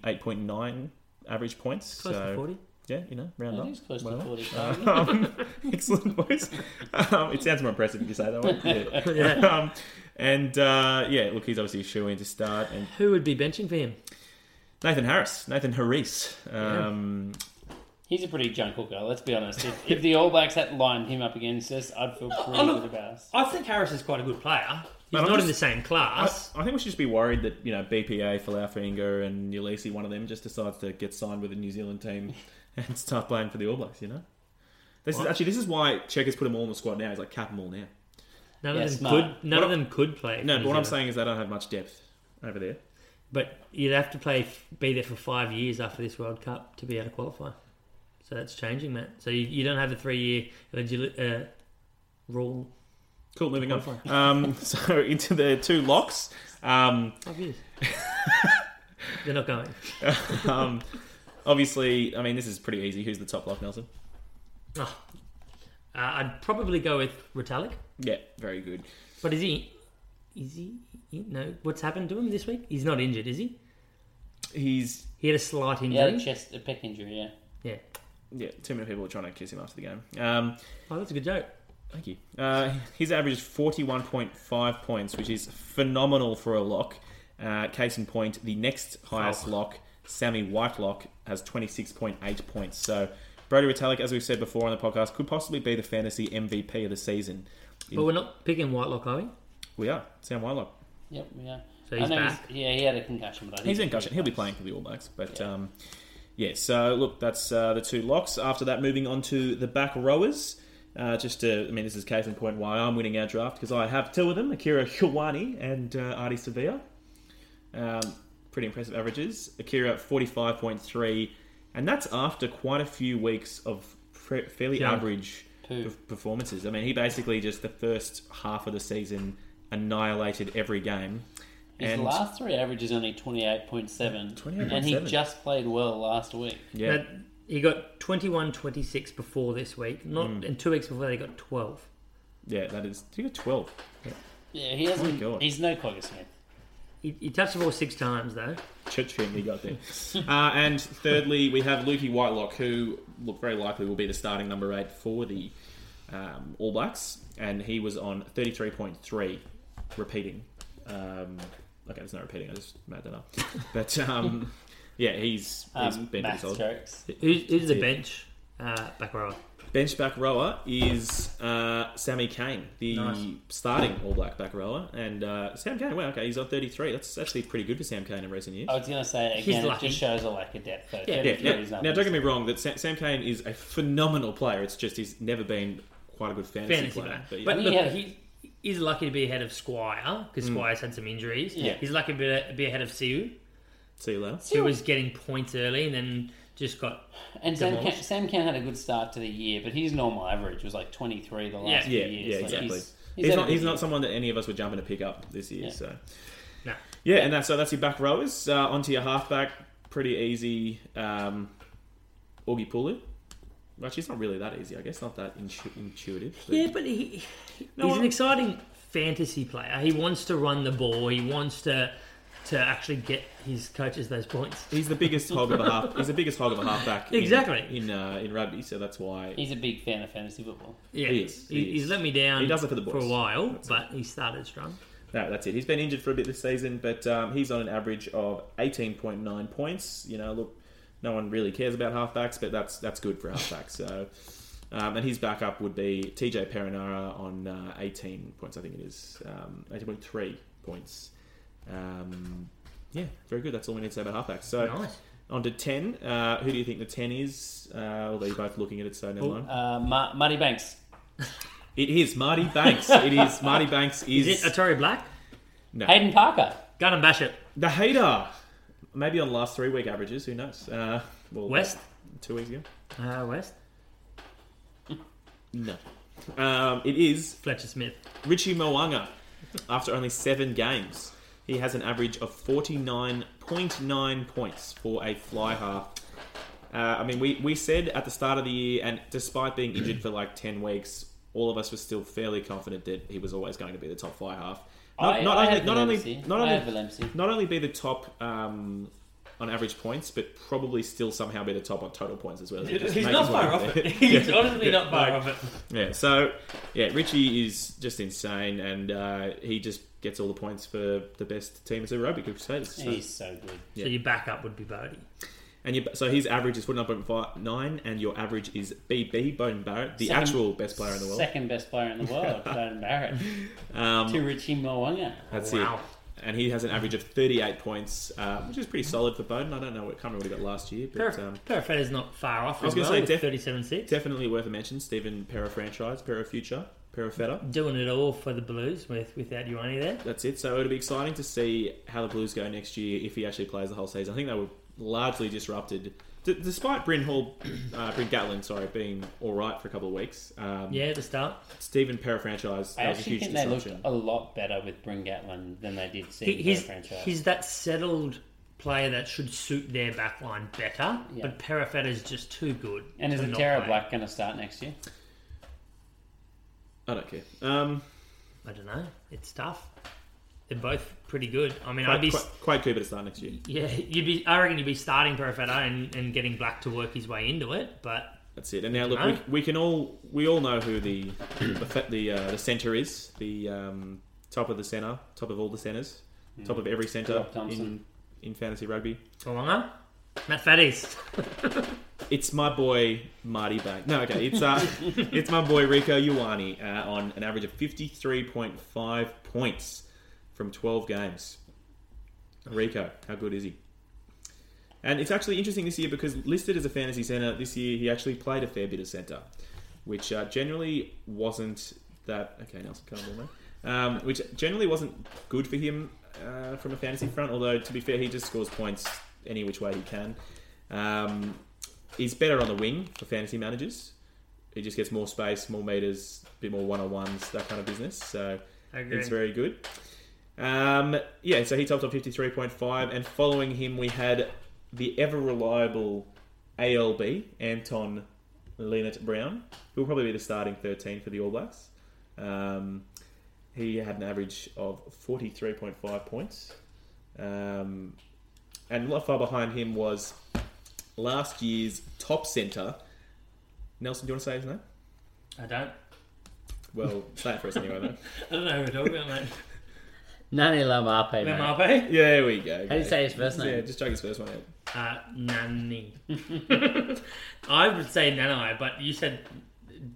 S4: 38.9 average points.
S5: Close
S4: so,
S5: to 40.
S4: Yeah, you know, round
S6: It
S4: up.
S6: is close to
S4: whatever.
S6: 45.
S4: Excellent boys. Um, it sounds more impressive if you say that one. Yeah.
S5: Yeah.
S4: Um, and uh, yeah, look, he's obviously a shoe in to start. And
S5: Who would be benching for him?
S4: Nathan Harris, Nathan Harris. Um,
S6: He's a pretty junk hooker, let's be honest. If, if the All Blacks had lined him up against us, I'd feel pretty
S5: look-
S6: good about us.
S5: I think Harris is quite a good player. He's
S4: Man, I'm
S5: not in
S4: just-
S5: the same
S4: I,
S5: class.
S4: I think we should just be worried that you know BPA, Falafinga, and Ulysses, one of them, just decides to get signed with a New Zealand team and start playing for the All Blacks. You know, this is
S5: What?
S4: actually this is why Checkers put them all in the squad now. He's like cap them all now.
S5: None
S6: Yeah,
S5: of them
S6: smart.
S5: could. None
S4: What
S5: of them could
S4: No,
S5: play.
S4: but
S5: for New
S4: what I'm
S5: Zealand.
S4: saying is they don't have much depth over there.
S5: But you'd have to play, be there for five years after this World Cup to be able to qualify. So that's changing, Matt. So you, you don't have a three-year eligi- uh, rule.
S4: Cool, moving on. Um, so into the two locks. Um,
S5: Five years. They're not going.
S4: um, obviously, I mean this is pretty easy. Who's the top lock, Nelson?
S5: Oh. Uh, I'd probably go with Retallick.
S4: Yeah, very good.
S5: But is he? Is he? No. What's happened to him this week? He's not injured, is he?
S4: He's
S5: He had a slight
S6: He had a
S5: injury.
S6: chest, a pec injury, yeah.
S5: yeah.
S4: yeah. Too many people were trying to kiss him after the game. Um,
S5: Oh, that's a good joke.
S4: Thank you. Uh, he's averaged 41.5 points, which is phenomenal for a lock. Uh, case in point, the next highest lock, Sammy Whitelock, has 26.8 points. So, Brody Retallick, as we've said before on the podcast, could possibly be the fantasy MVP of the season. In-
S5: But we're not picking Whitelock, are we?
S4: we are. Sam Whitelock.
S6: Yep, yeah.
S5: So he's
S6: I know
S5: back.
S6: yeah, he had a concussion, but I think
S4: He's in concussion. He'll be playing for the All Blacks. But, um, yeah, so look, that's uh, the two locks. After that, moving on to the back rowers. Uh, just to, I mean, this is case in point why I'm winning our draft because I have two of them: Akira Hiwani and uh, Artie Sevilla. Um, pretty impressive averages. Akira forty-five point three, and that's after quite a few weeks of pre- fairly
S5: Yeah.
S4: average
S6: Two.
S4: perf- performances. I mean, he basically just the first half of the season annihilated every game.
S6: His last three averages only twenty eight point seven, and he
S4: 28.7.
S6: just played well last week.
S4: yeah,
S5: That, he got 21 26 before this week. Not
S4: Mm.
S5: And two weeks before, they got 12.
S4: yeah, that is. You got twelve.
S6: Yeah, he hasn't.
S4: God.
S6: he's no Cogger Smith.
S5: He, he touched the ball six times, though.
S4: Church family got there. uh, and thirdly, we have Lukey Whitelock, who look very likely will be the starting number eight for the um, All Blacks, and he was on thirty three point three, repeating. Um, okay, it's not repeating. I just made that up. But um, yeah, he's he's
S6: Um,
S4: been pretty
S6: math
S4: solid.
S6: jokes.
S5: Who's, who's the
S4: Yeah.
S5: bench uh, back rower?
S4: bench back rower is uh, Sammy Kane, the
S5: Nice.
S4: starting All Black back rower, and uh, Sam Kane. Wow, okay, he's on thirty three. That's actually pretty good for Sam Kane in recent years.
S6: I was gonna say again, it
S5: lucky.
S6: just shows a lack of depth. Though.
S5: Yeah,
S4: Yeah,
S6: 33 is
S4: now,
S6: nothing.
S4: now don't get me wrong. That Sam, Sam Kane is a phenomenal player. It's just he's never been quite a good fantasy,
S5: Fantasy
S4: player.
S5: player.
S4: But, yeah.
S5: But
S6: yeah.
S5: look,
S6: Yeah.
S5: he is lucky to be ahead of Squire because
S4: Mm.
S5: Squire's had some injuries.
S6: Yeah.
S5: He's lucky to be- be ahead of Siu,
S4: see you later.
S5: who was getting points early and then just got
S6: And Sam Can,
S5: Demolished.
S6: Sam Can had a good start to the year, but his normal average was like 23 the last few
S4: Yeah,
S6: years.
S4: yeah,
S6: Like,
S4: exactly.
S6: He's,
S4: He's,
S6: he's had a
S4: not.
S6: good
S4: He's
S6: year.
S4: not someone that any of us were jumping to pick up this year.
S6: Yeah.
S4: So
S5: no.
S4: yeah, and that, so that's your back rowers. Uh, onto your halfback, pretty easy. Um, Augie Pulu. Actually, it's not really that easy. I guess not that intu- intuitive. but-
S5: Yeah, but he, he-
S4: No,
S5: he's an
S4: I'm-
S5: exciting fantasy player. He wants to run the ball. He wants to to actually get his coaches those points.
S4: He's the biggest hog of a half. He's the biggest hog of a halfback. in-
S5: Exactly.
S4: in uh, in rugby. So that's why
S6: He's a big fan of fantasy football.
S5: Yeah,
S4: He is, he
S5: he- he's
S4: is.
S5: let me down.
S4: He does it for the boys.
S5: a while, but he started strong.
S4: No, that's it. He's been injured for a bit this season, but um, he's on an average of 18.9 points. You know, look, no one really cares about halfbacks, but that's that's good for halfbacks. So, um, and his backup would be TJ Perinara on uh, 18 points, I think it is, um, 18.3 points. Um, yeah, very good. That's all we need to say about halfbacks. So,
S5: Nice.
S4: on to 10. Uh, who do you think the 10 is? Uh, although you're both looking at it, so never
S5: Oh.
S4: mind.
S6: Uh, Ma- Marty Banks.
S4: it is Marty Banks. it is Marty Banks. Is,
S5: Is it Atari Black?
S6: Hayden Parker.
S5: Gun and bash it.
S4: The hater. Maybe on last three week averages. Who knows? Uh, well,
S5: West.
S4: Two weeks ago.
S5: Uh, West.
S4: No. Um, it is
S5: Fletcher Smith.
S4: Richie Moanga. After only seven games, he has an average of forty nine point nine points for a fly half. Uh, I mean, we, we said at the start of the year, and despite being injured for like 10 weeks, all of us were still fairly confident that he was always going to be the top fly half. Not,
S6: I-
S4: not
S6: I
S4: only,
S6: had
S4: not
S6: Valemci.
S4: only, not
S6: I
S4: only,
S6: had Valemci.
S4: not only be the top um, on average points, but probably still somehow be the top on total points as well. Just
S5: He's
S4: make
S5: not
S4: his way
S5: far
S4: up
S5: off
S4: there.
S5: it. He's honestly not far
S4: Yeah.
S5: off it.
S4: Yeah, so yeah, Richie is just insane, and uh, he just gets all the points for the best team in Super Rugby Crusaders. So.
S6: He's so good.
S5: So your backup would be Bodie.
S4: And you, so his average is forty nine point five nine, and your average is BB Bone Barrett, the
S6: Second-
S4: actual best player in the world.
S6: Second best player in the world, Hayden Barrett. to
S4: Um,
S6: Richie Moanga.
S4: that's
S5: Wow.
S4: it. And he has an average of thirty eight points, uh, which is pretty solid for Bowden. I don't know, what can't remember what he got last year, but. Um,
S5: Perfet is not far off. I
S4: was
S5: was
S4: gonna
S5: going
S4: say
S5: to
S4: def-
S5: say 37-6.
S4: Definitely worth a mention, Stephen Pera franchise, Pera Future, Pera Feta.
S5: Doing it all for the Blues with without Ioane there.
S4: That's it. So it'll be exciting to see how the Blues go next year if he actually plays the whole season. I think they were largely disrupted, d- despite Bryn Hall, uh, Bryn Gatlin, sorry, being all right for a couple of weeks. Um,
S5: Yeah, at the start.
S4: Stephen Pera franchise,
S6: I
S4: that was a
S6: actually
S4: huge
S6: think they looked
S4: disruption.
S6: a lot better with Bryn Gatlin than they did
S5: He,
S6: seeing their
S5: he's,
S6: franchise.
S5: he's that settled player that should suit their back line better,
S6: Yeah.
S5: but Perifet is just too good.
S6: and is
S5: to not
S6: Atara
S5: play.
S6: Black going to start next year?
S4: I don't care. Um,
S5: I don't know. It's tough. They're both pretty good. I mean, I'd
S4: Quade
S5: be.
S4: Quade Cooper to start next year.
S5: Yeah, you'd be. I reckon you'd be starting Perifetta and, and getting Black to work his way into it, but
S4: That's it. And now look, we,
S5: Right.
S4: we can all we all know who the the fa- the, uh, the center is, the um, top of the center, top of all the centers, top of every center
S6: Rob Thompson.
S4: in in fantasy rugby.
S5: Tolonga, Matt Fatties.
S4: It's my boy Marty Bank. No, okay, it's uh, it's my boy Rico Ioane uh, on an average of fifty three point five points from twelve games. Rico, how good is he? And it's actually interesting this year because listed as a fantasy center this year, he actually played a fair bit of center. which uh, generally wasn't that. Okay, Nelson Cardona. Um, which generally wasn't good for him uh, from a fantasy front, although, to be fair, he just scores points any which way he can. Um, he's better on the wing for fantasy managers. He just gets more space, more meters, a bit more one on ones, that kind of business. So
S5: I agree.
S4: it's very good. Um, yeah, so he topped off 53.5, and following him, we had the ever reliable ALB, Anton Leonard Brown, who will probably be the starting 13 for the All Blacks. Um, he had an average of 43.5 points. Um, and not far behind him was last year's top centre. Nelson, do you want to say his name?
S5: I don't.
S4: Well, say it for us anyway, then.
S5: I don't know who we're talking about, mate.
S6: Nani Lamape, mate.
S5: Mbappe?
S4: Yeah, there we go.
S6: How do you say his first
S4: Yeah,
S6: name?
S4: just chuck his first one out.
S5: Uh, Nani. I would say Nanai, but you said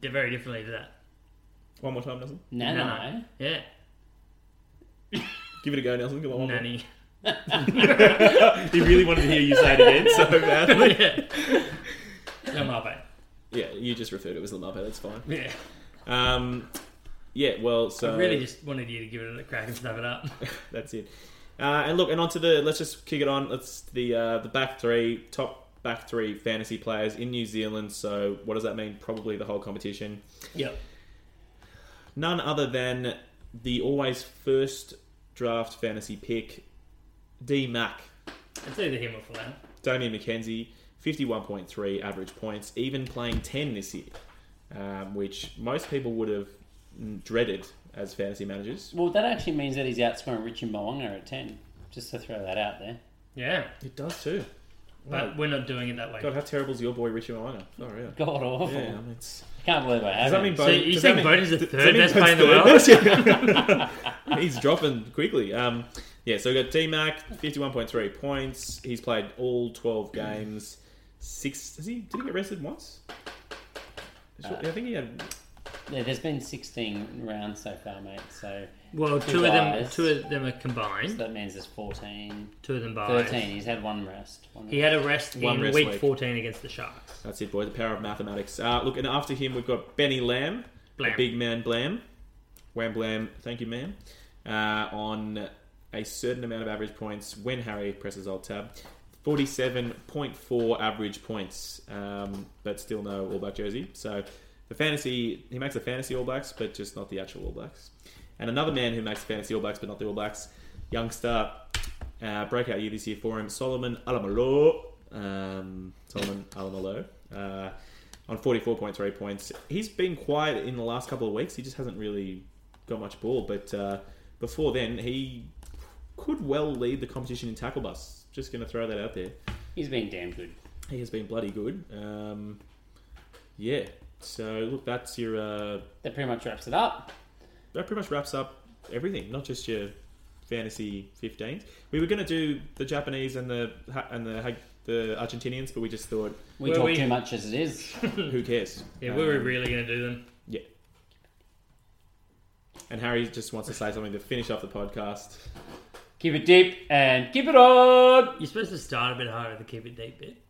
S5: d- very differently to that.
S4: One more time, Nelson.
S6: Nani.
S5: Yeah,
S4: Give it a go, Nelson. Come on, one more.
S5: Nani.
S4: He really wanted to hear you say it again so badly.
S5: yeah. Mbappe.
S4: yeah, you just referred to it as Lamape. eh? That's fine.
S5: Yeah.
S4: Um, yeah, well, so
S5: I really just wanted you to give it a crack and snap it up.
S4: that's it. Uh, and look, and onto the let's just kick it on. Let's the uh, the back three, top back three fantasy players in New Zealand. So what does that mean? Probably the whole competition.
S5: yep.
S4: None other than the always first draft fantasy pick, D Mac,
S5: It's either him or Flan.
S4: Damien McKenzie, 51.3 average points, even playing 10 this year, um, which most people would have dreaded as fantasy managers.
S6: Well, that actually means that he's outscoring Richie Mwanga at 10. Just to throw that out there.
S5: Yeah,
S4: It does too.
S5: but we're not doing it that way.
S4: God, how terrible is your boy Richie Moana? Oh, really?
S6: God awful.
S4: Yeah, I mean, it's...
S6: I can't believe I
S4: Does that
S6: haven't.
S4: mean
S5: So
S4: Bowden-
S5: you
S4: does that
S5: think
S4: mean-
S5: Bowden's the
S4: does that
S5: third
S4: mean
S5: best player in the
S4: Bowden's
S5: world?
S4: third? Yeah. He's dropping quickly. Um, yeah, so we got D Mac, 51.3 points. He's played all 12 games. Six. Has he, did he get rested once? I think he had
S6: Yeah, there's been 16 rounds so far, mate. So
S5: Well,
S6: Two
S5: two of them,
S6: buys.
S5: two of them are combined.
S6: that means there's 14,
S5: Two of them by
S6: 13. He's had one rest. One
S5: He had a rest
S4: One
S5: in
S4: rest
S5: week
S4: week.
S5: 14 against the Sharks.
S4: That's it, boy. The power of mathematics. Uh, look, and after him, we've got Benny Lamb,
S5: Blam.
S4: the big man Blam. Wham Blam, thank you, ma'am. Uh, on a certain amount of average points when Harry presses Alt Tab. 47.4 average points, um, but still no All Black jersey. So the fantasy, he makes the fantasy All Blacks, but just not the actual All Blacks. And another man who makes the fantasy All Blacks, but not the All Blacks, youngster, uh, breakout year this year for him, Solomon Alamalo. Um, Solomon Alamalo. Uh, on 44.3 points. He's been quiet in the last couple of weeks. He just hasn't really got much ball. But uh, before then, he could well lead the competition in tackle bus. Just going to throw that out there.
S6: He's been damn good.
S4: He has been bloody good. Um, yeah. So, look, that's your. Uh,
S6: That pretty much wraps it up.
S4: that pretty much wraps up everything, not just your fantasy 15s. We were going to do the Japanese and the and the the Argentinians, but we just thought,
S6: We
S5: Were
S6: talk
S5: we-
S6: too much as it is.
S4: who cares?
S5: Yeah, we were
S4: Um,
S5: really going to do them.
S4: Yeah. And Harry just wants to say something to finish off the podcast.
S6: keep it deep and keep it on.
S5: You're supposed to start a bit harder to keep it deep bit.